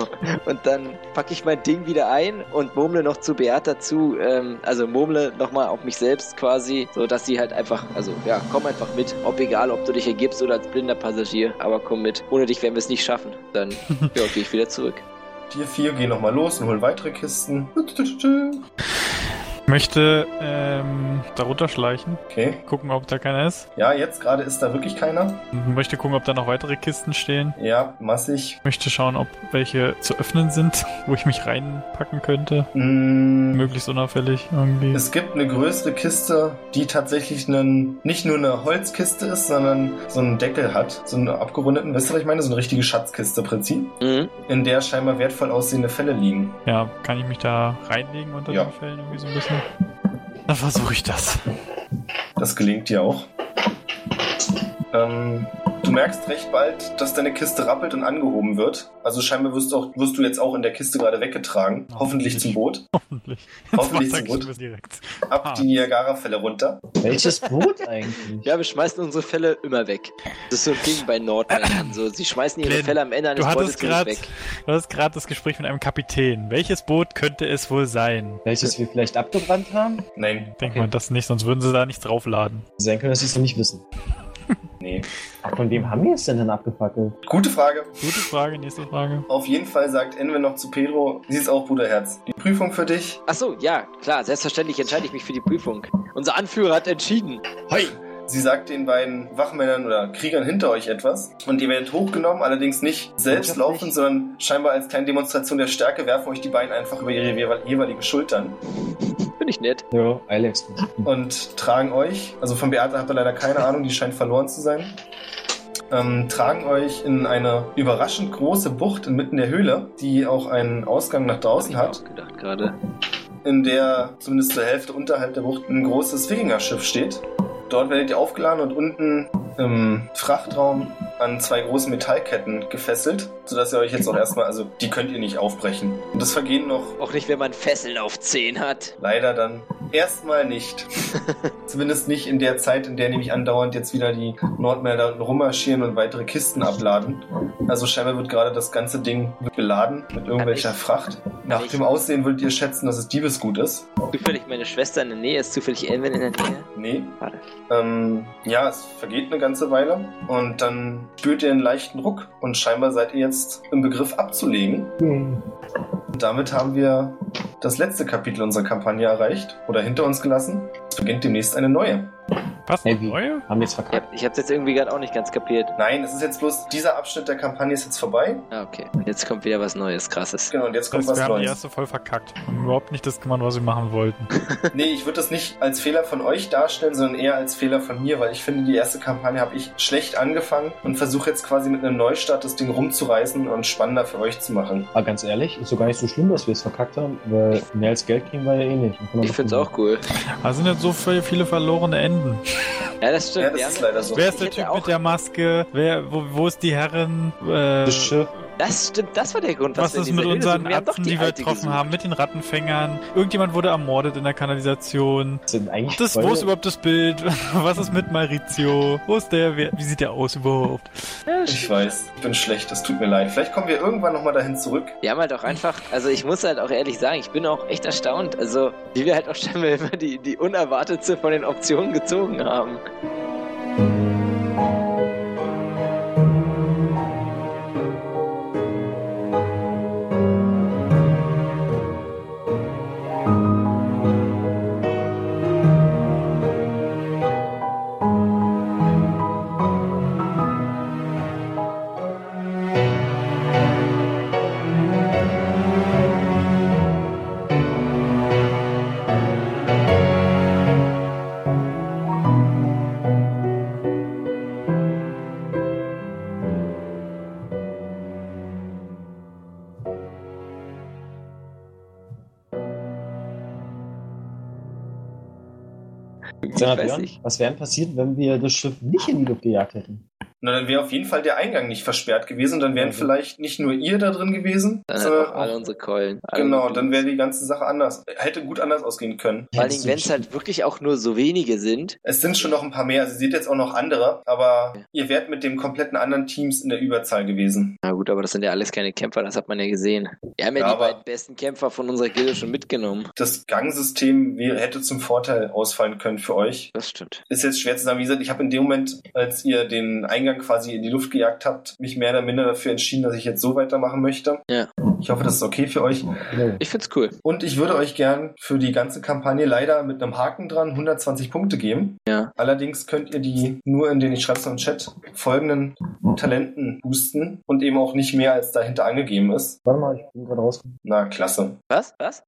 und dann packe ich mein Ding wieder ein und murmle noch zu Beata zu, ähm, also murmle nochmal auf mich selbst quasi, so dass sie halt einfach, also ja, komm einfach mit, ob egal, ob du dich ergibst oder als blinder Passagier, aber komm mit. Ohne dich werden wir es nicht schaffen. Dann, ja, gehe ich wieder zurück.
Dir vier gehen nochmal los und holen weitere Kisten.
Ich möchte ähm, da runterschleichen,
Okay.
gucken, ob da keiner ist.
Ja, jetzt gerade ist da wirklich keiner.
Ich möchte gucken, ob da noch weitere Kisten stehen.
Ja, massig.
Ich möchte schauen, ob welche zu öffnen sind, wo ich mich reinpacken könnte.
Mm,
Möglichst unauffällig irgendwie.
Es gibt eine größere Kiste, die tatsächlich einen, nicht nur eine Holzkiste ist, sondern so einen Deckel hat. So einen abgerundeten, wisst ihr, was ich meine? So eine richtige Schatzkiste im Prinzip,
Mhm.
in der scheinbar wertvoll aussehende Fälle liegen.
Ja, kann ich mich da reinlegen unter
Ja.
den Fällen irgendwie so ein bisschen? Dann versuche ich das.
Das gelingt dir auch. Ähm, du merkst recht bald, dass deine Kiste rappelt und angehoben wird. Also scheinbar wirst du, auch, wirst du jetzt auch in der Kiste gerade weggetragen. Hoffentlich zum Boot.
Hoffentlich.
Hoffentlich
Sag
zum
ich
Boot.
mir direkt.
Ab die Niagara-Fälle runter.
Welches Boot eigentlich?
Ja, wir schmeißen unsere Fälle immer weg. Das ist so ein Ding bei Nordmännern. So, sie schmeißen ihre
Glenn,
Fälle am Ende eines
Du hattest
Beutelzugs
gerade
weg.
grad das Gespräch mit einem Kapitän. Welches Boot könnte es wohl sein?
Welches wir vielleicht abgebrannt haben?
Nein,
Denk
Okay.
mal, das nicht, sonst würden sie da nichts draufladen.
Sein können, dass sie es noch nicht wissen.
nee.
Ach, von wem haben wir es denn dann abgefackelt?
Gute Frage.
Gute Frage, nächste Frage.
Auf jeden Fall sagt Enve noch zu Pedro, sie ist auch Bruderherz. Die Prüfung für dich.
Ach so, ja, klar, selbstverständlich entscheide ich mich für die Prüfung. Unser Anführer hat entschieden.
Hoi! Sie sagt den beiden Wachmännern oder Kriegern hinter euch etwas und ihr werdet hochgenommen, allerdings nicht selbst
Ich hab
laufend,
nicht-
sondern scheinbar als kleine Demonstration der Stärke werfen euch die beiden einfach über ihre jewe- jeweiligen Schultern
Finde ich nett.
Ja, Alex.
und tragen euch, also von Beate habt ihr leider keine Ahnung, die scheint verloren zu sein, ähm, tragen euch in eine überraschend große Bucht inmitten der Höhle, die auch einen Ausgang nach
Hab
draußen
ich mir
hat.
auch gedacht gerade.
in der zumindest zur Hälfte unterhalb der Bucht ein großes Wikingerschiff steht. Dort werdet ihr aufgeladen und unten im Frachtraum an zwei großen Metallketten gefesselt, sodass ihr euch jetzt auch erstmal, also die könnt ihr nicht aufbrechen. Und das vergehen noch
Auch nicht, wenn man Fesseln auf 10 hat.
leider dann erstmal nicht. Zumindest nicht in der Zeit, in der nämlich andauernd jetzt wieder die Nordmänner da unten rummarschieren und weitere Kisten abladen. Also scheinbar wird gerade das ganze Ding beladen mit irgendwelcher
ich-
Fracht. Nach
ich-
dem Aussehen würdet ihr schätzen, dass es Diebesgut ist.
Zufällig meine Schwester in der Nähe, ist zufällig Elvin in der Nähe.
Nee.
Warte.
Ähm, ja, es vergeht eine ganze Weile und dann spürt ihr einen leichten Ruck und scheinbar seid ihr jetzt im Begriff abzulegen. Und damit haben wir das letzte Kapitel unserer Kampagne erreicht oder hinter uns gelassen. Es beginnt demnächst eine neue.
Was?
Hey,
Eine
wie-
neue?
Haben wir jetzt verkackt.
Ich, hab, ich hab's jetzt irgendwie gerade auch nicht ganz kapiert.
Nein, es ist jetzt bloß, dieser Abschnitt der Kampagne ist jetzt vorbei.
Ah, okay. Jetzt kommt wieder was Neues, krasses.
Genau, und jetzt kommt
Das heißt, wir
was
haben die
Neues.
erste voll verkackt. Wir haben überhaupt nicht das gemacht, was wir machen wollten.
Nee, ich würde das nicht als Fehler von euch darstellen, sondern eher als Fehler von mir, weil ich finde, die erste Kampagne habe ich schlecht angefangen und versuche jetzt quasi mit einem Neustart das Ding rumzureißen und spannender für euch zu machen.
Aber ganz ehrlich, ist so gar nicht so schlimm, dass wir es verkackt haben, weil mehr als Geld kriegen wir ja eh nicht. Dann können wir
Ich
noch-
find's auch cool.
Da sind jetzt so viel- viele verlorene Enden.
Ja, das stimmt.
Ja, das
Wir
ist
haben-
leider so.
Wer ist
Ich
der
hätte
Typ
auch-
mit der Maske? Wer, wo, wo ist die Herren? Äh,
Das Schiff.
Das stimmt, das war der Grund,
Was
wir in
ist
dieser
mit
Höhle
unseren
suchen. Wir haben doch
Atzen, die, wir
Alte
getroffen
gesucht.
haben, mit den Rattenfängern? Irgendjemand wurde ermordet in der Kanalisation.
Sind eigentlich
Das, wo ist überhaupt das Bild? Was ist mit Maurizio? Wo ist der? Wer, wie sieht der aus überhaupt?
Ich weiß, ich bin schlecht, das tut mir leid. Vielleicht kommen wir irgendwann nochmal dahin zurück.
Wir haben halt auch einfach, also ich muss halt auch ehrlich sagen, ich bin auch echt erstaunt, also wie wir halt auch scheinbar immer die, die unerwartetste von den Optionen gezogen haben.
Sarah
Ich weiß
Björn,
nicht.
was wäre denn passiert, wenn wir das Schiff nicht in die Luft gejagt hätten?
Na, dann wäre auf jeden Fall der Eingang nicht versperrt gewesen. Dann wären
Mhm.
vielleicht nicht nur ihr da drin gewesen,
Dann halt
sondern
auch alle unsere Keulen. Alle
Äh, Genau,
unsere
dann
Blumen.
wäre die ganze Sache anders. Hätte gut anders ausgehen können.
Vor allen Dingen, wenn es halt wirklich auch nur so wenige sind.
Es sind schon noch ein paar mehr, also ihr seht jetzt auch noch andere, aber ihr wärt mit dem kompletten anderen Teams in der Überzahl gewesen.
Na gut, aber das sind ja alles keine Kämpfer, das hat man ja gesehen. Wir haben ja,
Ja,
die
aber-
beiden besten Kämpfer von unserer Gilde schon mitgenommen.
Das Gangsystem wär- hätte zum Vorteil ausfallen können für euch.
Das stimmt.
Ist jetzt schwer zu sagen, wie gesagt, ich habe in dem Moment, als ihr den Eingang quasi in die Luft gejagt habt, mich mehr oder minder dafür entschieden, dass ich jetzt so weitermachen möchte.
Ja.
Ich hoffe, das ist okay für euch.
Nö.
Ich find's cool.
Und ich würde euch gern für die ganze Kampagne leider mit einem Haken dran 120 Punkte geben.
Ja.
Allerdings könnt ihr die nur in den, ich schreibe es noch im Chat, folgenden Talenten boosten und eben auch nicht mehr als dahinter angegeben ist.
Warte mal, ich bin gerade rausgekommen.
Na, klasse.
Was? Was?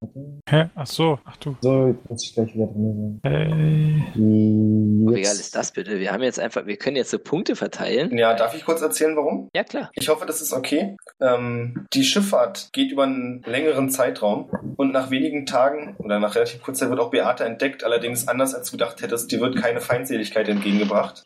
Hä? Ach so, ach du.
So, jetzt muss ich gleich wieder drin
Hey.
sein.
Wie
Jetzt.
geil ist das bitte? Wir haben jetzt einfach, wir können jetzt so Punkte verteilen.
Ja, darf ich kurz erzählen, warum?
Ja, klar.
Ich hoffe, das ist okay. Ähm, die Schifffahrt geht über einen längeren Zeitraum und nach wenigen Tagen oder nach relativ kurzer Zeit wird auch Beate entdeckt, allerdings anders als du gedacht hättest, dir wird keine Feindseligkeit entgegengebracht.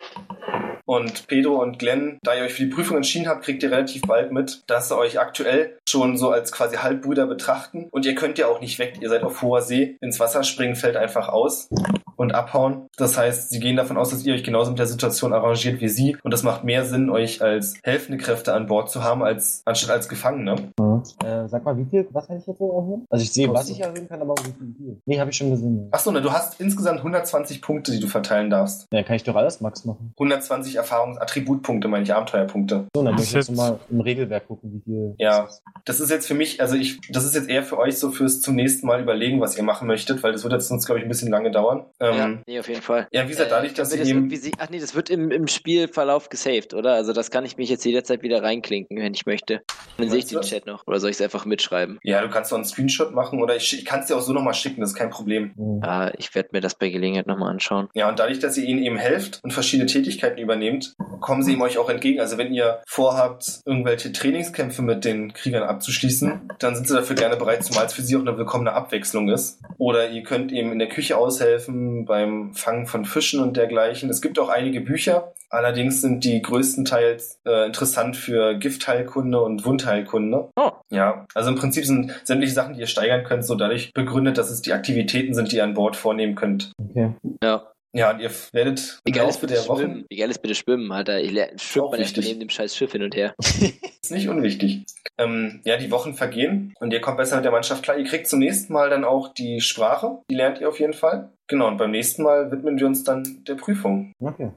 Und Pedro und Glenn, da ihr euch für die Prüfung entschieden habt, kriegt ihr relativ bald mit, dass sie euch aktuell schon so als quasi Halbbrüder betrachten. Und ihr könnt ja auch nicht weg, ihr seid auf hoher See, ins Wasser springen fällt einfach aus und abhauen. Das heißt, sie gehen davon aus, dass ihr euch genauso mit der Situation arrangiert wie sie. Und das macht mehr Sinn, euch als helfende Kräfte an Bord zu haben, als anstatt als Gefangene.
Mhm. Äh, sag mal, wie viel, was kann ich jetzt so erhöhen? Also ich sehe, was ich erhöhen kann, aber wie viel. wie viel. Nee, habe ich schon gesehen.
Achso, ne, du hast insgesamt 120 Punkte, die du verteilen darfst.
Ja, kann ich doch alles Max machen.
120 Erfahrungsattributpunkte, meine ich, Abenteuerpunkte.
So, dann
Das
muss ich jetzt
jetzt-
mal im Regelwerk gucken, wie viel.
Ja. Das ist jetzt für mich, also ich, das ist jetzt eher für euch so fürs zum nächsten Mal überlegen, was ihr machen möchtet, weil das wird jetzt sonst, glaube ich, ein bisschen lange dauern.
ja,
Ähm,
nee, auf jeden Fall.
ja. wie gesagt, dadurch,
Äh,
dass
wird
ihr
das
eben,
irgendwie sich- Ach nee, das wird im, im Spielverlauf gesaved, oder? Also das kann ich mich jetzt jederzeit wieder reinklinken, wenn ich möchte. Dann sehe ich
Meinst
den
du?
Chat noch. Oder soll ich es einfach mitschreiben?
ja, du kannst auch einen Screenshot machen oder ich, schick- ich kann es dir auch so nochmal schicken, das ist kein Problem.
Mhm.
Ah, ich werde mir das bei Gelegenheit nochmal anschauen.
Ja, und dadurch, dass ihr ihnen eben helft und verschiedene Tätigkeiten übernehmt, kommen sie ihm euch auch entgegen. Also wenn ihr vorhabt, irgendwelche Trainingskämpfe mit den Kriegern abzuschließen, dann sind sie dafür gerne bereit, zumal es für sie auch eine willkommene Abwechslung ist. Oder ihr könnt eben in der Küche aushelfen, beim Fangen von Fischen und dergleichen. Es gibt auch einige Bücher, allerdings sind die größtenteils äh, interessant für Giftheilkunde und Wundheilkunde.
Oh.
Ja, also im Prinzip sind sämtliche Sachen, die ihr steigern könnt, so dadurch begründet, dass es die Aktivitäten sind, die ihr an Bord vornehmen könnt.
Okay.
Ja.
Ja, und ihr f- werdet
Wie
im
geil ist
Laufe
bitte
der Wochen
Schwimmen? Wie geil ist bitte Schwimmen, Alter? Ich lerne, schwimmt
Auch
man ja
wichtig.
neben dem scheiß Schiff hin und her.
ist nicht unwichtig. Ähm, ja, die Wochen vergehen und ihr kommt besser mit der Mannschaft klar. Ihr kriegt zum nächsten Mal dann auch die Sprache, die lernt ihr auf jeden Fall. Genau, und beim nächsten Mal widmen wir uns dann der Prüfung.
Okay.